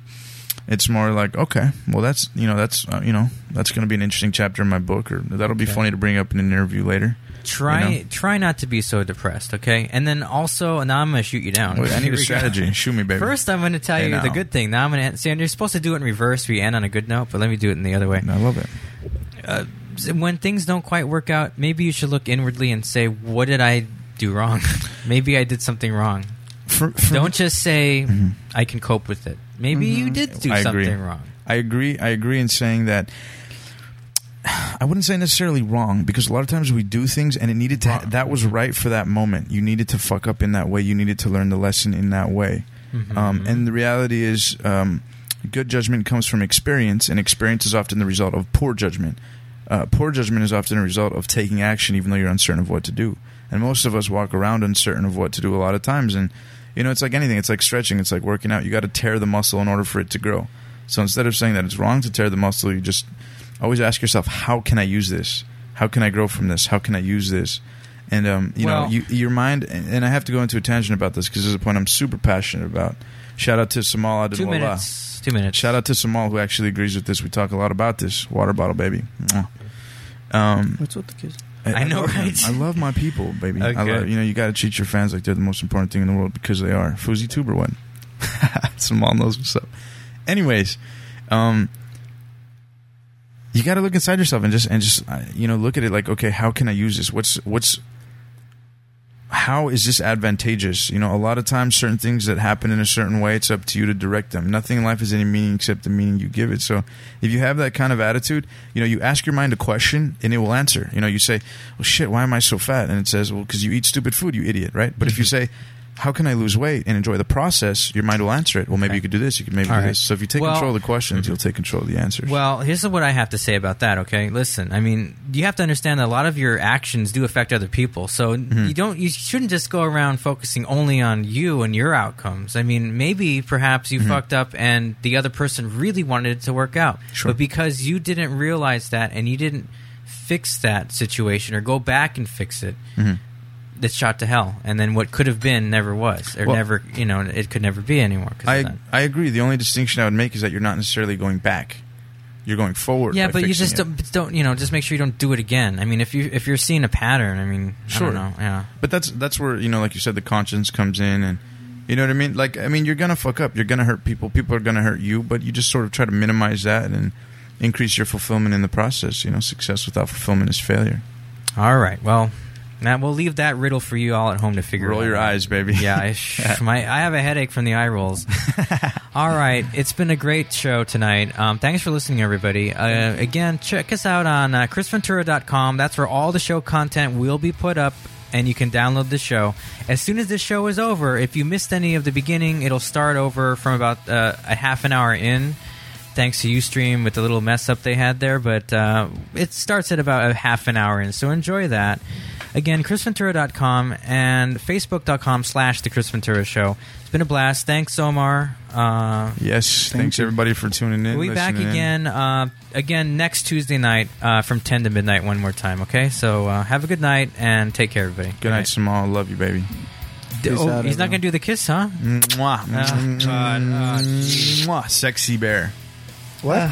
It's more like, okay, well, that's you know, that's uh, you know, that's going to be an interesting chapter in my book, or that'll be
Okay.
funny to bring up in an interview later.
Try
you know?
try not to be so depressed, okay? And then also, now I'm gonna shoot you down.
Wait, I need
Here
a
we go.
strategy. Shoot me, baby.
First, I'm gonna tell
Hey,
you the
now.
good thing. Now I'm gonna see. And you're supposed to do it in reverse. We end on a good note, but let me do it in the other way.
I love it.
Uh, when things don't quite work out, maybe you should look inwardly and say, "What did I do wrong? maybe I did something wrong." don't just say,
Mm-hmm.
"I can cope with it." Maybe you did do
I
something
agree.
wrong.
I agree. I agree in saying that. I wouldn't say necessarily wrong because a lot of times we do things and it needed to. That was right for that moment. You needed to fuck up in that way. You needed to learn the lesson in that way.
Mm-hmm.
Um, and the reality is, um, good judgment comes from experience, and experience is often the result of poor judgment. Uh, poor judgment is often a result of taking action, even though you're uncertain of what to do. And most of us walk around uncertain of what to do a lot of times. And you know, it's like anything. It's like stretching. It's like working out. You got to tear the muscle in order for it to grow. So instead of saying that it's wrong to tear the muscle, you just always ask yourself, how can I use this? How can I grow from this? How can I use this? And um, you know,
Well-
you, your mind. And and I have to go into a tangent about this because this is a point I'm super passionate about. Shout out to Samal Adewale.
Two minutes. Two minutes.
Shout out to Samal who actually agrees with this. We talk a lot about this water bottle, baby. Mwah. Um,
What's with the kids?
I know,
love them.
right?
I love my people, baby. I
Okay.
love, you know, you got to treat your fans like they're the most important thing in the world because they are. Fuzi Tuber one. Samal knows what's up. Anyways, um, you got to look inside yourself and just and just uh, you know look at it like, okay, how can I use this? What's what's how is this advantageous? You know, a lot of times certain things that happen in a certain way, it's up to you to direct them. Nothing in life has any meaning except the meaning you give it. So if you have that kind of attitude, you know, you ask your mind a question and it will answer. You know, you say, well, shit, why am I so fat? And it says, well, because you eat stupid food, you idiot, right? But if you
Mm-hmm.
say, how can I lose weight and enjoy the process? Your mind will answer it. Well, maybe you could do this. You could maybe
All
do
right.
this. So if you take
Well- Mm-hmm.
control of the questions, you'll take control of the answers.
Well, here's what I have to say about that. Okay, listen. I mean, you have to understand that a lot of your actions do affect other people. So
Mm-hmm.
you don't, you shouldn't just go around focusing only on you and your outcomes. I mean, maybe perhaps you
Mm-hmm.
Mhm.
fucked up, and the other person really wanted it to work out,
Sure.
but because you didn't realize that and you didn't fix that situation or go back and fix it.
Mhm.
It's shot to hell, and then what could have been never was, or
Well-
never, you know, it could never be anymore. 'cause of
I,
that.
I agree. The only distinction I would make is that you're not necessarily going back. You're going forward.
Yeah,
by
but you
fixing
just
it.
don't, but don't, you know, just make sure you don't do it again. I mean, if you if you're seeing a pattern, I mean, I
Sure.
don't know, yeah.
But that's that's where you know, like you said, the conscience comes in, and you know what I mean. Like I mean, you're gonna fuck up. You're gonna hurt people. People are gonna hurt you. But you just sort of try to minimize that and increase your fulfillment in the process. You know, success without fulfillment is failure.
All right, well, Matt, we'll leave that riddle for you all at home to figure.
Roll
out.
your eyes, baby.
Yeah, I, sh- my, I have a headache from the eye rolls. all right, it's been a great show tonight. Um, thanks for listening, everybody. Uh, again, check us out on uh, chrisventura.com. That's where all the show content will be put up. And you can download the show as soon as this show is over. If you missed any of the beginning, it'll start over from about uh, a half an hour in. thanks to Ustream with the little mess up they had there. But uh, it starts at about a half an hour in, so enjoy that. Again, chrisventura.com and facebook.com slash the Chris Ventura Show. It's been a blast. Thanks, Omar. Uh,
Yes.
Thank
thanks
you.
everybody for tuning in.
we'll be back
listening in.
again uh, again next Tuesday night uh, from 10 to midnight one more time, okay? So uh, have a good night and take care, everybody.
Good night, Samal. Love you, baby.
D- oh, he's not going to do the kiss, huh?
Mwah.
Ah.
Oh, God, ah, mwah. Sexy bear.
What?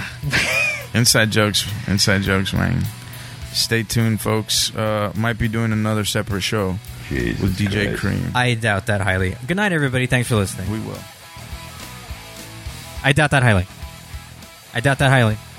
Inside jokes. Inside jokes, man. Stay tuned, folks. Uh, might be doing another separate show with DJ Cream.
I doubt that highly. Good night, everybody. Thanks for listening.
We will.
I doubt that highly. I doubt that highly.